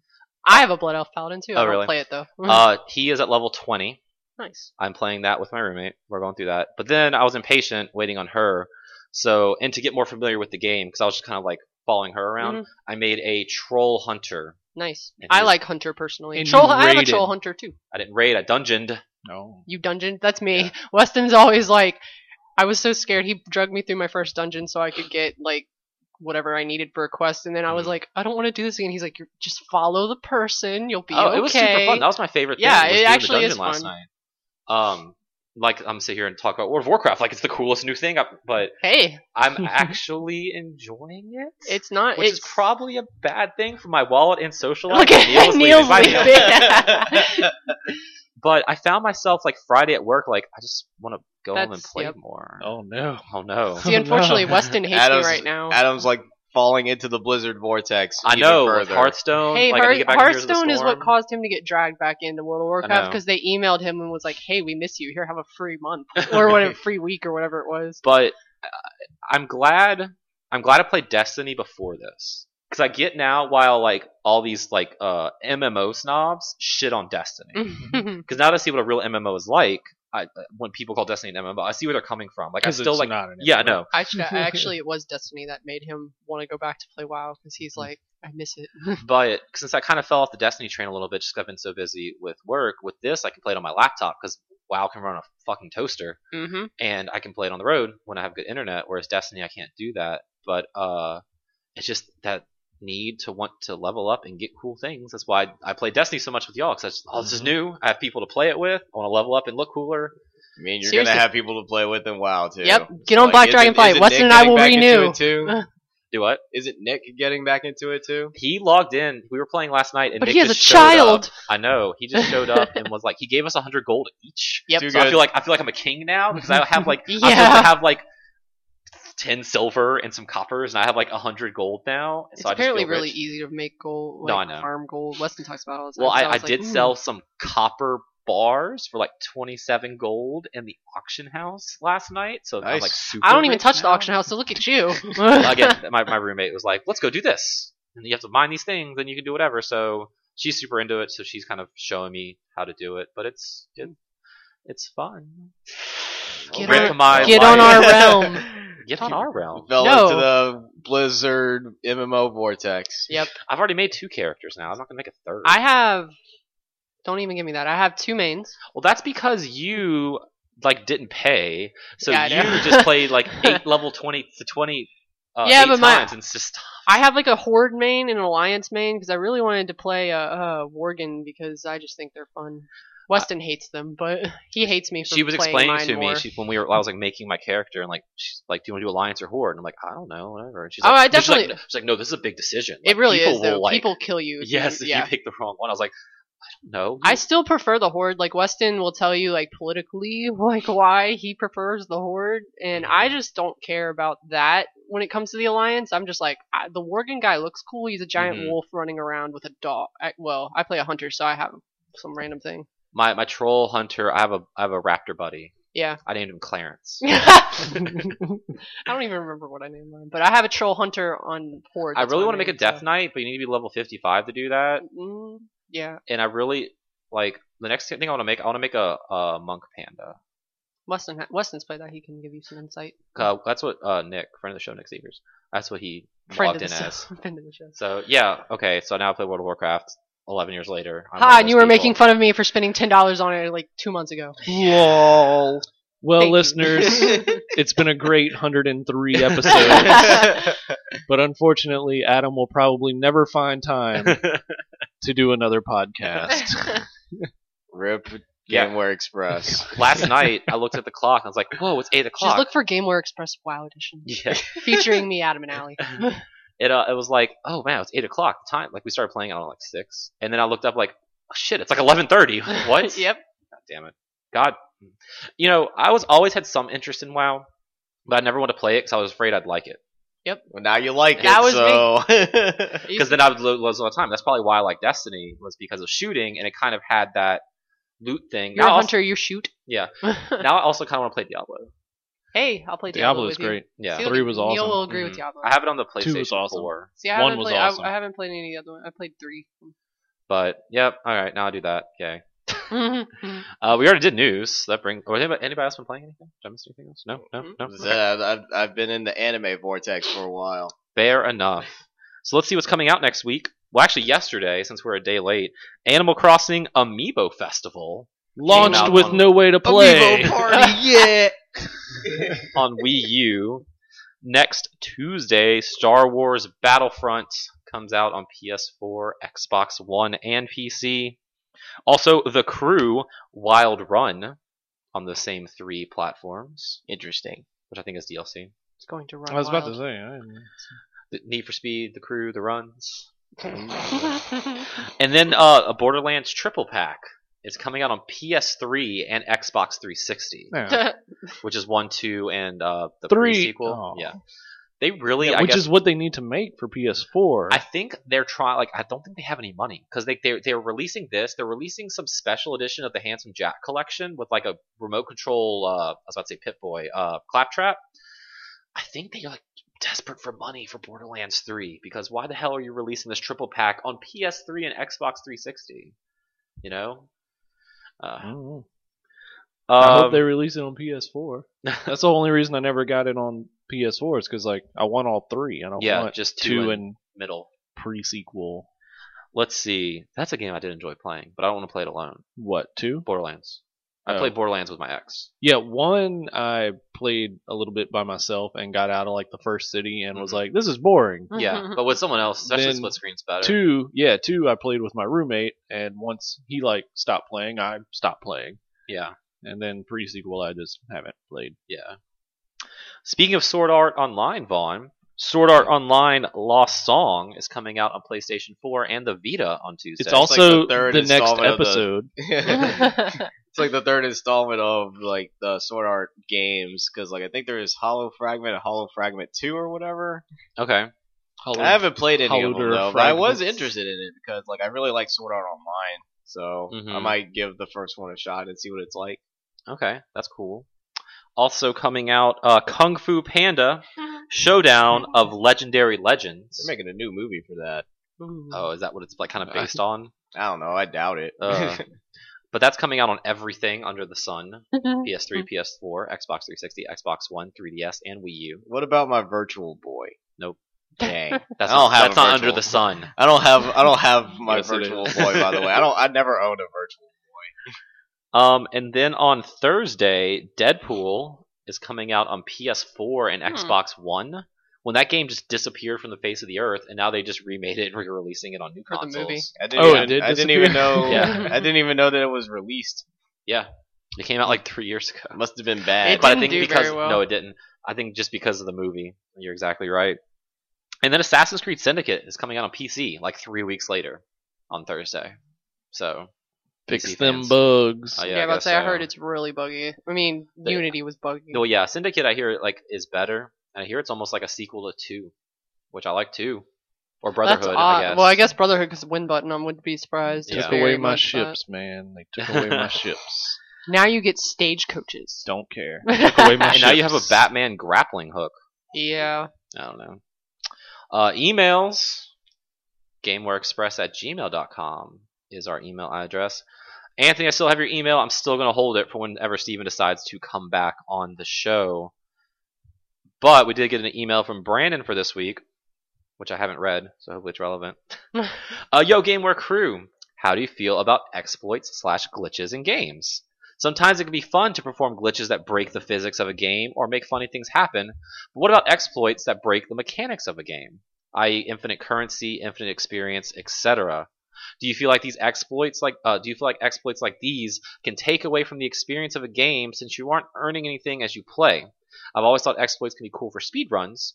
[SPEAKER 4] I have a blood elf paladin too.
[SPEAKER 1] Oh,
[SPEAKER 4] I don't
[SPEAKER 1] really?
[SPEAKER 4] play it though.
[SPEAKER 1] Uh, he is at level twenty.
[SPEAKER 4] nice.
[SPEAKER 1] I'm playing that with my roommate. We're going through that. But then I was impatient waiting on her. So and to get more familiar with the game because I was just kind of like following her around.
[SPEAKER 4] Mhm.
[SPEAKER 1] I made a troll hunter.
[SPEAKER 4] Nice.
[SPEAKER 1] And
[SPEAKER 4] I
[SPEAKER 1] you-
[SPEAKER 4] like hunter personally.
[SPEAKER 2] and
[SPEAKER 4] Troll.
[SPEAKER 2] you
[SPEAKER 4] I have a
[SPEAKER 2] raided.
[SPEAKER 4] troll hunter too.
[SPEAKER 1] I didn't raid. I dungeoned.
[SPEAKER 2] No.
[SPEAKER 4] You dungeon. That's me. Weston's always like, I was so scared. He drugged me through my first dungeon so I could get like whatever I needed for a quest, and then I was
[SPEAKER 1] Mhm.
[SPEAKER 4] like, I don't want to do this again. He's like, You're, just follow the person. You'll be
[SPEAKER 1] oh,
[SPEAKER 4] okay.
[SPEAKER 1] it was super fun. That was my favorite.
[SPEAKER 4] Yeah,
[SPEAKER 1] thing,
[SPEAKER 4] it
[SPEAKER 1] was doing the
[SPEAKER 4] actually
[SPEAKER 1] dungeon
[SPEAKER 4] is
[SPEAKER 1] last
[SPEAKER 4] fun.
[SPEAKER 1] night. Um, like I'm gonna sit here and talk about World of Warcraft. Like it's the coolest new thing. I, but
[SPEAKER 4] hey,
[SPEAKER 1] I'm actually enjoying it.
[SPEAKER 4] it's not.
[SPEAKER 1] which
[SPEAKER 4] it's
[SPEAKER 1] is probably a bad thing for my wallet and social life.
[SPEAKER 4] Look at
[SPEAKER 1] Neil's leaving.
[SPEAKER 4] Neil's
[SPEAKER 1] Bye, Neil.
[SPEAKER 4] leaving.
[SPEAKER 1] But I found myself like Friday at work, like I just want to go home and
[SPEAKER 4] That's-
[SPEAKER 1] play
[SPEAKER 4] yep.
[SPEAKER 1] more.
[SPEAKER 2] Oh no.
[SPEAKER 1] Oh no!
[SPEAKER 4] See,
[SPEAKER 2] Oh, no.
[SPEAKER 4] unfortunately, Weston hates
[SPEAKER 3] Adam's-
[SPEAKER 4] me right now.
[SPEAKER 3] Adam's like falling into the blizzard vortex.
[SPEAKER 1] I
[SPEAKER 3] even
[SPEAKER 1] know
[SPEAKER 3] Further.
[SPEAKER 1] with Hearthstone.
[SPEAKER 4] Hey,
[SPEAKER 1] like, I need to
[SPEAKER 4] Heart-
[SPEAKER 1] get back in Heroes of the
[SPEAKER 4] Hearthstone is what
[SPEAKER 1] Storm.
[SPEAKER 4] caused him to get dragged back into World of Warcraft
[SPEAKER 1] know.
[SPEAKER 4] because they emailed him and was like, "Hey, we miss you. Here, have a free month or whatever, free week or whatever it was."
[SPEAKER 1] But uh, I'm glad. I'm glad I played Destiny before this because I get now while like all these like uh, MMO snobs shit on Destiny.
[SPEAKER 2] Mm-hmm.
[SPEAKER 1] because now that I see what a real MMO is like, I, uh, when people call Destiny an MMO, I see where they're coming from. Like I
[SPEAKER 2] 'Cause
[SPEAKER 1] still
[SPEAKER 2] it's
[SPEAKER 1] like,
[SPEAKER 2] not an
[SPEAKER 1] yeah, I
[SPEAKER 2] MMO.
[SPEAKER 1] know.
[SPEAKER 4] I should, actually, it was Destiny that made him want to go back to play WoW because he's like, "I miss it."
[SPEAKER 1] But since I kind of fell off the Destiny train a little bit, just 'cause I've been so busy with work, with this I can play it on my laptop because WoW can run on a fucking toaster,
[SPEAKER 4] mm-hmm.
[SPEAKER 1] and I can play it on the road when I have good internet. Whereas Destiny, I can't do that. But uh, it's just that need to want to level up and get cool things. That's why I, I play Destiny so much with y'all because I just, oh, this is
[SPEAKER 4] Mm-hmm.
[SPEAKER 2] Mhm.
[SPEAKER 1] new. I have people to play it with. I want to level up and look cooler.
[SPEAKER 3] I mean, you're
[SPEAKER 4] Seriously.
[SPEAKER 3] gonna have people to play with in WoW too.
[SPEAKER 4] Yep. Get on Black
[SPEAKER 3] isn't-
[SPEAKER 4] Dragonflight.
[SPEAKER 3] isn't
[SPEAKER 4] Weston and
[SPEAKER 3] Nick
[SPEAKER 4] I will
[SPEAKER 3] getting back
[SPEAKER 4] renew.
[SPEAKER 3] Into it too?
[SPEAKER 1] Do what?
[SPEAKER 3] Isn't Nick getting back into it too?
[SPEAKER 1] He logged in. We were playing last night, and
[SPEAKER 4] But
[SPEAKER 1] Nick
[SPEAKER 4] he has a
[SPEAKER 1] just showed up.
[SPEAKER 4] child.
[SPEAKER 1] I know. He just showed up and was like, he gave us hundred gold each.
[SPEAKER 4] Yep.
[SPEAKER 3] Too
[SPEAKER 1] So I
[SPEAKER 3] good.
[SPEAKER 1] feel like I feel like I'm a king now because I have like I'm supposed
[SPEAKER 4] Yeah.
[SPEAKER 1] to have like ten silver and some coppers, and I have like hundred gold now.
[SPEAKER 4] It's
[SPEAKER 1] so I just
[SPEAKER 4] apparently
[SPEAKER 1] feel rich.
[SPEAKER 4] really easy to make gold, like,
[SPEAKER 1] No, I know.
[SPEAKER 4] farm gold. Weston talks about it all the time.
[SPEAKER 1] Well, I,
[SPEAKER 4] so
[SPEAKER 1] I,
[SPEAKER 4] was like, "Hmm,
[SPEAKER 1] did
[SPEAKER 4] "Ooh."
[SPEAKER 1] sell some copper bars for like 27 gold in the auction house last night. So I'm like
[SPEAKER 3] Nice.
[SPEAKER 1] super.
[SPEAKER 4] I don't even
[SPEAKER 1] rich
[SPEAKER 4] touch the
[SPEAKER 1] now.
[SPEAKER 4] auction house, so look at you.
[SPEAKER 1] Again, my my roommate was like, "Let's go do this." And you have to mine these things, and you can do whatever. So she's super into it, so she's kind of showing me how to do it. But it's it, it's fun.
[SPEAKER 4] Get
[SPEAKER 1] Rip
[SPEAKER 4] on-
[SPEAKER 1] my
[SPEAKER 4] get on
[SPEAKER 1] life.
[SPEAKER 4] our realm.
[SPEAKER 1] get on our realm.
[SPEAKER 3] Fell
[SPEAKER 4] No.
[SPEAKER 3] into the Blizzard MMO vortex.
[SPEAKER 4] yep.
[SPEAKER 1] I've already made two characters now. I'm not gonna make a third.
[SPEAKER 4] I have. Don't even give me that. I have two mains.
[SPEAKER 1] well, that's because you like didn't pay, so
[SPEAKER 4] Yeah, I know.
[SPEAKER 1] you just played like eight level twenty to twenty. Uh,
[SPEAKER 4] Yeah,
[SPEAKER 1] eight
[SPEAKER 4] but my-
[SPEAKER 1] times and it's just
[SPEAKER 4] I have like a horde main and an alliance main because I really wanted to play a uh, Worgen because I just think they're fun. Weston hates them, but he hates me. For
[SPEAKER 1] she was
[SPEAKER 4] playing
[SPEAKER 1] explaining
[SPEAKER 4] mine
[SPEAKER 1] to me
[SPEAKER 4] more.
[SPEAKER 1] she, when we were I was like making my character and like she's like, do you want to do alliance or horde? And I'm like, I don't know, whatever. And she's
[SPEAKER 4] Oh,
[SPEAKER 1] like,
[SPEAKER 4] I
[SPEAKER 1] she's like,
[SPEAKER 4] definitely-
[SPEAKER 1] no- she's like, no, this is a big decision.
[SPEAKER 4] it
[SPEAKER 1] Like,
[SPEAKER 4] really
[SPEAKER 1] people
[SPEAKER 4] is though.
[SPEAKER 1] will, like,
[SPEAKER 4] People kill you. if
[SPEAKER 1] yes,
[SPEAKER 4] you,
[SPEAKER 1] if
[SPEAKER 4] yeah.
[SPEAKER 1] you pick the wrong one. I was like, I don't know.
[SPEAKER 4] I still prefer the horde. Like Weston will tell you, like politically, like why he prefers the horde, and I just don't care about that when it comes to the alliance. I'm just like I, the Worgen guy looks cool. He's a giant
[SPEAKER 1] Mhm.
[SPEAKER 4] wolf running around with a dog. I, well, I play a hunter, so I have some random thing.
[SPEAKER 1] my my troll hunter. I have a I have a raptor buddy.
[SPEAKER 4] Yeah.
[SPEAKER 1] I named him Clarence.
[SPEAKER 4] I don't even remember what I named mine, but I have a troll hunter on horde.
[SPEAKER 1] I really want to make a death knight, but you need to be level 55 to do that.
[SPEAKER 4] Mm, yeah,
[SPEAKER 1] And I really like the next thing I want to make. I want to make a, a monk panda.
[SPEAKER 4] Weston. Ha- Weston's played that. He can give you some insight.
[SPEAKER 1] Uh, that's what uh, Nick, friend of the show, Nick Severs. That's what he
[SPEAKER 4] Friend
[SPEAKER 1] logged
[SPEAKER 4] of
[SPEAKER 1] in
[SPEAKER 4] the
[SPEAKER 1] as.
[SPEAKER 4] show. Friend of the show.
[SPEAKER 1] So yeah, okay. So now I play World of Warcraft. 11 years later. I'm one
[SPEAKER 4] Ha!
[SPEAKER 1] of
[SPEAKER 4] And
[SPEAKER 1] those
[SPEAKER 4] you were
[SPEAKER 1] people.
[SPEAKER 4] making fun of me for spending ten dollars on it like two months ago.
[SPEAKER 2] Lol. Well,
[SPEAKER 4] Thank you.
[SPEAKER 2] listeners, it's been a great 103 episodes, but unfortunately, Adam will probably never find time to do another podcast.
[SPEAKER 3] Rip Gameware
[SPEAKER 1] Yeah.
[SPEAKER 3] Express.
[SPEAKER 1] Last night I looked at the clock. I was like, "Whoa, it's eight
[SPEAKER 4] Just
[SPEAKER 1] o'clock."
[SPEAKER 4] look for GameWare Express WoW Edition
[SPEAKER 1] yeah.
[SPEAKER 4] featuring me, Adam, and Allie.
[SPEAKER 1] It uh, it was like, "Oh man, it's eight o'clock." The time like we started playing. I don't know, like six, and then I looked up like, oh, "Shit, it's like 11:30." What?
[SPEAKER 4] yep.
[SPEAKER 1] God damn it. God. You know, I was always had some interest in WoW, but I never wanted to play it because I was afraid I'd like it.
[SPEAKER 4] Yep.
[SPEAKER 3] Well, now you like
[SPEAKER 4] That
[SPEAKER 3] it.
[SPEAKER 4] was
[SPEAKER 3] so.
[SPEAKER 1] because then I would lo- lose a lot of time. That's probably why I like Destiny was because of shooting, and it kind of had that loot thing.
[SPEAKER 4] You're
[SPEAKER 1] Now,
[SPEAKER 4] a
[SPEAKER 1] I also-
[SPEAKER 4] hunter, you shoot.
[SPEAKER 1] Yeah. now I also kind of want to play Diablo.
[SPEAKER 4] hey, I'll play Diablo.
[SPEAKER 2] Diablo is
[SPEAKER 4] with you.
[SPEAKER 2] great.
[SPEAKER 1] Yeah,
[SPEAKER 4] See,
[SPEAKER 2] Three
[SPEAKER 4] look,
[SPEAKER 2] was
[SPEAKER 4] Neil
[SPEAKER 2] awesome.
[SPEAKER 4] will agree with
[SPEAKER 1] Mhm.
[SPEAKER 4] Diablo.
[SPEAKER 1] I have it on the
[SPEAKER 2] Two
[SPEAKER 1] PlayStation
[SPEAKER 2] was awesome.
[SPEAKER 1] 4,
[SPEAKER 4] See, I
[SPEAKER 2] one
[SPEAKER 4] haven't
[SPEAKER 2] was
[SPEAKER 4] played.
[SPEAKER 2] awesome.
[SPEAKER 4] I, I haven't played any of the other one. I played three.
[SPEAKER 1] but yep. All right, now I'll do that. Okay. Uh, we already did news. That brings. Or anybody, anybody else been playing anything? Did I miss anything else? No, no,
[SPEAKER 4] Mm-hmm.
[SPEAKER 1] no.
[SPEAKER 3] Uh, I've, I've been in the anime vortex for a while.
[SPEAKER 1] Fair enough. So let's see what's coming out next week. Well, actually, yesterday, since we're a day late, Animal Crossing Amiibo Festival
[SPEAKER 2] Launched
[SPEAKER 1] out
[SPEAKER 2] with
[SPEAKER 1] on-
[SPEAKER 2] no way to play.
[SPEAKER 3] Amiibo party, yeah.
[SPEAKER 1] on Wii U. Next Tuesday, Star Wars Battlefront comes out on PS4, Xbox One, and PC. Also, The Crew Wild Run on the same three platforms,
[SPEAKER 3] Interesting.
[SPEAKER 1] which I think is DLC.
[SPEAKER 4] It's going to run.
[SPEAKER 2] I was about to
[SPEAKER 4] wild.
[SPEAKER 2] say. I didn't-
[SPEAKER 1] The Need for Speed, The Crew, The Runs. And then uh, a Borderlands triple pack is coming out on PS3 and Xbox 360,
[SPEAKER 2] yeah.
[SPEAKER 1] which is one, two, and uh, the
[SPEAKER 2] Three.
[SPEAKER 1] sequel.
[SPEAKER 2] Oh.
[SPEAKER 1] Yeah, they really, I
[SPEAKER 2] Which
[SPEAKER 1] guess,
[SPEAKER 2] is what they need to make for PS4.
[SPEAKER 1] I think they're trying. Like, I don't think they have any money because they they're, they're releasing this. They're releasing some special edition of the Handsome Jack collection with like a remote control. Uh, I was about to say Pit Boy. Uh, Claptrap. I think they're like desperate for money for Borderlands 3 because why the hell are you releasing this triple pack on PS3 and Xbox 360? You know.
[SPEAKER 2] I
[SPEAKER 1] Uh,
[SPEAKER 2] don't know. Mm-hmm. I hope they
[SPEAKER 1] um,
[SPEAKER 2] release it on PS4. That's the only reason I never got it on PS4 is because like I want all three. I don't
[SPEAKER 1] yeah,
[SPEAKER 2] want
[SPEAKER 1] just
[SPEAKER 2] two,
[SPEAKER 1] two in
[SPEAKER 2] and
[SPEAKER 1] middle.
[SPEAKER 2] pre sequel.
[SPEAKER 1] Let's see. That's a game I did enjoy playing, but I don't want to play it alone.
[SPEAKER 2] What two?
[SPEAKER 1] Borderlands. I
[SPEAKER 2] Oh.
[SPEAKER 1] played Borderlands with my ex.
[SPEAKER 2] Yeah, one I played a little bit by myself and got out of like the first city and was
[SPEAKER 1] Mhm.
[SPEAKER 2] like, this is boring.
[SPEAKER 1] Yeah, but with someone else, especially
[SPEAKER 2] Then
[SPEAKER 1] split screen's better.
[SPEAKER 2] Two, yeah, two I played with my roommate and once he like stopped playing, I stopped playing.
[SPEAKER 1] Yeah,
[SPEAKER 2] And then pre sequel I just haven't played.
[SPEAKER 1] yeah. Speaking of Sword Art Online, Vaughn, Sword Art Online Lost Song is coming out on PlayStation 4 and the Vita on Tuesday.
[SPEAKER 2] It's
[SPEAKER 3] like
[SPEAKER 2] also
[SPEAKER 3] the third
[SPEAKER 2] the next
[SPEAKER 3] installment of the-
[SPEAKER 2] episode.
[SPEAKER 3] it's like the third installment of like the Sword Art games because like I think there is Hollow Fragment, and Hollow Fragment Two, or whatever.
[SPEAKER 1] okay.
[SPEAKER 2] Hollow-
[SPEAKER 3] I haven't played any of them
[SPEAKER 2] Hollow
[SPEAKER 3] though, but I was
[SPEAKER 2] Fragments.
[SPEAKER 3] interested in it because like I really like Sword Art Online, so
[SPEAKER 1] Mhm.
[SPEAKER 2] Mm-hmm.
[SPEAKER 3] I might give the first one a shot and see what it's like.
[SPEAKER 1] Okay, that's cool. Also coming out, uh, Kung Fu Panda Showdown of Legendary Legends.
[SPEAKER 3] They're making Uh, a new movie for that.
[SPEAKER 1] Oh, is that what it's like? Kind of based on.
[SPEAKER 3] I don't know. I doubt it.
[SPEAKER 1] Uh, but that's coming out on everything under the sun:
[SPEAKER 4] Mm-hmm.
[SPEAKER 1] PS3, PS4, Xbox 360, Xbox One, 3DS, and Wii U.
[SPEAKER 3] what about my Virtual Boy?
[SPEAKER 1] Nope.
[SPEAKER 3] Dang.
[SPEAKER 1] That's
[SPEAKER 3] I don't
[SPEAKER 1] not,
[SPEAKER 3] have
[SPEAKER 1] that's
[SPEAKER 3] a
[SPEAKER 1] not
[SPEAKER 3] virtual.
[SPEAKER 1] under the sun.
[SPEAKER 3] I don't have I don't have my
[SPEAKER 2] Yes, it
[SPEAKER 3] Virtual
[SPEAKER 2] is.
[SPEAKER 3] Boy by the way. I don't. I never owned a Virtual.
[SPEAKER 1] Um, and then on Thursday, Deadpool is coming out on PS4 and
[SPEAKER 4] Hmm.
[SPEAKER 1] Xbox One. When that game just disappeared from the face of the earth, and now they just remade it and re-releasing it on new
[SPEAKER 4] For the
[SPEAKER 1] consoles.
[SPEAKER 4] movie.
[SPEAKER 3] I didn't
[SPEAKER 2] Oh,
[SPEAKER 3] even,
[SPEAKER 2] it did
[SPEAKER 3] I didn't even
[SPEAKER 2] disappear?
[SPEAKER 3] know.
[SPEAKER 1] Yeah.
[SPEAKER 3] I didn't even know that it was released.
[SPEAKER 1] Yeah, it came out like three years ago.
[SPEAKER 3] Must have been bad.
[SPEAKER 4] It
[SPEAKER 1] but I
[SPEAKER 4] didn't
[SPEAKER 1] think
[SPEAKER 4] do
[SPEAKER 1] because
[SPEAKER 4] very well.
[SPEAKER 1] no, it didn't. I think just because of the movie. You're exactly right. And then Assassin's Creed Syndicate is coming out on PC like three weeks later on Thursday. So
[SPEAKER 2] Fix
[SPEAKER 1] PC
[SPEAKER 2] them
[SPEAKER 1] fans.
[SPEAKER 2] bugs.
[SPEAKER 1] Oh, I
[SPEAKER 4] yeah, about to
[SPEAKER 1] guess
[SPEAKER 4] say I
[SPEAKER 1] so.
[SPEAKER 4] heard it's really buggy. I mean,
[SPEAKER 1] The-
[SPEAKER 4] Unity was buggy.
[SPEAKER 1] No, yeah, Syndicate I hear like is better, and I hear it's almost like a sequel to two, which I like too, or Brotherhood.
[SPEAKER 4] That's
[SPEAKER 1] I
[SPEAKER 4] odd.
[SPEAKER 1] guess.
[SPEAKER 4] Well, I guess Brotherhood because win button. I wouldn't be surprised.
[SPEAKER 1] Yeah.
[SPEAKER 2] Took
[SPEAKER 4] Very
[SPEAKER 2] away my
[SPEAKER 4] much not.
[SPEAKER 2] ships, man. They took away my ships.
[SPEAKER 4] Now you get stagecoaches.
[SPEAKER 2] Don't care.
[SPEAKER 4] Took
[SPEAKER 2] away my
[SPEAKER 1] And now you have a
[SPEAKER 2] ships.
[SPEAKER 1] Batman grappling hook.
[SPEAKER 4] Yeah.
[SPEAKER 1] I don't know. Uh, emails GameWareExpress at gmail.com is our email address. Anthony, I still have your email. I'm still going to hold it for whenever Steven decides to come back on the show. But we did get an email from Brandon for this week, which I haven't read, so hopefully it's relevant. uh, yo, GameWare crew, how do you feel about exploits slash glitches in games? Sometimes it can be fun to perform glitches that break the physics of a game or make funny things happen, but what about exploits that break the mechanics of a game, i.e., infinite currency, infinite experience, etc.? Do you feel like these exploits, like uh, do you feel like exploits like these, can take away from the experience of a game since you aren't earning anything as you play? I've always thought exploits can be cool for speedruns,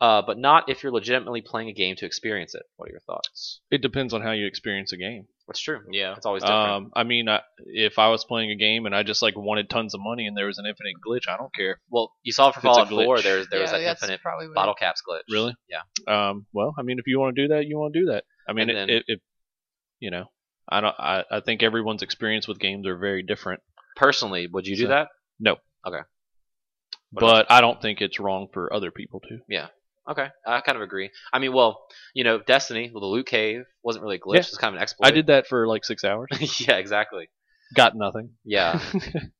[SPEAKER 1] uh, but not if you're legitimately playing a game to experience it. What are your thoughts?
[SPEAKER 2] It depends on how you experience a game.
[SPEAKER 1] That's true.
[SPEAKER 3] Yeah.
[SPEAKER 1] It's always different.
[SPEAKER 2] Um, I mean, I, if I was playing a game and I just like wanted tons of money and there was an infinite glitch, I don't care.
[SPEAKER 1] well, you saw for
[SPEAKER 2] it's a
[SPEAKER 1] Fallout 4,
[SPEAKER 2] glitch.
[SPEAKER 1] there's there was
[SPEAKER 4] yeah,
[SPEAKER 1] that
[SPEAKER 4] that's
[SPEAKER 1] infinite
[SPEAKER 4] probably what
[SPEAKER 1] bottle caps glitch.
[SPEAKER 2] Really?
[SPEAKER 1] Yeah.
[SPEAKER 2] Um, well, I mean, if you want to do that, you want to do that. I mean,
[SPEAKER 1] And
[SPEAKER 2] it,
[SPEAKER 1] then-
[SPEAKER 2] it, it, you know, I don't. I, I think everyone's experience with games are very different.
[SPEAKER 1] Personally, would you do
[SPEAKER 2] So-
[SPEAKER 1] that? What
[SPEAKER 2] but I don't think it's wrong for other people to.
[SPEAKER 1] Okay, I kind of agree. I mean, well, you know, Destiny, well, the loot cave wasn't really a glitch.
[SPEAKER 2] Yeah.
[SPEAKER 1] It was kind of an exploit.
[SPEAKER 2] I did that for like six hours.
[SPEAKER 1] yeah, exactly.
[SPEAKER 2] Got nothing.
[SPEAKER 1] Yeah.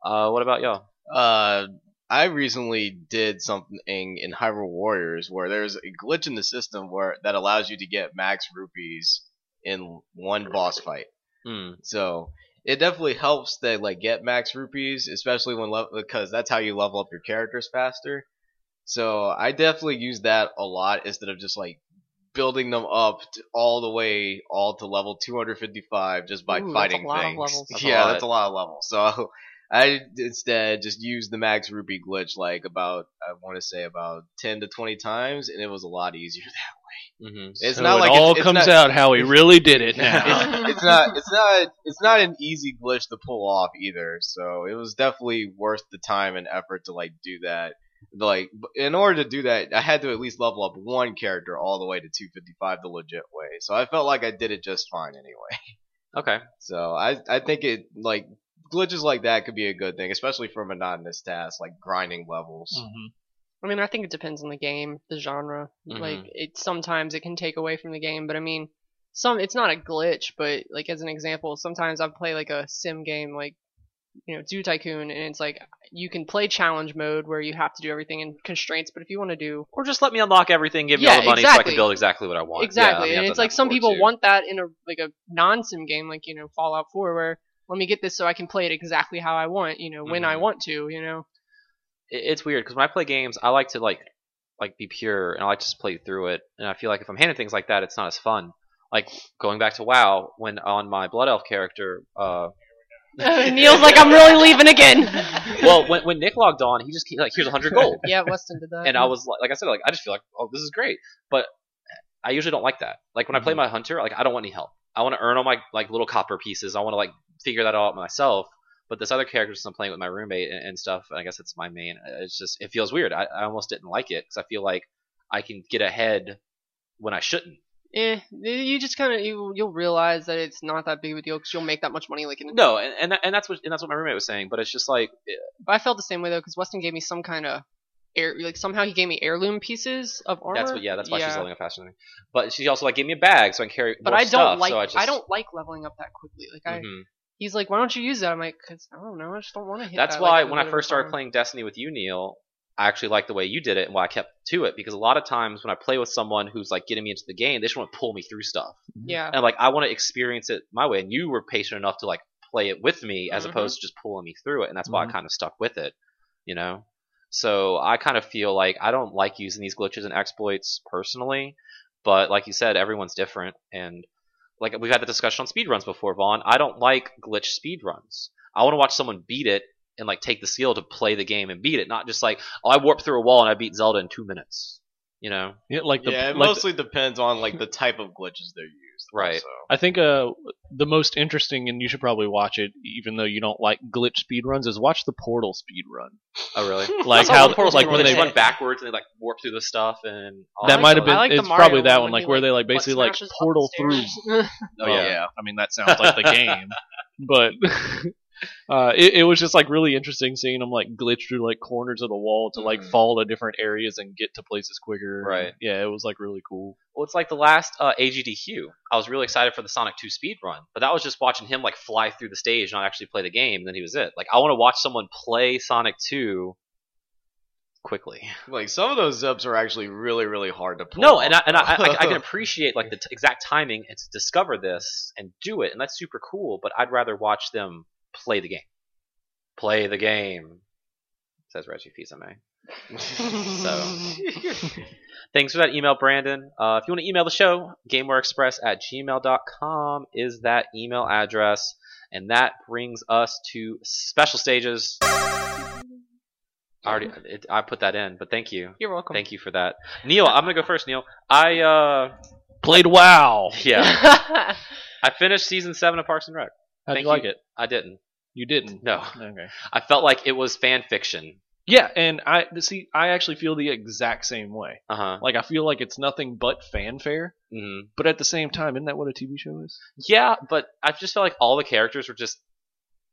[SPEAKER 1] uh, what about y'all?
[SPEAKER 3] Uh, I recently did something in Hyrule Warriors where there's a glitch in the system where that allows you to get max rupees in one boss fight.
[SPEAKER 1] Hmm.
[SPEAKER 3] So it definitely helps to like get max rupees, especially when level because that's how you level up your characters faster. So I definitely use that a lot instead of just like building them up t all the way all to level 255 just by
[SPEAKER 4] Ooh, that's a
[SPEAKER 3] fighting
[SPEAKER 4] lot of
[SPEAKER 3] things.
[SPEAKER 4] levels.
[SPEAKER 1] That's a
[SPEAKER 3] yeah,
[SPEAKER 1] lot.
[SPEAKER 3] that's a lot of levels. So I instead just used the max rupee glitch like about I want to say about 10 to 20 times, and it was a lot easier.
[SPEAKER 1] hmm
[SPEAKER 3] It's
[SPEAKER 2] So
[SPEAKER 3] not
[SPEAKER 2] it
[SPEAKER 3] like
[SPEAKER 2] all
[SPEAKER 3] it's, it's not,
[SPEAKER 2] comes out how he really did it now.
[SPEAKER 3] it's, it's not it's not it's not an easy glitch to pull off either. So it was definitely worth the time and effort to like do that. Like b- in order to do that, I had to at least level up one character all the way to 255 the legit way. So I felt like I did it just fine anyway.
[SPEAKER 1] Okay.
[SPEAKER 3] So I I think it like glitches like that could be a good thing, especially for monotonous tasks like grinding levels.
[SPEAKER 2] Mhm.
[SPEAKER 4] I mean, I think it depends on the game, the genre.
[SPEAKER 1] Mhm.
[SPEAKER 4] Like, it sometimes it can take away from the game, but I mean, some it's not a glitch, but like as an example, sometimes I play like a sim game, like you know, Zoo Tycoon, and it's like you can play challenge mode where you have to do everything in constraints, but if you want to do
[SPEAKER 1] Or just let me unlock everything, give me
[SPEAKER 4] Yeah,
[SPEAKER 1] all the money so I
[SPEAKER 4] exactly.
[SPEAKER 1] can build exactly what I want. Yeah,
[SPEAKER 4] exactly,
[SPEAKER 1] I mean, I've
[SPEAKER 4] and
[SPEAKER 1] done
[SPEAKER 4] it's
[SPEAKER 1] that
[SPEAKER 4] like some
[SPEAKER 1] before,
[SPEAKER 4] people
[SPEAKER 1] too.
[SPEAKER 4] want that in a like a non-sim game, like you know, Fallout 4, where let me get this so I can play it exactly how I want, you know, when I
[SPEAKER 1] Mhm.
[SPEAKER 4] want to, you know.
[SPEAKER 1] it- it's weird because when I play games, I like to like like be pure and I like to just play through it. And I feel like if I'm handed things like that, it's not as fun. Like going back to WoW, when on my Blood Elf character, uh,
[SPEAKER 4] Neil's like, I'm really leaving again.
[SPEAKER 1] well, when, when Nick logged on, he just keep, like here's 100 gold,
[SPEAKER 4] yeah, Weston did that.
[SPEAKER 1] and I was like, like I said, like I just feel like oh this is great, but I usually don't like that. Like when I play
[SPEAKER 4] Mm-hmm.
[SPEAKER 1] my hunter, like I don't want any help. I want to earn all my like little copper pieces. I want to like figure that out myself. But this other character since I'm playing with my roommate and, and stuff, and I guess it's my main. uh, It's just it feels weird. I, I almost didn't like it because I feel like I can get ahead when I shouldn't.
[SPEAKER 4] Eh, you just kind of you, you'll realize that it's not that big of a deal because you'll make that much money. Like, in,
[SPEAKER 1] No, and and, that, and that's what and that's what my roommate was saying. But it's just like eh,
[SPEAKER 4] but I felt the same way though because Weston gave me some kind of air, like somehow he gave me heirloom pieces of armor.
[SPEAKER 1] that's what yeah that's why she's leveling up faster than me. But she also like gave me a bag so I can carry.
[SPEAKER 4] But
[SPEAKER 1] more
[SPEAKER 4] I don't
[SPEAKER 1] stuff,
[SPEAKER 4] like
[SPEAKER 1] So I, just,
[SPEAKER 4] I don't like leveling up that quickly. Like I,
[SPEAKER 1] mhm.
[SPEAKER 4] he's like, why don't you use that? I'm like, cause I don't know, I just don't want to hit.
[SPEAKER 1] That's
[SPEAKER 4] that,
[SPEAKER 1] why
[SPEAKER 4] like,
[SPEAKER 1] when I
[SPEAKER 4] without
[SPEAKER 1] first started
[SPEAKER 4] armor.
[SPEAKER 1] playing Destiny with you, Neil, I actually liked the way you did it and why I kept to it because a lot of times when I play with someone who's like getting me into the game, they just want to pull me through stuff.
[SPEAKER 4] Yeah,
[SPEAKER 1] And like I want to experience it my way. And you were patient enough to like play it with me as
[SPEAKER 4] Mhm.
[SPEAKER 1] opposed to just pulling me through it. And that's why I
[SPEAKER 2] Mhm.
[SPEAKER 1] kind of stuck with it, you know? So I kind of feel like I don't like using these glitches and exploits personally. But like you said, everyone's different. And like we've had the discussion on speedruns before, Vaughn. I don't like glitch speedruns. I want to watch someone beat it and like take the skill to play the game and beat it, not just like, oh, I warped through a wall and I beat Zelda in two minutes. You know?
[SPEAKER 2] Yeah, like the
[SPEAKER 3] yeah, it
[SPEAKER 2] like the-
[SPEAKER 3] mostly depends on like the type of glitches they're used.
[SPEAKER 1] Right.
[SPEAKER 3] also.
[SPEAKER 2] I think uh, the most interesting, and you should probably watch it, even though you don't like glitch speedruns, is watch the Portal speedrun.
[SPEAKER 1] Oh, really?
[SPEAKER 2] Like
[SPEAKER 1] That's all
[SPEAKER 2] how,
[SPEAKER 1] the portals
[SPEAKER 2] like
[SPEAKER 1] do,
[SPEAKER 2] when
[SPEAKER 1] they
[SPEAKER 2] they
[SPEAKER 1] just run backwards and they like warp through the stuff and all
[SPEAKER 2] that
[SPEAKER 4] I
[SPEAKER 2] might
[SPEAKER 4] like
[SPEAKER 2] have
[SPEAKER 4] the-
[SPEAKER 2] been
[SPEAKER 4] I like the
[SPEAKER 2] it's probably
[SPEAKER 4] Mario
[SPEAKER 2] that
[SPEAKER 4] one when
[SPEAKER 2] one, like
[SPEAKER 4] he,
[SPEAKER 2] where
[SPEAKER 4] like,
[SPEAKER 2] they like basically
[SPEAKER 4] Butt
[SPEAKER 2] like
[SPEAKER 4] smashes up the
[SPEAKER 2] portal through.
[SPEAKER 4] stairs.
[SPEAKER 1] Oh
[SPEAKER 2] Oh yeah.
[SPEAKER 1] yeah.
[SPEAKER 2] I mean that sounds like the game, but uh, it, it was just like really interesting seeing them like glitch through like corners of the wall to like
[SPEAKER 1] Mhm.
[SPEAKER 2] fall to different areas and get to places quicker.
[SPEAKER 1] Right.
[SPEAKER 2] Yeah, it was like really cool.
[SPEAKER 1] Well, it's like the last uh, AGDQ. I was really excited for the Sonic 2 speed run, but that was just watching him like fly through the stage, not actually play the game. And then he was it. Like I want to watch someone play Sonic 2 quickly.
[SPEAKER 3] Like some of those ups are actually really, really hard to pull.
[SPEAKER 1] No,
[SPEAKER 3] off.
[SPEAKER 1] and I, and I, I, I can appreciate like the t- exact timing and to discover this and do it, and that's super cool. But I'd rather watch them play the game. Play the game, says Reggie Fils-Aimé. Thanks for that email, Brandon. Uh, if you want to email the show, gamewareexpress at gmail.com is that email address. And that brings us to special stages. I already it, I put that in, but thank you.
[SPEAKER 4] You're welcome.
[SPEAKER 1] Thank you for that. Neil, I'm going to go first, Neil. I, uh,
[SPEAKER 2] Oh, Played WoW.
[SPEAKER 1] yeah. I finished season seven of Parks and Rec.
[SPEAKER 2] How do
[SPEAKER 1] Thank
[SPEAKER 2] you like it?
[SPEAKER 1] I didn't.
[SPEAKER 2] You didn't.
[SPEAKER 1] No,
[SPEAKER 2] Okay.
[SPEAKER 1] I felt like it was fan fiction.
[SPEAKER 2] Yeah, and I see. I actually feel the exact same way.
[SPEAKER 1] Uh huh.
[SPEAKER 2] Like I feel like it's nothing but fanfare,
[SPEAKER 1] hmm
[SPEAKER 2] but at the same time, isn't that what a TV show is?
[SPEAKER 1] Yeah, but I just felt like all the characters were just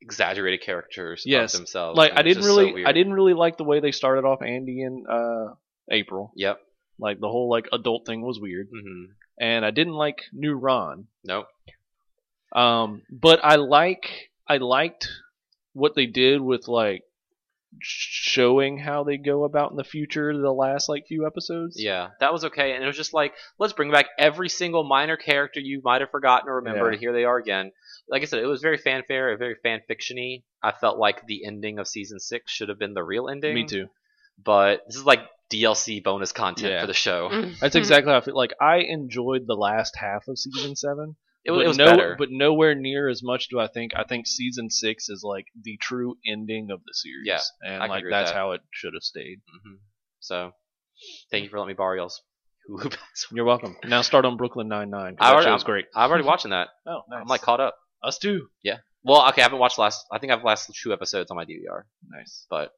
[SPEAKER 1] exaggerated characters
[SPEAKER 2] Yes.
[SPEAKER 1] of themselves.
[SPEAKER 2] Like
[SPEAKER 1] and
[SPEAKER 2] I
[SPEAKER 1] it was
[SPEAKER 2] didn't
[SPEAKER 1] just so
[SPEAKER 2] really, I
[SPEAKER 1] weird.
[SPEAKER 2] didn't really like the way they started off Andy and uh, April.
[SPEAKER 1] Yep.
[SPEAKER 2] Like the whole like adult thing was weird,
[SPEAKER 1] hmm
[SPEAKER 2] and I didn't like New Ron.
[SPEAKER 1] Nope.
[SPEAKER 2] Um, but I like I liked what they did with like showing how they go about in the future the last like few episodes.
[SPEAKER 1] Yeah, that was okay, and it was just like let's bring back every single minor character you might have forgotten or remembered,
[SPEAKER 2] Yeah.
[SPEAKER 1] and here they are again. Like I said, it was very fanfare, very fan fictiony. I felt like the ending of season six should have been the real ending.
[SPEAKER 2] me too.
[SPEAKER 1] But this is like DLC bonus content
[SPEAKER 2] Yeah.
[SPEAKER 1] for the show.
[SPEAKER 4] Mm-hmm.
[SPEAKER 2] That's exactly how I feel. Like I enjoyed the last half of season seven.
[SPEAKER 1] It, was-
[SPEAKER 2] but
[SPEAKER 1] it was
[SPEAKER 2] no,
[SPEAKER 1] better.
[SPEAKER 2] but nowhere near as much do I think. I think season six is like the true ending of the series.
[SPEAKER 1] Yeah,
[SPEAKER 2] and
[SPEAKER 1] I can
[SPEAKER 2] like
[SPEAKER 1] agree with
[SPEAKER 2] that's
[SPEAKER 1] that.
[SPEAKER 2] how it should have stayed.
[SPEAKER 1] Mhm. So, thank you for letting me borrow y'all's Hulu password.
[SPEAKER 2] You're welcome. Now start on Brooklyn Nine Nine.
[SPEAKER 1] I
[SPEAKER 2] That
[SPEAKER 1] already-
[SPEAKER 2] show's great.
[SPEAKER 1] I'm already watching that.
[SPEAKER 2] Oh, nice.
[SPEAKER 1] I'm like caught up.
[SPEAKER 2] us too.
[SPEAKER 1] Well, okay, I haven't watched last. I think I've last two episodes on my DVR.
[SPEAKER 2] Nice.
[SPEAKER 1] But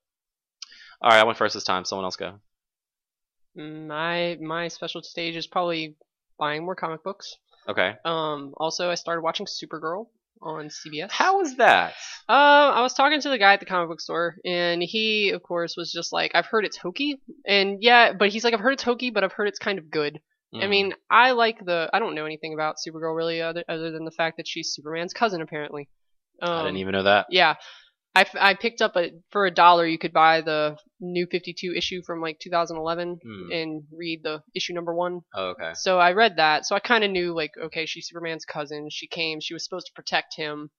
[SPEAKER 1] all right, I went first this time. Someone else go.
[SPEAKER 4] Mm-hmm. My my special stage is probably buying more comic books.
[SPEAKER 1] Okay.
[SPEAKER 4] Um, also I started watching Supergirl on CBS.
[SPEAKER 1] How was that?
[SPEAKER 4] Um, I was talking to the guy at the comic book store, and he, of course, was just like, "I've heard it's hokey," and yeah, but he's like, "I've heard it's hokey, but I've heard it's kind of good." I
[SPEAKER 1] Mm.
[SPEAKER 4] mean, I like the. I don't know anything about Supergirl really, other, other than the fact that she's Superman's cousin, apparently. Um,
[SPEAKER 1] I didn't even know that.
[SPEAKER 4] Yeah, I, f- I picked up a for a dollar. You could buy the new Fifty Two issue from like 2011
[SPEAKER 1] Hmm.
[SPEAKER 4] and read the issue number one.
[SPEAKER 1] Oh, okay.
[SPEAKER 4] So I read that. So I kind of knew like, okay, she's Superman's cousin. She came. She was supposed to protect him.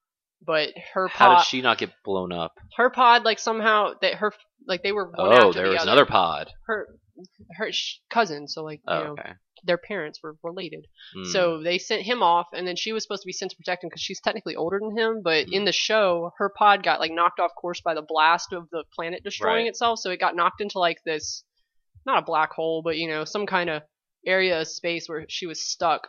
[SPEAKER 4] But her
[SPEAKER 1] How
[SPEAKER 4] pop-
[SPEAKER 1] did she not get blown up?
[SPEAKER 4] her pod like somehow that her like they were one
[SPEAKER 1] Oh,
[SPEAKER 4] after
[SPEAKER 1] there
[SPEAKER 4] the
[SPEAKER 1] was
[SPEAKER 4] other.
[SPEAKER 1] another pod.
[SPEAKER 4] her her sh- cousin so like
[SPEAKER 1] Oh,
[SPEAKER 4] you know
[SPEAKER 1] okay.
[SPEAKER 4] their parents were related
[SPEAKER 1] Mm.
[SPEAKER 4] so they sent him off and then she was supposed to be sent to protect him because she's technically older than him but in
[SPEAKER 1] Mm.
[SPEAKER 4] the show her pod got like knocked off course by the blast of the planet destroying
[SPEAKER 1] Right.
[SPEAKER 4] itself so it got knocked into like this not a black hole but you know some kind of area of space where she was stuck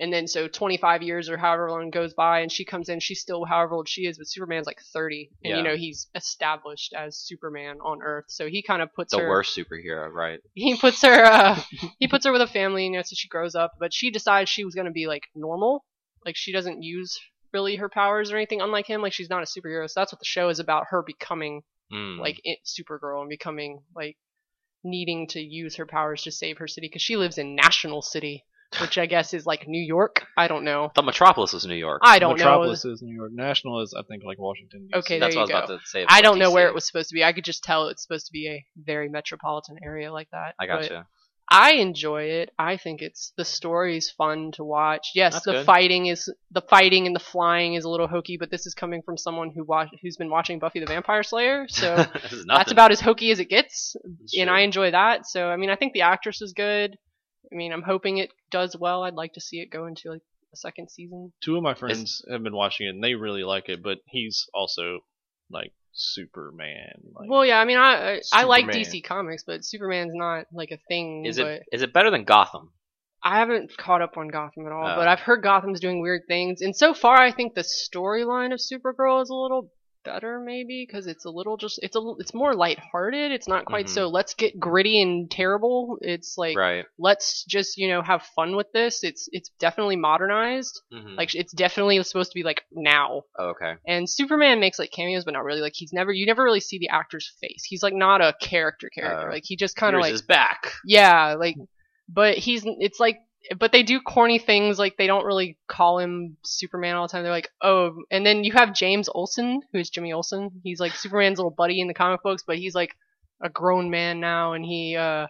[SPEAKER 4] and then so 25 years or however long goes by and she comes in she's still however old she is but superman's like 30 and
[SPEAKER 1] Yeah.
[SPEAKER 4] you know he's established as superman on earth so he kind of puts
[SPEAKER 1] the
[SPEAKER 4] her
[SPEAKER 1] worst superhero, right?
[SPEAKER 4] he puts her uh he puts her with a family you know so she grows up but she decides she was going to be like normal like she doesn't use really her powers or anything unlike him like she's not a superhero so that's what the show is about her becoming
[SPEAKER 1] Mm.
[SPEAKER 4] like it, supergirl and becoming like needing to use her powers to save her city because she lives in national city which i guess is like new york i don't know
[SPEAKER 1] the Metropolis was New York.
[SPEAKER 4] i don't
[SPEAKER 2] Metropolis is New York. National is I think like Washington. D.C.
[SPEAKER 4] Okay,
[SPEAKER 1] That's
[SPEAKER 4] there
[SPEAKER 1] what
[SPEAKER 4] you
[SPEAKER 1] I was about to say.
[SPEAKER 4] know i don't
[SPEAKER 1] about
[SPEAKER 4] know where
[SPEAKER 1] DC.
[SPEAKER 4] it was supposed to be i could just tell it's supposed to be a very metropolitan area like that
[SPEAKER 1] I
[SPEAKER 4] but-
[SPEAKER 1] gotcha.
[SPEAKER 4] I enjoy it. I think it's the story's fun to watch. Yes,
[SPEAKER 1] That's
[SPEAKER 4] the
[SPEAKER 1] good.
[SPEAKER 4] fighting is the fighting and the flying is a little hokey, but this is coming from someone who watch, who's been watching Buffy the Vampire Slayer, so
[SPEAKER 1] This is
[SPEAKER 4] that's
[SPEAKER 1] nothing.
[SPEAKER 4] about as hokey as it gets.
[SPEAKER 1] That's
[SPEAKER 4] And
[SPEAKER 1] true.
[SPEAKER 4] I enjoy that. So I mean, I think the actress is good. I mean, I'm hoping it does well. I'd like to see it go into like a second season.
[SPEAKER 2] Two of my friends have been watching it and they really like it, but he's also like Superman. Like,
[SPEAKER 4] Well, yeah, I mean, I I, I like
[SPEAKER 3] Superman.
[SPEAKER 4] DC Comics, but Superman's not like a thing.
[SPEAKER 1] Is
[SPEAKER 4] but-
[SPEAKER 1] it is it better than Gotham?
[SPEAKER 4] I haven't caught up on Gotham at all,
[SPEAKER 1] Oh.
[SPEAKER 4] but I've heard Gotham's doing weird things. And so far, I think the storyline of Supergirl is a little better, maybe, because it's a little just it's a l- it's more lighthearted. It's not quite so let's get gritty and terrible. It's like
[SPEAKER 1] Mm-hmm. right.
[SPEAKER 4] let's just you know have fun with this. It's it's definitely modernized.
[SPEAKER 1] Mhm.
[SPEAKER 4] Like it's definitely supposed to be like now.
[SPEAKER 1] oh, okay.
[SPEAKER 4] And Superman makes like cameos, but not really. Like he's never you never really see the actor's face. He's like not a character character.
[SPEAKER 1] Oh.
[SPEAKER 4] like he just kind of
[SPEAKER 1] Here's
[SPEAKER 4] like
[SPEAKER 1] his back.
[SPEAKER 4] yeah, like, but he's it's like, but they do corny things like they don't really call him Superman all the time. They're like, oh, and then you have James Olsen, who is Jimmy Olsen. He's like Superman's little buddy in the comic books, but he's like a grown man now, and he uh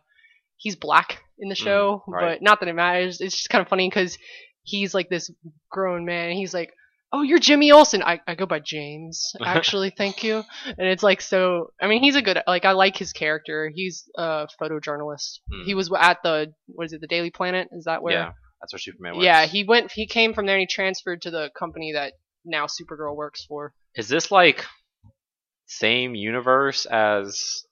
[SPEAKER 4] he's black in the show,
[SPEAKER 1] Mm, right.
[SPEAKER 4] but not that it matters. It's just kind of funny because he's like this grown man, and he's like. Oh, you're Jimmy Olsen. I, I go by James, actually. thank you. And it's like so. I mean, he's a good like I like his character. He's a photojournalist.
[SPEAKER 1] Mm.
[SPEAKER 4] He was at the what is it? The Daily Planet? Is that where?
[SPEAKER 1] Yeah, that's where Superman works.
[SPEAKER 4] Yeah, he went. He came from there and he transferred to the company that now Supergirl works for.
[SPEAKER 1] is this like same universe as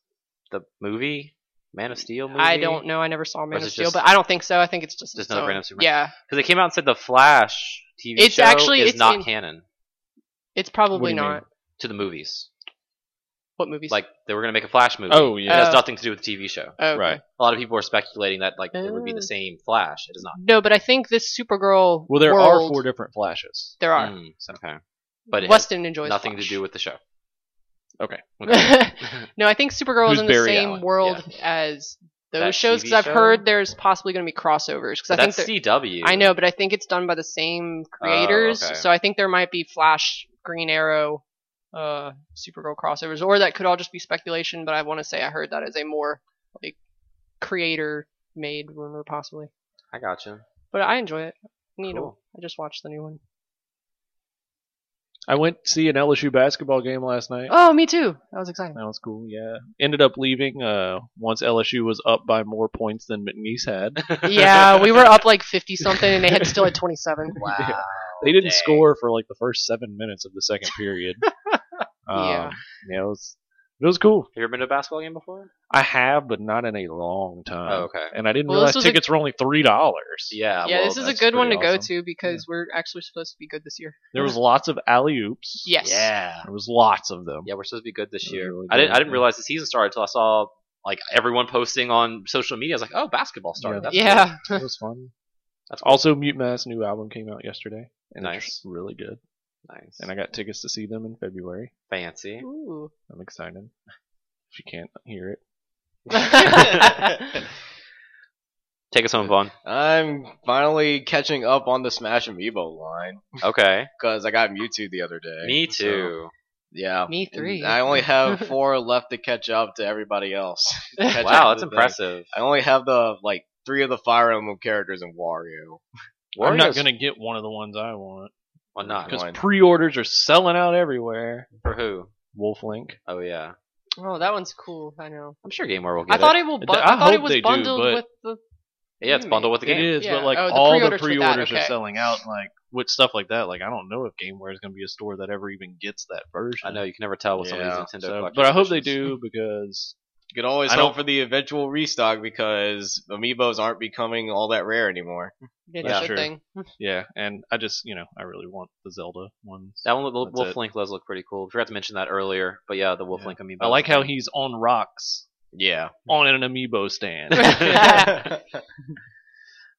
[SPEAKER 1] the movie Man of Steel movie?
[SPEAKER 4] I don't know. I never saw Man
[SPEAKER 1] is
[SPEAKER 4] of
[SPEAKER 1] it
[SPEAKER 4] Steel,
[SPEAKER 1] just-
[SPEAKER 4] but I don't think so. I think it's just
[SPEAKER 1] just
[SPEAKER 4] its
[SPEAKER 1] another
[SPEAKER 4] own-
[SPEAKER 1] brand of Superman?
[SPEAKER 4] Yeah,
[SPEAKER 1] because they came out and said the Flash TV
[SPEAKER 4] It's
[SPEAKER 1] show
[SPEAKER 4] actually-
[SPEAKER 1] is
[SPEAKER 4] it's
[SPEAKER 1] not
[SPEAKER 4] in-
[SPEAKER 1] canon
[SPEAKER 4] It's
[SPEAKER 2] What do
[SPEAKER 4] probably
[SPEAKER 2] you
[SPEAKER 4] not.
[SPEAKER 2] mean?
[SPEAKER 1] to the movies.
[SPEAKER 4] What movies?
[SPEAKER 1] Like they were gonna make a Flash movie.
[SPEAKER 2] Oh
[SPEAKER 1] it
[SPEAKER 2] yeah,
[SPEAKER 1] has
[SPEAKER 4] Oh.
[SPEAKER 1] nothing to do with the TV show.
[SPEAKER 4] Oh, okay.
[SPEAKER 2] right.
[SPEAKER 1] A lot of people are speculating that like it would be
[SPEAKER 4] Oh.
[SPEAKER 1] the same Flash. It is not.
[SPEAKER 4] No, but I think this Supergirl.
[SPEAKER 2] Well, there are
[SPEAKER 4] world-
[SPEAKER 2] four different flashes.
[SPEAKER 4] There are.
[SPEAKER 1] Mm, so- okay. But it
[SPEAKER 4] Weston enjoys
[SPEAKER 1] has nothing to
[SPEAKER 4] Flash.
[SPEAKER 1] do with the show.
[SPEAKER 2] Okay.
[SPEAKER 4] no, I think Supergirl
[SPEAKER 2] Who's
[SPEAKER 4] is in the
[SPEAKER 2] Barry
[SPEAKER 4] same
[SPEAKER 2] Allen?
[SPEAKER 4] world as those
[SPEAKER 1] That
[SPEAKER 4] shows
[SPEAKER 1] TV
[SPEAKER 4] because I've
[SPEAKER 1] show?
[SPEAKER 4] heard there's possibly going to be crossovers because
[SPEAKER 1] But
[SPEAKER 4] I think
[SPEAKER 1] that's
[SPEAKER 4] they're-
[SPEAKER 1] CW.
[SPEAKER 4] I know, but I think it's done by the same creators,
[SPEAKER 1] okay.
[SPEAKER 4] so I think there might be Flash, Green Arrow, uh, Supergirl crossovers, or that could all just be speculation. But I want to say I heard that as a more like creator-made rumor, possibly.
[SPEAKER 1] I gotcha.
[SPEAKER 4] But I enjoy it. You know,
[SPEAKER 1] Cool.
[SPEAKER 4] I just watched the new one.
[SPEAKER 2] I went to see an LSU basketball game last night.
[SPEAKER 4] Oh, me too. That was exciting.
[SPEAKER 2] That was cool. Yeah, ended up leaving uh, once LSU was up by more points than McNeese had.
[SPEAKER 4] Oh, yeah, we were up like fifty something, and they had still at twenty-seven.
[SPEAKER 2] Yeah. They didn't
[SPEAKER 1] Dang.
[SPEAKER 2] score for like the first seven minutes of the second period.
[SPEAKER 4] Yeah.
[SPEAKER 2] Um, yeah, it was it was cool.
[SPEAKER 1] Have you ever been to a basketball game before?
[SPEAKER 2] I have, but not in a long time.
[SPEAKER 1] Oh, okay.
[SPEAKER 2] And I didn't
[SPEAKER 4] Well,
[SPEAKER 2] realize
[SPEAKER 4] this was a-
[SPEAKER 2] tickets were only three dollars.
[SPEAKER 1] Yeah.
[SPEAKER 4] yeah,
[SPEAKER 1] well,
[SPEAKER 4] this is a
[SPEAKER 1] that's
[SPEAKER 4] good one to
[SPEAKER 1] pretty
[SPEAKER 4] go
[SPEAKER 2] awesome.
[SPEAKER 4] to because we're actually supposed to be good this year.
[SPEAKER 2] There was lots of alley oops.
[SPEAKER 4] Yes.
[SPEAKER 1] Yeah.
[SPEAKER 2] There was lots of them.
[SPEAKER 1] Yeah, we're supposed to be good this
[SPEAKER 2] That was
[SPEAKER 1] year.
[SPEAKER 2] really
[SPEAKER 1] I didn't.
[SPEAKER 2] good.
[SPEAKER 1] I didn't realize the season started until I saw like everyone posting on social media. I was like, oh, basketball started.
[SPEAKER 2] Yeah.
[SPEAKER 1] That's cool.
[SPEAKER 4] yeah.
[SPEAKER 2] It was fun.
[SPEAKER 1] That's cool.
[SPEAKER 2] Also, Mute Mass new album came out yesterday. And
[SPEAKER 1] Nice.
[SPEAKER 2] It's really good.
[SPEAKER 1] nice
[SPEAKER 2] And I got tickets to see them in February.
[SPEAKER 1] fancy.
[SPEAKER 4] Ooh.
[SPEAKER 2] I'm excited. If you can't hear it.
[SPEAKER 1] Take us home, Vaughn.
[SPEAKER 3] I'm finally catching up on the Smash Amiibo line
[SPEAKER 1] Okay.
[SPEAKER 3] because I got Mewtwo the other day.
[SPEAKER 1] Me
[SPEAKER 3] so-
[SPEAKER 1] too.
[SPEAKER 3] yeah.
[SPEAKER 4] Me three.
[SPEAKER 3] I only have four left to catch up to everybody else. Catch up
[SPEAKER 1] Wow,
[SPEAKER 3] to
[SPEAKER 1] that's
[SPEAKER 3] the thing.
[SPEAKER 1] impressive.
[SPEAKER 3] I only have the like three of the Fire Emblem characters in Wario.
[SPEAKER 2] I'm not
[SPEAKER 1] Warriors-
[SPEAKER 2] going to get one of the ones I want.
[SPEAKER 1] Why not?
[SPEAKER 2] Because
[SPEAKER 3] Why not?
[SPEAKER 2] pre orders are selling out everywhere.
[SPEAKER 1] For who?
[SPEAKER 2] Wolf Link.
[SPEAKER 1] Oh yeah.
[SPEAKER 4] oh, that one's cool. I know.
[SPEAKER 1] I'm sure Gameware will get
[SPEAKER 4] I
[SPEAKER 1] it.
[SPEAKER 4] thought it will. Bu-
[SPEAKER 2] I
[SPEAKER 4] I, thought it
[SPEAKER 2] hope
[SPEAKER 4] was
[SPEAKER 2] they do,
[SPEAKER 4] bundled
[SPEAKER 2] but-
[SPEAKER 4] with the.
[SPEAKER 1] yeah, it's bundled with the
[SPEAKER 2] It
[SPEAKER 1] game.
[SPEAKER 2] is,
[SPEAKER 4] Yeah.
[SPEAKER 2] but like
[SPEAKER 4] Oh, the
[SPEAKER 2] all the
[SPEAKER 4] pre-orders for
[SPEAKER 2] pre
[SPEAKER 4] that,
[SPEAKER 2] orders are
[SPEAKER 4] okay.
[SPEAKER 2] selling out. Like with stuff like that, like I don't know if GameWare is going to be a store that ever even gets that version.
[SPEAKER 1] I know you can never tell with some
[SPEAKER 3] Yeah,
[SPEAKER 1] of these Nintendo.
[SPEAKER 2] So-
[SPEAKER 1] collector's
[SPEAKER 2] but I hope they
[SPEAKER 1] editions.
[SPEAKER 2] do because
[SPEAKER 3] You could always
[SPEAKER 2] I
[SPEAKER 3] hope
[SPEAKER 2] don't-
[SPEAKER 3] for the eventual restock because Amiibos aren't becoming all that rare anymore.
[SPEAKER 4] Yeah,
[SPEAKER 2] That's
[SPEAKER 4] that's
[SPEAKER 2] true.
[SPEAKER 4] thing.
[SPEAKER 2] yeah, and I just you know I really want the Zelda ones.
[SPEAKER 1] That one, the
[SPEAKER 2] That's
[SPEAKER 1] Wolf
[SPEAKER 2] it.
[SPEAKER 1] Link does look pretty cool. Forgot to mention that earlier, but yeah, the Wolf
[SPEAKER 2] Yeah.
[SPEAKER 1] Link amiibo.
[SPEAKER 2] I like how he's on rocks
[SPEAKER 3] Yeah.
[SPEAKER 2] on an amiibo stand.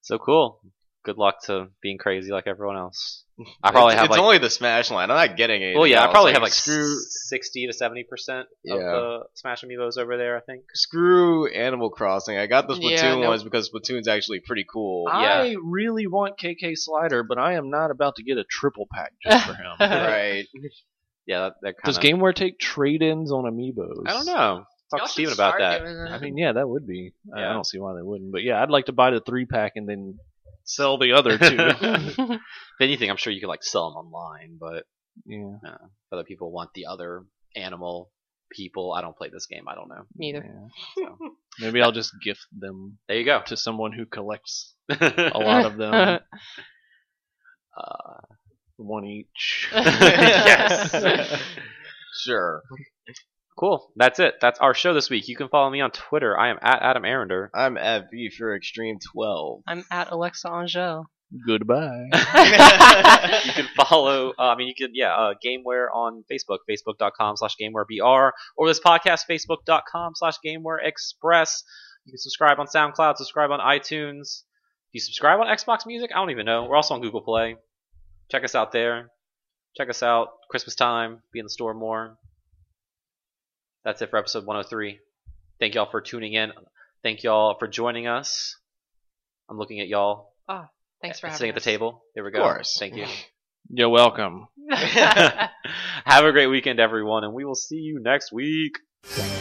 [SPEAKER 1] So cool. Good luck to being crazy like everyone else. I probably
[SPEAKER 3] it's,
[SPEAKER 1] have
[SPEAKER 3] it's
[SPEAKER 1] like.
[SPEAKER 3] only the Smash line. I'm not getting it.
[SPEAKER 1] well, yeah, I probably have like uh,
[SPEAKER 3] screw
[SPEAKER 1] sixty to seventy percent
[SPEAKER 3] Yeah.
[SPEAKER 1] of the Smash amiibos over there. I think.
[SPEAKER 3] screw Animal Crossing. I got the Splatoon
[SPEAKER 4] Yeah, no. Ah.
[SPEAKER 3] ones because Splatoon's actually pretty cool.
[SPEAKER 2] I really want KK Slider, but I am not about to get a triple pack just for him.
[SPEAKER 3] right.
[SPEAKER 1] Yeah, that, that kind
[SPEAKER 2] Does GameWare take trade-ins on amiibos?
[SPEAKER 1] I don't know. Talk to Steven about that.
[SPEAKER 2] I mean, yeah, that would be. I- I
[SPEAKER 1] Yeah.
[SPEAKER 2] don't see why they wouldn't. But yeah, I'd like to buy the three pack and then sell the other two.
[SPEAKER 1] If anything, I'm sure you could like sell them online, but
[SPEAKER 2] yeah,
[SPEAKER 1] other people want the other animal people. I don't play this game. I don't know.
[SPEAKER 4] Neither.
[SPEAKER 2] yeah.
[SPEAKER 1] So.
[SPEAKER 2] Maybe I'll just gift them
[SPEAKER 1] There you go.
[SPEAKER 2] to someone who collects
[SPEAKER 1] A
[SPEAKER 2] a lot of them,
[SPEAKER 1] Uh,
[SPEAKER 2] one each.
[SPEAKER 1] yes.
[SPEAKER 3] Sure.
[SPEAKER 1] Cool. That's it. That's our show this week. You can follow me on Twitter. I am at Adam Arender.
[SPEAKER 3] I'm at V for Extreme 12.
[SPEAKER 4] I'm at Alexa Angel.
[SPEAKER 2] Goodbye.
[SPEAKER 1] You can follow, uh, I mean, you can, yeah, uh, Gameware on Facebook, facebook.com slash GamewareBR, or this podcast, facebook.com slash GamewareExpress. You can subscribe on SoundCloud, subscribe on iTunes. Do you subscribe on Xbox Music? I don't even know. We're also on Google Play. Check us out there. Check us out. Christmas time. Be in the store more. That's it for episode 103. Thank y'all for tuning in. Thank y'all for joining us. I'm looking at y'all.
[SPEAKER 4] Thanks for having
[SPEAKER 1] sitting at
[SPEAKER 4] us.
[SPEAKER 1] the table. There we go.
[SPEAKER 3] course.
[SPEAKER 1] Thank you.
[SPEAKER 2] You're welcome.
[SPEAKER 1] Have a great weekend, everyone, and we will see you next week.
[SPEAKER 5] Thank you.